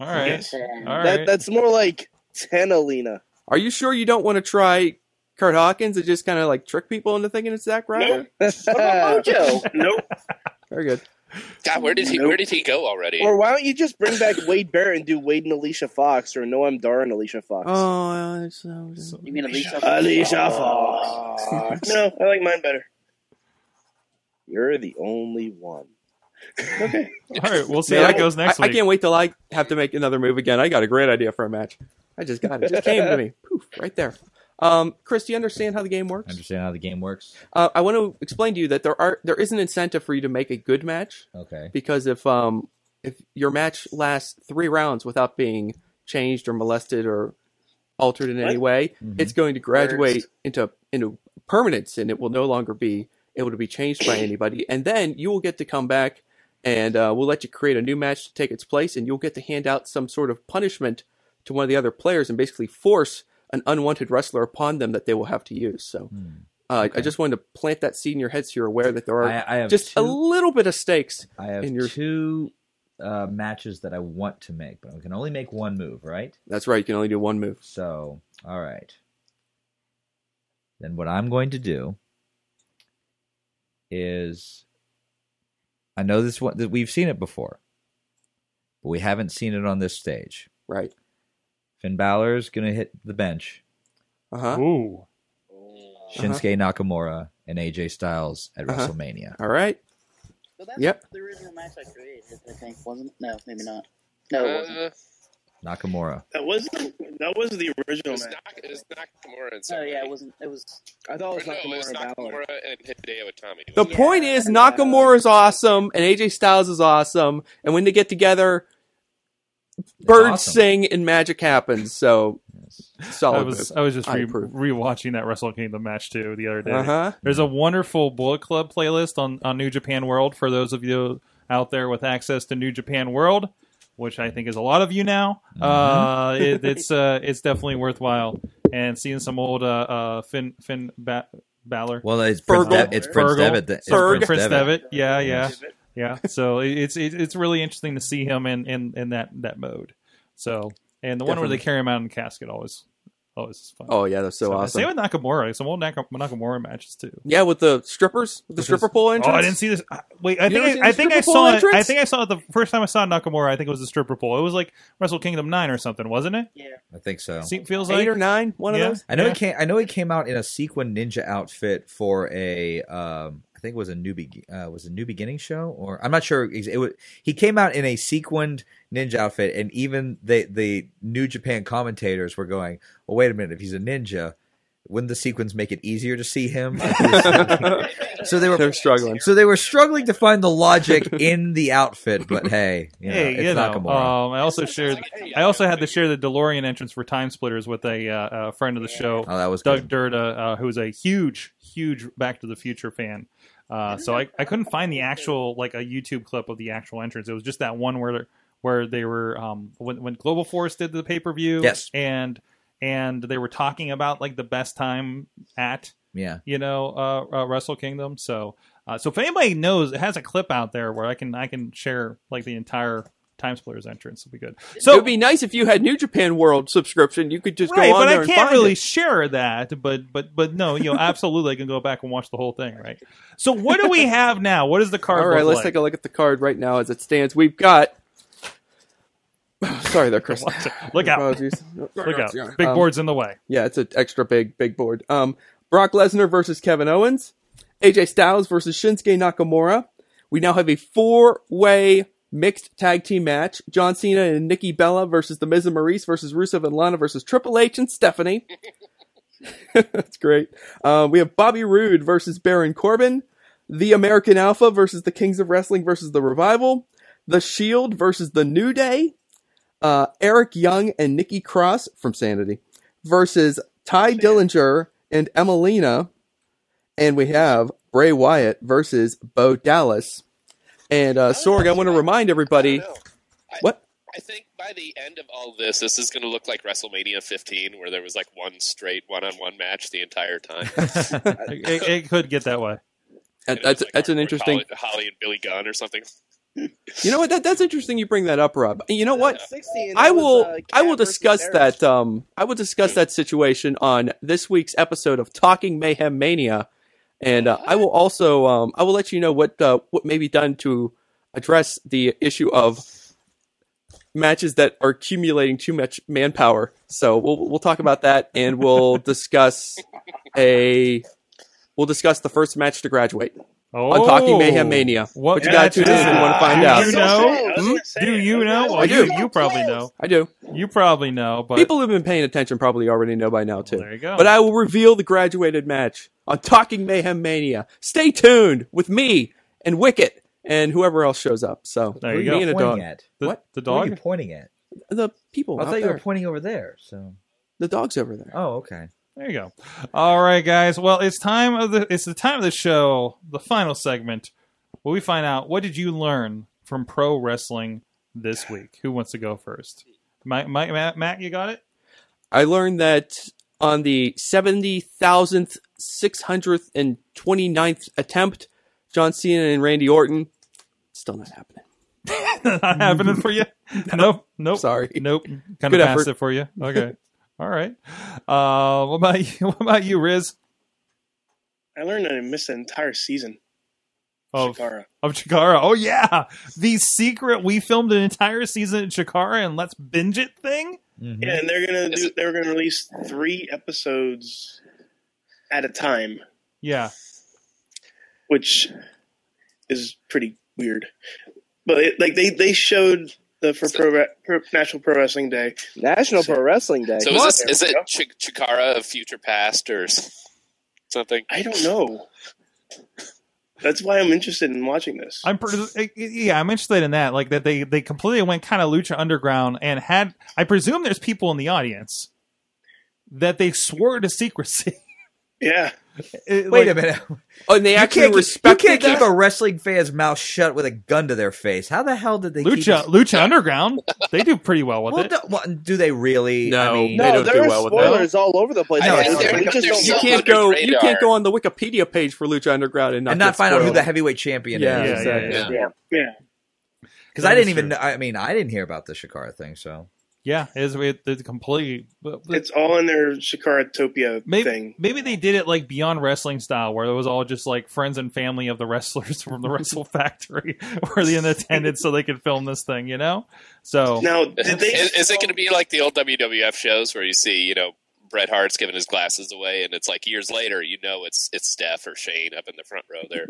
Speaker 2: All right. All
Speaker 10: that,
Speaker 2: right.
Speaker 10: That's more like Tenalina.
Speaker 11: Are you sure you don't want to try Kurt Hawkins and just kind of like trick people into thinking it's Zack Ryder?
Speaker 10: Mojo?
Speaker 3: Nope.
Speaker 11: Very good.
Speaker 12: God, where did he? Where did he go already?
Speaker 10: Or why don't you just bring back Wade Barrett and do Wade and Alicia Fox or Noam Dar and Alicia Fox?
Speaker 11: Oh, uh, so, so.
Speaker 4: You mean Alicia?
Speaker 10: Alicia Fox.
Speaker 3: No, I like mine better.
Speaker 10: You're the only one.
Speaker 3: Okay.
Speaker 2: All right. We'll see
Speaker 11: Man,
Speaker 2: how
Speaker 11: I-
Speaker 2: that goes next
Speaker 11: I,
Speaker 2: week.
Speaker 11: I can't wait till I have to make another move again. I got a great idea for a match. I just got it. It just came to me. Poof, right there. Um, Chris, do you understand how the game works?
Speaker 5: Understand how the game works?
Speaker 11: Uh, I want to explain to you that there are there is an incentive for you to make a good match
Speaker 5: Okay.
Speaker 11: because if um if your match lasts three rounds without being changed or molested or altered in any
Speaker 3: What?
Speaker 11: way,
Speaker 5: Mhm.
Speaker 11: it's going to graduate into into permanence and it will no longer be able to be changed by anybody. And then you will get to come back and uh, we'll let you create a new match to take its place and you'll get to hand out some sort of punishment to one of the other players and basically force an unwanted wrestler upon them that they will have to use. So.
Speaker 5: Hmm.
Speaker 11: Uh, I just wanted to plant that seed in your head so you're aware that there are
Speaker 5: I- I have
Speaker 11: just a
Speaker 5: two-
Speaker 11: little bit of stakes.
Speaker 5: I have
Speaker 11: in your
Speaker 5: two uh, matches that I want to make, but I can only make one move, right?
Speaker 11: That's right. You can only do one move.
Speaker 5: So, all right. Then what I'm going to do is, I know this one that we've seen it before, but we haven't seen it on this stage.
Speaker 11: Right.
Speaker 5: Finn Balor's going to hit the bench.
Speaker 11: Uh huh.
Speaker 2: Ooh.
Speaker 5: Shinsuke Nakamura and AJ Styles at
Speaker 11: Uh-huh.
Speaker 5: WrestleMania.
Speaker 11: All right.
Speaker 4: So that's
Speaker 11: Yep.
Speaker 12: Uh,
Speaker 4: the original match I created, I think, wasn't it? No, maybe not. No, it wasn't.
Speaker 5: Nakamura.
Speaker 3: That was that was the
Speaker 12: It
Speaker 3: original
Speaker 12: was,
Speaker 3: match.
Speaker 12: Nak- it was Nakamura and
Speaker 4: Oh
Speaker 12: somebody.
Speaker 4: yeah, it wasn't. It was. I
Speaker 12: Or
Speaker 4: thought
Speaker 12: no, it was Nakamura and Hideo Itami.
Speaker 11: The point is, Nakamura is awesome and AJ Styles is awesome, and when they get together, birds sing and magic happens. So, solid.
Speaker 2: I was
Speaker 11: move.
Speaker 2: I was just
Speaker 11: I
Speaker 2: re-
Speaker 11: approve.
Speaker 2: rewatching that Wrestle Kingdom match too the other day.
Speaker 11: Uh-huh.
Speaker 2: There's a wonderful Bullet Club playlist on on New Japan World for those of you out there with access to New Japan World, which I think is a lot of you now.
Speaker 5: Mm-hmm.
Speaker 2: Uh,
Speaker 11: Mhm.
Speaker 2: it, it's uh, it's definitely worthwhile and seeing some old uh, uh Finn Finn ba- Balor.
Speaker 5: Well, it's Prince Fergal. Dev- it's Prince
Speaker 2: Fergal.
Speaker 5: Devitt that- it's
Speaker 2: Ferg.
Speaker 5: Prince
Speaker 2: Prince
Speaker 5: Devitt.
Speaker 2: Devitt. Yeah, yeah,
Speaker 5: Yes.
Speaker 2: yeah. So it- it's it- it's really interesting to see him in in, in that that mode. So and the one where they
Speaker 11: Definitely.
Speaker 2: carry him out in the casket always always is fun.
Speaker 11: Oh, yeah, that's so awesome.
Speaker 2: Same with Nakamura. Some old Nak- Nakamura matches too.
Speaker 11: yeah, with the strippers, with the
Speaker 2: Which
Speaker 11: stripper
Speaker 2: is-
Speaker 11: pole entrance.
Speaker 2: Oh, I didn't see this. I- Wait, I
Speaker 11: You never
Speaker 2: think
Speaker 11: seen
Speaker 2: I, I
Speaker 11: the
Speaker 2: think I
Speaker 11: stripper pole
Speaker 2: saw it. I
Speaker 11: entrance?
Speaker 2: think I saw it the first time I saw Nakamura. I think it was the stripper pole. It was like Wrestle Kingdom nine or something, wasn't it?
Speaker 4: Yeah,
Speaker 5: I think so.
Speaker 2: Se- feels
Speaker 11: Eight
Speaker 2: like
Speaker 11: or nine, one of those?
Speaker 5: I know
Speaker 2: Yeah.
Speaker 5: he came. I know he came out in a sequin ninja outfit for a. Um, I think it was a new be- uh, was a new beginning show, or I'm not sure. ex- It was, he came out in a sequined ninja outfit, and even the the New Japan commentators were going, "Well, wait a minute. If he's a ninja, wouldn't the sequins make it easier to see him?" so they were
Speaker 11: They're struggling.
Speaker 5: So they were struggling to find the logic in the outfit, but hey, you know,
Speaker 2: hey,
Speaker 5: it's
Speaker 2: you know.
Speaker 5: Nakamura.
Speaker 2: Um, I also shared. I also had to share the DeLorean entrance for Time Splitters with a, uh, uh friend of the show.
Speaker 5: Oh, that was
Speaker 2: Doug Durda, uh, who's a huge, huge Back to the Future fan. Uh, so I, I couldn't find the actual like a YouTube clip of the actual entrance. It was just that one where where they were um, when when Global Force did the pay per view.
Speaker 5: Yes.
Speaker 2: and and they were talking about like the best time at
Speaker 5: Yeah.
Speaker 2: you know uh, uh wrestle kingdom so uh, so if anybody knows it has a clip out there where i can i can share like the entire time splitters entrance would be good
Speaker 11: So
Speaker 2: so
Speaker 11: it'd be nice if you had New Japan World subscription. You could just
Speaker 2: right
Speaker 11: go on
Speaker 2: but
Speaker 11: there
Speaker 2: i
Speaker 11: and
Speaker 2: can't
Speaker 11: find
Speaker 2: really
Speaker 11: it.
Speaker 2: share that but but but no you know absolutely i can go back and watch the whole thing right so what do we have now what is the card
Speaker 11: All right,
Speaker 2: look
Speaker 11: let's
Speaker 2: like?
Speaker 11: take a look at the card right now as it stands. We've got. Sorry, there, Chris.
Speaker 2: Look out.
Speaker 11: Apologies. Um,
Speaker 2: Look out. Big board's in the way.
Speaker 11: Yeah, it's an extra big, big board. Um, Brock Lesnar versus Kevin Owens, AJ Styles versus Shinsuke Nakamura. We now have a four-way mixed tag team match: John Cena and Nikki Bella versus The Miz and Maurice versus Rusev and Lana versus Triple H and Stephanie. That's great. Uh, we have Bobby Roode versus Baron Corbin, The American Alpha versus The Kings of Wrestling versus The Revival, The Shield versus The New Day, uh, Eric Young and Nikki Cross from Sanity versus Ty Dillinger and Emelina, and we have Bray Wyatt versus Bo Dallas. And uh, Sorg, I want to remind everybody. What?
Speaker 12: I think by the end of all this, this is going to look like WrestleMania 15, where there was like one straight one-on-one match the entire time.
Speaker 2: it, it could get that way
Speaker 11: That- that's that's an interesting.
Speaker 12: Holly, Holly and Billy Gunn or something.
Speaker 11: You know what? That, that's interesting. You bring that up, Rob. You know what?
Speaker 10: 60 and
Speaker 11: I
Speaker 10: that was,
Speaker 11: will.
Speaker 10: uh,
Speaker 11: I will
Speaker 10: Cat versus
Speaker 11: discuss
Speaker 10: Barrett.
Speaker 11: that. Um, I will discuss that situation on this week's episode of Talking Mayhem Mania, and uh, I will also. Um, I will let you know what uh, what may be done to address the issue of matches that are accumulating too much manpower. So we'll we'll talk about that, and we'll discuss a. We'll discuss the first match to graduate
Speaker 2: Oh,
Speaker 11: on Talking Mayhem Mania. What you got to do if you want to find
Speaker 2: do
Speaker 11: out?
Speaker 2: You know? Hmm? Do you know? Well,
Speaker 11: I do.
Speaker 2: You, you probably know.
Speaker 11: I do.
Speaker 2: You probably know, but
Speaker 11: People who've been paying attention probably already know by now too.
Speaker 2: there you go.
Speaker 11: But I will reveal the graduated match on Talking Mayhem Mania. Stay tuned with me and Wicket and whoever else shows up. So
Speaker 5: There you go.
Speaker 11: me and a
Speaker 5: Pointing
Speaker 11: dog.
Speaker 5: at?
Speaker 2: The-
Speaker 11: what?
Speaker 2: the
Speaker 5: What are you pointing at?
Speaker 11: The people.
Speaker 5: I
Speaker 11: out
Speaker 5: thought you were
Speaker 11: there.
Speaker 5: pointing over there. So
Speaker 11: The dog's over there.
Speaker 5: Oh, okay.
Speaker 2: There you go. All right, guys. Well, it's time of the it's the time of the show, the final segment, where we find out what did you learn from pro wrestling this week. Who wants to go first? Mike, Mike, Matt, Matt, you got it.
Speaker 11: I learned that on the 70,000th, 600th, and 29th attempt, John Cena and Randy Orton, still not happening.
Speaker 2: Not happening for you. Nope. Nope.
Speaker 11: Sorry.
Speaker 2: Nope. Kind
Speaker 11: Good
Speaker 2: of
Speaker 11: effort.
Speaker 2: passed it for you. Okay. All right. Uh, what about you? What about you, Riz?
Speaker 3: I learned that I missed an entire season.
Speaker 2: Of
Speaker 3: Chikara.
Speaker 2: of Chikara. Oh yeah, the secret. We filmed an entire season in Chikara, and let's binge it thing.
Speaker 3: Yeah, and they're gonna do, they're gonna release three episodes at a time,
Speaker 2: Yeah.
Speaker 3: which is pretty weird. But it, like they they showed the for pro, Re- pro National Pro Wrestling Day.
Speaker 10: National Pro Wrestling Day.
Speaker 12: So is this is it Ch- Chikara of future past or s- something?
Speaker 3: I don't know. That's why I'm interested in watching this.
Speaker 2: I'm pre- yeah, I'm interested in that. Like that they they completely went kind of lucha underground and had. I presume there's people in the audience that they swore to secrecy.
Speaker 3: Yeah.
Speaker 5: Wait a minute.
Speaker 11: Oh, and they
Speaker 5: You
Speaker 11: actually
Speaker 5: can't keep-
Speaker 11: respected
Speaker 5: You can't keep
Speaker 11: that?
Speaker 5: a wrestling fan's mouth shut with a gun to their face. How the hell did they keep
Speaker 2: Lucha
Speaker 5: it-
Speaker 2: Lucha Underground. They do pretty well with
Speaker 5: Well,
Speaker 2: it.
Speaker 5: do, well, do they really? No,
Speaker 10: no, there are spoilers all over the place.
Speaker 5: I know,
Speaker 10: right
Speaker 5: it's
Speaker 10: now.
Speaker 5: they're-
Speaker 10: We just
Speaker 5: they're
Speaker 10: don't
Speaker 5: so
Speaker 10: know.
Speaker 5: You can't under go- the you radar. can't
Speaker 11: go on the Wikipedia page for Lucha Underground and not,
Speaker 5: and not
Speaker 11: get
Speaker 5: find out who
Speaker 11: spoiled.
Speaker 5: the heavyweight champion
Speaker 11: Yeah,
Speaker 5: is.
Speaker 11: yeah, yeah, yeah.
Speaker 3: Yeah.
Speaker 5: Because
Speaker 2: That
Speaker 5: I
Speaker 2: is
Speaker 5: didn't even.
Speaker 2: true.
Speaker 5: know I mean, I didn't hear about the Shakara thing. So
Speaker 2: Yeah, it's, it, it's completely. but- but-
Speaker 3: It's all in their Shikaratopia
Speaker 2: maybe,
Speaker 3: thing.
Speaker 2: Maybe they did it like beyond wrestling style, where it was all just like friends and family of the wrestlers from the Wrestle Factory were in attendance, so they could film this thing. You know, so
Speaker 12: is, is it going to be like the old WWF shows where you see, you know, Bret Hart's giving his glasses away, and it's like years later, you know, it's it's Steph or Shane up in the front row there.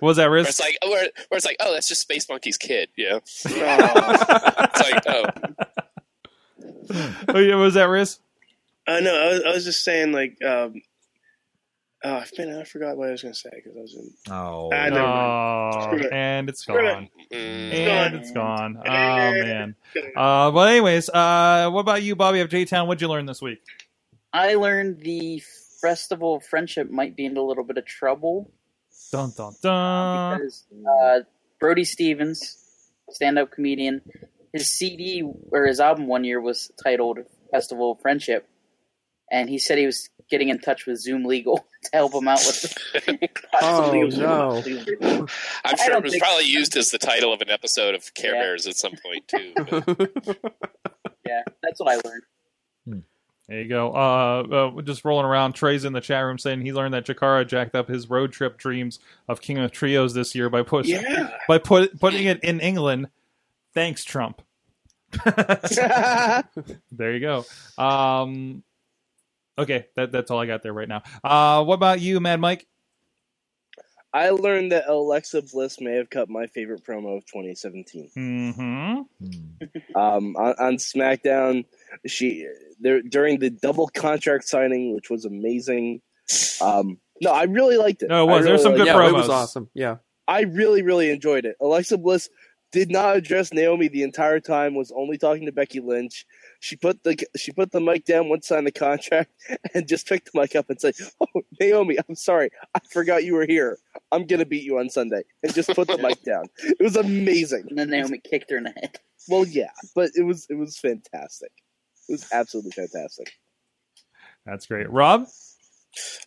Speaker 2: was that
Speaker 12: Where
Speaker 2: risk?
Speaker 12: it's like, where, where it's like, oh, that's just Space Monkey's kid, you know. it's like, oh,
Speaker 2: oh, yeah, was that risk?
Speaker 3: Uh, no, I was, I was just saying like, um, oh, I've been, I forgot what I was going to say because I was in.
Speaker 5: Oh,
Speaker 3: Ah, never mind.
Speaker 2: Oh,
Speaker 3: Screw it.
Speaker 2: and it's
Speaker 3: Screw it. Mm.
Speaker 2: gone. And it's gone. Oh man.
Speaker 3: Good.
Speaker 2: Uh, but anyways, uh, what about you, Bobby of J Town? What'd you learn this week?
Speaker 4: I learned the festival of friendship might be in a little bit of trouble
Speaker 2: Dun dun dun.
Speaker 4: because uh, Brody Stevens, stand-up comedian, his CD or his album one year was titled "Festival of Friendship," and he said he was getting in touch with Zoom Legal to help him out with.
Speaker 12: Oh,
Speaker 11: no.
Speaker 12: I'm
Speaker 4: I
Speaker 12: sure
Speaker 4: don't
Speaker 12: it was
Speaker 4: think-
Speaker 12: probably used as the title of an episode of Care Bears at some point too.
Speaker 4: yeah, that's what I learned.
Speaker 2: There you go. Uh, uh, just rolling around. Trey's in the chat room saying he learned that Jakara jacked up his road trip dreams of King of Trios this year by push
Speaker 1: Yeah.
Speaker 2: by put, putting it in England. Thanks, Trump. there you go. Um, okay, that, that's all I got there right now. Uh, what about you, Mad Mike?
Speaker 10: I learned that Alexa Bliss may have cut my favorite promo of 2017.
Speaker 2: Mm-hmm.
Speaker 10: Um, on, on SmackDown, she there during the double contract signing, which was amazing. Um, no, I really liked it.
Speaker 2: No, it was.
Speaker 10: I
Speaker 2: There
Speaker 10: really
Speaker 2: was some
Speaker 10: liked
Speaker 2: good
Speaker 10: it.
Speaker 2: Yeah, it was promos. awesome.
Speaker 11: Yeah.
Speaker 10: I really, really enjoyed it. Alexa Bliss did not address Naomi the entire time; was only talking to Becky Lynch. She put the she put the mic down once signed the contract, and just picked the mic up and said, "Oh, Naomi, I'm sorry, I forgot you were here. I'm gonna beat you on Sunday," and just put the mic down. It was amazing.
Speaker 4: And then Naomi kicked her in the head.
Speaker 10: Well, yeah, but it was it was fantastic. It was absolutely fantastic.
Speaker 2: That's great, Rob.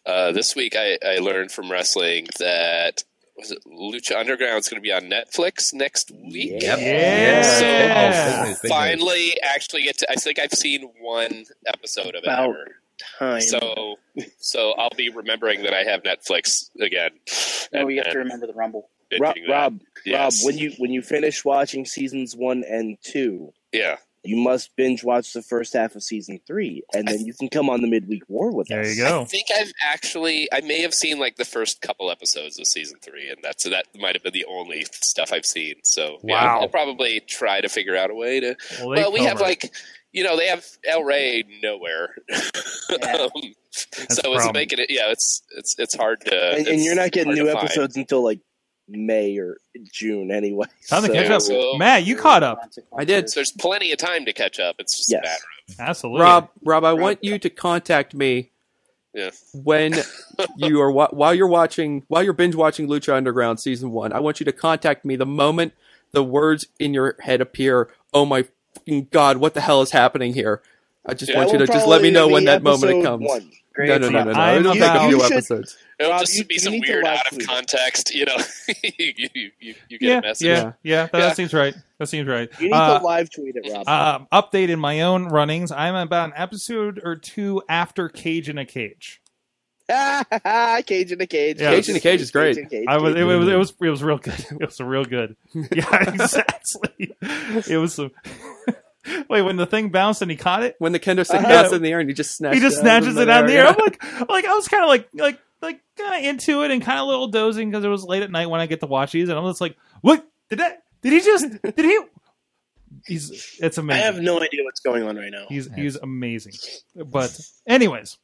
Speaker 12: Uh, this week, I, I learned from wrestling that was it Lucha Underground is going to be on Netflix next week.
Speaker 1: Yep. Yeah.
Speaker 12: So
Speaker 1: Yeah.
Speaker 12: I'll
Speaker 1: Big news, big
Speaker 12: finally, actually get to. I think I've seen one episode of it.
Speaker 3: About
Speaker 12: ever.
Speaker 3: time.
Speaker 12: So, so I'll be remembering that I have Netflix again.
Speaker 4: No, you have to remember the Rumble.
Speaker 10: Rob,
Speaker 12: Binging that.
Speaker 10: Rob,
Speaker 12: Yes.
Speaker 10: Rob, when you when you finish watching seasons one and two,
Speaker 12: yeah,
Speaker 10: you must binge watch the first half of season three, and then you can come on the midweek war with us. There you
Speaker 12: I think I've actually I may have seen like the first couple episodes of season three, and that's that might have been the only stuff I've seen. So yeah,
Speaker 1: Wow.
Speaker 12: I'll, I'll probably try to figure out a way to.
Speaker 1: Well,
Speaker 12: Well,
Speaker 1: they
Speaker 12: we have
Speaker 1: covered.
Speaker 12: like you know they have El Rey nowhere, um,
Speaker 10: a
Speaker 12: so it's
Speaker 10: problem.
Speaker 12: making it yeah it's it's it's hard to
Speaker 10: and, and
Speaker 12: uh, it's
Speaker 10: you're not getting
Speaker 12: hard
Speaker 10: new
Speaker 12: to find.
Speaker 10: episodes until like May or June anyway.
Speaker 2: Time to
Speaker 10: so-
Speaker 2: catch up. Matt, you caught up.
Speaker 12: I did. There's plenty of time to catch up. It's just a matter of
Speaker 2: Absolutely.
Speaker 11: Rob, Rob, I want you to contact me
Speaker 12: yeah.
Speaker 11: when you are wa- while you're watching while you're binge watching Lucha Underground season one. I want you to contact me the moment the words in your head appear. Oh my fucking god! What the hell is happening here? I just
Speaker 10: Yeah,
Speaker 11: want
Speaker 10: that
Speaker 11: you to
Speaker 10: will
Speaker 11: just let
Speaker 10: probably
Speaker 11: me know when
Speaker 10: be
Speaker 11: that moment
Speaker 10: episode
Speaker 11: comes.
Speaker 10: one. Great.
Speaker 11: No, no, no, no, no.
Speaker 2: I'm
Speaker 11: It'll take a
Speaker 2: about-
Speaker 11: few
Speaker 2: You should-
Speaker 11: episodes.
Speaker 12: It'll
Speaker 10: Rob,
Speaker 12: just
Speaker 10: you-
Speaker 12: be
Speaker 10: you
Speaker 12: some
Speaker 10: need to
Speaker 12: weird
Speaker 10: watch
Speaker 12: out of context, you know. you, you, you, you get
Speaker 2: yeah,
Speaker 12: a message.
Speaker 2: yeah, yeah, That, that seems right. That seems right.
Speaker 10: You need
Speaker 2: Uh,
Speaker 10: to live tweet it, Rob.
Speaker 2: um, update in my own runnings. I'm about an episode or two after Cage in a Cage.
Speaker 10: cage in a cage. Cage in a cage,
Speaker 2: I was, it,
Speaker 10: cage in a
Speaker 2: was, it
Speaker 10: cage.
Speaker 2: was, it was real good. It was real good. Yeah, exactly. it was some. Wait, when the thing bounced and he caught it,
Speaker 11: when the kendo stick
Speaker 2: Uh-huh.
Speaker 11: bounced in the air and he just snatched
Speaker 2: he just
Speaker 11: it
Speaker 2: snatches it out of the air.
Speaker 11: yeah.
Speaker 2: I'm like, like I was kind of like, like, like kind of into it and kind of little dozing because it was late at night when I get to watch these, and I'm just like, what did that? Did he just? Did he? He's. It's amazing.
Speaker 3: I have no idea what's going on right now.
Speaker 2: He's he's amazing. But anyways,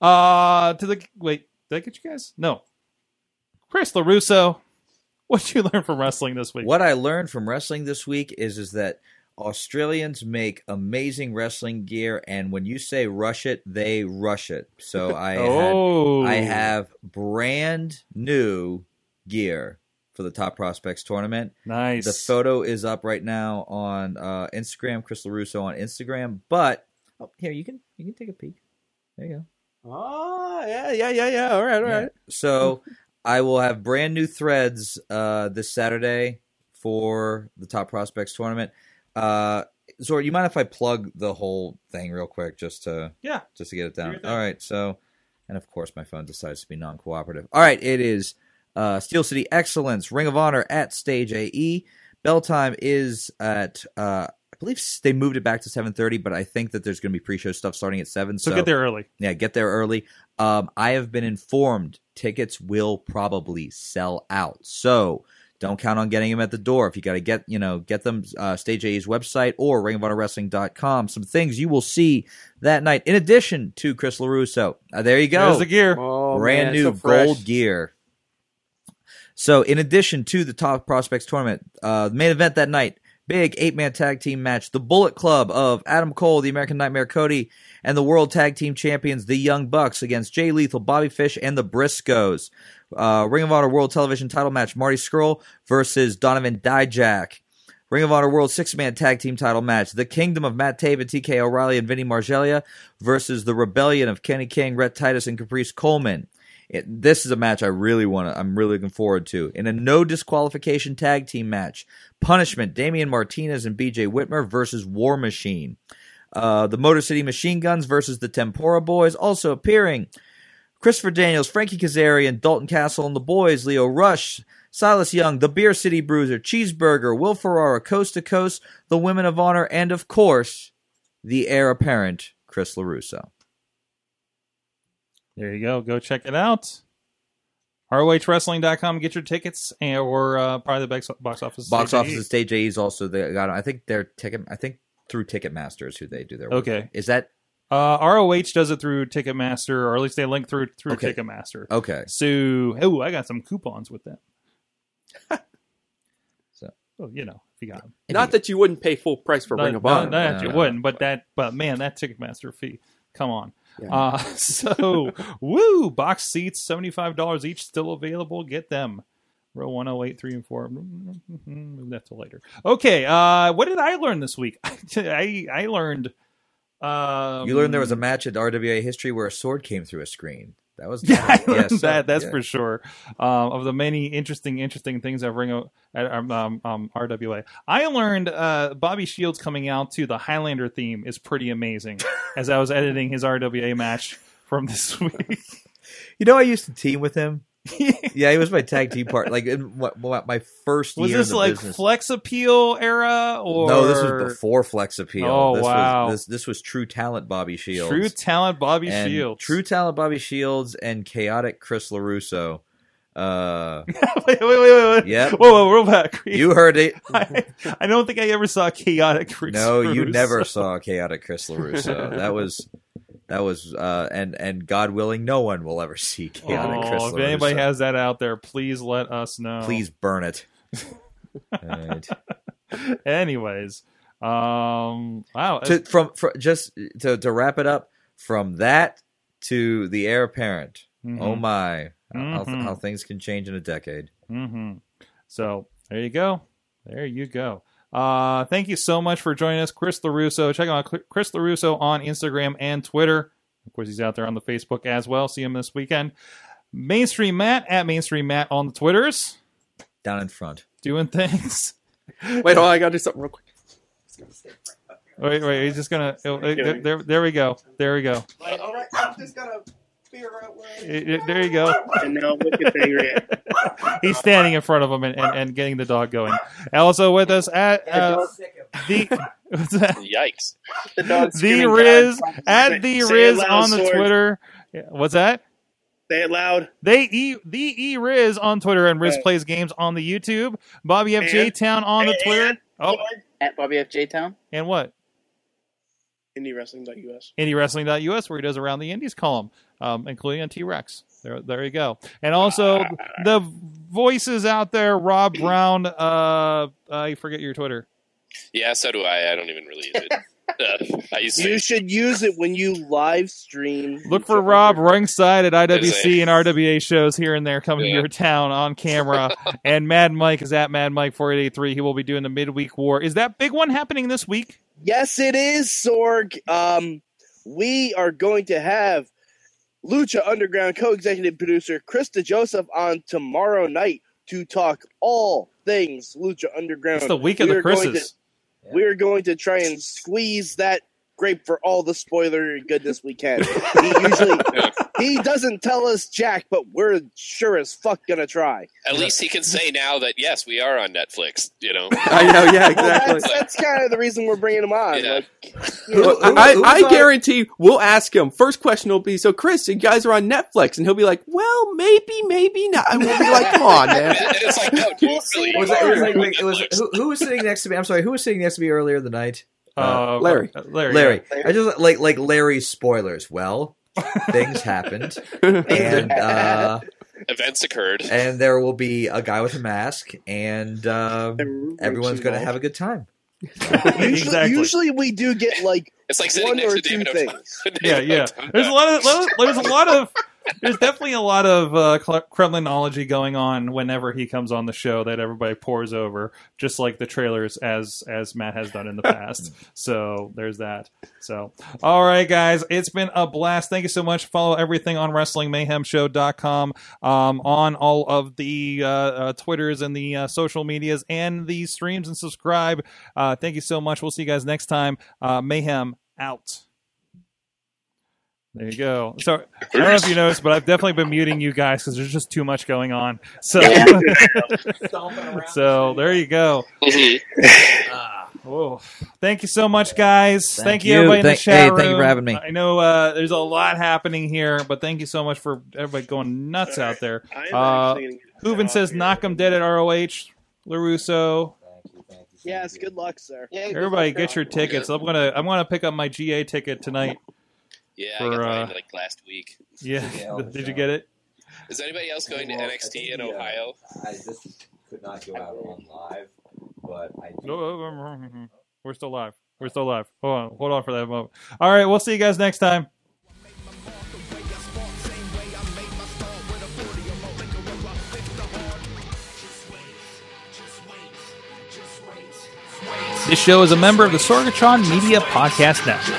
Speaker 2: uh, to the wait, did I get you guys? No, Chris Larusso. What you learn from wrestling this week?
Speaker 5: What I learned from wrestling this week is is that Australians make amazing wrestling gear, and when you say rush it, they rush it. So I had-
Speaker 2: Oh.
Speaker 5: I have brand new gear for the Top Prospects tournament.
Speaker 2: Nice.
Speaker 5: The photo is up right now on uh, Instagram, Chris Larusso on Instagram. But oh, here you can you can take a peek. There you go.
Speaker 10: Oh, yeah, yeah, yeah, yeah. All right, all right.
Speaker 5: So I will have brand new threads uh, this Saturday for the Top Prospects tournament. Uh, Zor, you mind if I plug the whole thing real quick just to
Speaker 2: Yeah.
Speaker 5: just to get it
Speaker 2: your
Speaker 5: down?
Speaker 2: thing.
Speaker 5: All right. So, and of course, my phone decides to be non-cooperative. All right. It is uh, Steel City Excellence, Ring of Honor at Stage AE. Bell time is at. Uh, I believe s- they moved it back to 7:30, but I think that there's going to be pre-show stuff starting at 7.
Speaker 2: So get there early.
Speaker 5: Yeah, get there early. Um, I have been informed tickets will probably sell out. So don't count on getting them at the door. If you got to get, you know, get them uh, Stage A's website or ringofhonorwrestling.com. Some things you will see that night. In addition to Chris LaRusso. Uh, there you go.
Speaker 2: There's the gear.
Speaker 10: Oh,
Speaker 5: Brand
Speaker 10: man,
Speaker 5: new
Speaker 10: so fresh.
Speaker 5: gold gear. So, in addition to the top prospects tournament, uh, the main event that night, big eight man tag team match, the Bullet Club of Adam Cole, the American Nightmare Cody, and the world tag team champions, the Young Bucks, against Jay Lethal, Bobby Fish, and the Briscoes. Uh, Ring of Honor World Television title match, Marty Skrull versus Donovan Dijak. Ring of Honor World Six Man Tag Team Title Match: The Kingdom of Matt Taven, TK O'Reilly, and Vinny Margelia versus the Rebellion of Kenny King, Rhett Titus, and Caprice Coleman. It- this is a match I really want to. I'm really looking forward to. In a no disqualification tag team match, Punishment: Damian Martinez and B.J. Whitmer versus War Machine. Uh, the Motor City Machine Guns versus the Tempora Boys also appearing. Christopher Daniels, Frankie Kazarian, Dalton Castle and the Boys, Leo Rush, Silas Young, the Beer City Bruiser, Cheeseburger, Will Ferrara, Coast to Coast, the Women of Honor, and of course, the heir apparent, Chris LaRusso.
Speaker 2: There you go. Go check it out. ROHWrestling.com. Get your tickets, and, or uh, probably the box, box office.
Speaker 5: Box
Speaker 2: Stage
Speaker 5: office
Speaker 2: AE.
Speaker 5: at Stage AE is also they got I think their ticket I think through Ticketmaster is who they do their work.
Speaker 2: Okay.
Speaker 5: Is that
Speaker 2: Uh, ROH does it through Ticketmaster, or at least they link through through
Speaker 5: Okay.
Speaker 2: Ticketmaster.
Speaker 5: Okay.
Speaker 2: So, oh, I got some coupons with them.
Speaker 5: so,
Speaker 2: well, oh, you know, if you got them.
Speaker 11: Not that you wouldn't pay full price for
Speaker 2: No,
Speaker 11: Ring of
Speaker 2: no,
Speaker 11: Honor.
Speaker 2: no, that you wouldn't, but that, but man, that Ticketmaster fee. Come on.
Speaker 11: Yeah.
Speaker 2: Uh, so, woo! Box seats, seventy five dollars each, still available. Get them. Row 108, 3 and Mm-hmm. 4. Move that to later. Okay, uh, what did I learn this week? I I learned. Um,
Speaker 5: you learned there was a match at RWA history where a sword came through a screen. That was
Speaker 2: yeah, I learned
Speaker 5: so-
Speaker 2: that. That's
Speaker 5: yeah.
Speaker 2: for sure. Um, of the many interesting, interesting things that bring o- at um, um, um, RWA, I learned uh, Bobby Shields coming out to the Highlander theme is pretty amazing. as I was editing his RWA match from this week,
Speaker 5: You know, I used to team with him. yeah, he was my tag team part. Like in what, what, my first
Speaker 2: was
Speaker 5: year
Speaker 2: this
Speaker 5: in the
Speaker 2: like
Speaker 5: business.
Speaker 2: Flex Appeal era or
Speaker 5: No, this was before Flex Appeal.
Speaker 2: Oh,
Speaker 5: this
Speaker 2: wow.
Speaker 5: Was, this this was True Talent Bobby Shields.
Speaker 2: True Talent Bobby
Speaker 5: And
Speaker 2: Shields.
Speaker 5: True Talent Bobby Shields and Chaotic Chris LaRusso. Uh,
Speaker 2: wait, wait, wait, wait. wait.
Speaker 5: Yep.
Speaker 2: Whoa, whoa, roll back.
Speaker 5: You heard it.
Speaker 2: I, I don't think I ever saw chaotic. Chris
Speaker 5: no, you
Speaker 2: Russo.
Speaker 5: never saw Chaotic Chris LaRusso. that was that was uh, and and God willing, no one will ever see Chaotic
Speaker 2: Oh,
Speaker 5: Chris
Speaker 2: if
Speaker 5: LaRusso.
Speaker 2: anybody has that out there, please let us know.
Speaker 5: Please burn it. Alright.
Speaker 2: Anyways, um, wow.
Speaker 5: to, from, from just to, to wrap it up from that to the heir apparent
Speaker 2: Mhm.
Speaker 5: oh my how,
Speaker 2: Mhm.
Speaker 5: how things can change in a decade
Speaker 2: hmm So there you go. There you go. Uh, thank you so much for joining us, Chris LaRusso. Check out Cl- Chris LaRusso on Instagram and Twitter. Of course, he's out there on the Facebook as well. See him this weekend. Mainstream Matt at Mainstream Matt on the Twitters.
Speaker 5: Down in front.
Speaker 2: Doing things.
Speaker 11: Wait, hold on, I gotta do something real quick.
Speaker 2: Wait, wait. He's just going to. There, there we go. There we go.
Speaker 4: all right, I'm just gonna figure out where.
Speaker 2: Eh, eh, There you go.
Speaker 3: And now look at the
Speaker 2: He's standing in front of him and, and, and getting the dog going. Also with us at uh, the what's that?
Speaker 12: Yikes.
Speaker 2: the Riz at the Riz on the Twitter. Yeah, What's that?
Speaker 3: Say it loud.
Speaker 2: They e the e Riz on Twitter and Riz plays games on the YouTube. Bobby F J
Speaker 4: And-
Speaker 2: Town on the Twitter. Oh,
Speaker 4: At Bobby F. J. Town.
Speaker 2: and what?
Speaker 3: IndieWrestling.us.
Speaker 2: IndieWrestling.us where he does around the Indies column, um, including on T Rex. There, there you go. And
Speaker 4: Ah.
Speaker 2: also the voices out there. Rob Brown. Uh, I forget your Twitter.
Speaker 12: Yeah, so do I. I don't even really use it. Uh, I used to.
Speaker 10: You should use it when you live stream.
Speaker 2: Look for Rob ringside at IWC
Speaker 10: Busy.
Speaker 2: and RWA shows here and there coming to
Speaker 10: Yeah.
Speaker 2: your town on camera. and Mad Mike is at Mad Mike 4883. He will be doing the midweek war. Is that big one happening this week?
Speaker 10: Yes, it is, Sorg. Um, we are going to have Lucha Underground co executive producer Krista Joseph on tomorrow night to talk all things Lucha Underground.
Speaker 2: It's the week of the
Speaker 10: are going
Speaker 2: Chris's.
Speaker 10: to- We're going to try and squeeze that grape for all the spoiler goodness we can. he usually he doesn't tell us Jack, but we're sure as fuck gonna try.
Speaker 12: At least he can say now that yes, we are on Netflix. You know.
Speaker 11: I know, yeah, exactly.
Speaker 10: That's, that's kind of the reason we're bringing him on. Like,
Speaker 11: I,
Speaker 10: who-
Speaker 11: I
Speaker 10: who's on-
Speaker 11: guarantee we'll ask him. First question will be, "So Chris, you guys are on Netflix," and he'll be like, "Well, maybe, maybe not." And we'll be like, "Come on, man."
Speaker 12: it's like, no,
Speaker 5: dude, really. was it, it was like, wait, it was, who, who was sitting next to me? I'm sorry, who was sitting next to me earlier in the night?
Speaker 2: Uh,
Speaker 5: Larry.
Speaker 2: uh, Larry,
Speaker 5: Larry.
Speaker 2: yeah.
Speaker 5: I just like like Larry's spoilers. Well, things happened, and uh,
Speaker 12: Events occurred.
Speaker 11: Eh.
Speaker 5: and there will be a guy with a mask, and um, everyone's going to
Speaker 12: involved.
Speaker 5: have a good time.
Speaker 10: Usually, usually we do get like
Speaker 12: it's like
Speaker 10: one or two things.
Speaker 2: yeah, yeah. There's a lot of lot of- there's a lot of there's definitely a lot of uh, Cle- Kremlinology going on whenever he comes on the show that everybody pours over, just like the trailers as as Matt has done in the past. so there's that. So all right, guys, it's been a blast. Thank you so much. Follow everything on WrestlingMayhemShow.com, um, on all of the uh, uh, Twitters and the uh, social medias and the streams, and subscribe. Uh, thank you so much. We'll see you guys next time. Uh, Mayhem out. There you go. So I don't know if you noticed, but I've definitely been muting you guys because there's just too much going on. So, so there you go.
Speaker 10: Mm-hmm.
Speaker 2: Whoa. Thank you so much, guys. Thank,
Speaker 5: Thank
Speaker 2: you,
Speaker 5: you.
Speaker 2: everybody in
Speaker 5: Thank-
Speaker 2: the chat
Speaker 5: hey,
Speaker 2: room.
Speaker 5: thank you for having me.
Speaker 2: I know uh, there's a lot happening here, but thank you so much for everybody going nuts out there.
Speaker 3: am
Speaker 2: Uh,
Speaker 3: actually gonna
Speaker 2: Hooven says, "Knock 'em dead at ROH." Larusso,
Speaker 10: Yes, good luck, sir.
Speaker 2: everybody, get your tickets. I'm gonna I'm gonna pick up my GA ticket tonight.
Speaker 12: Yeah, I
Speaker 2: for,
Speaker 12: got mine
Speaker 2: uh,
Speaker 12: like last week.
Speaker 2: yeah. Did you get it?
Speaker 12: Is anybody else going to NXT in Ohio?
Speaker 5: uh, I just could not go out on live, but I
Speaker 2: No, no, no, no. We're still live. We're still live. Hold on. Hold on for that moment. All right. We'll see you guys next time. This show is a member of the Sorgatron Media Podcast Network.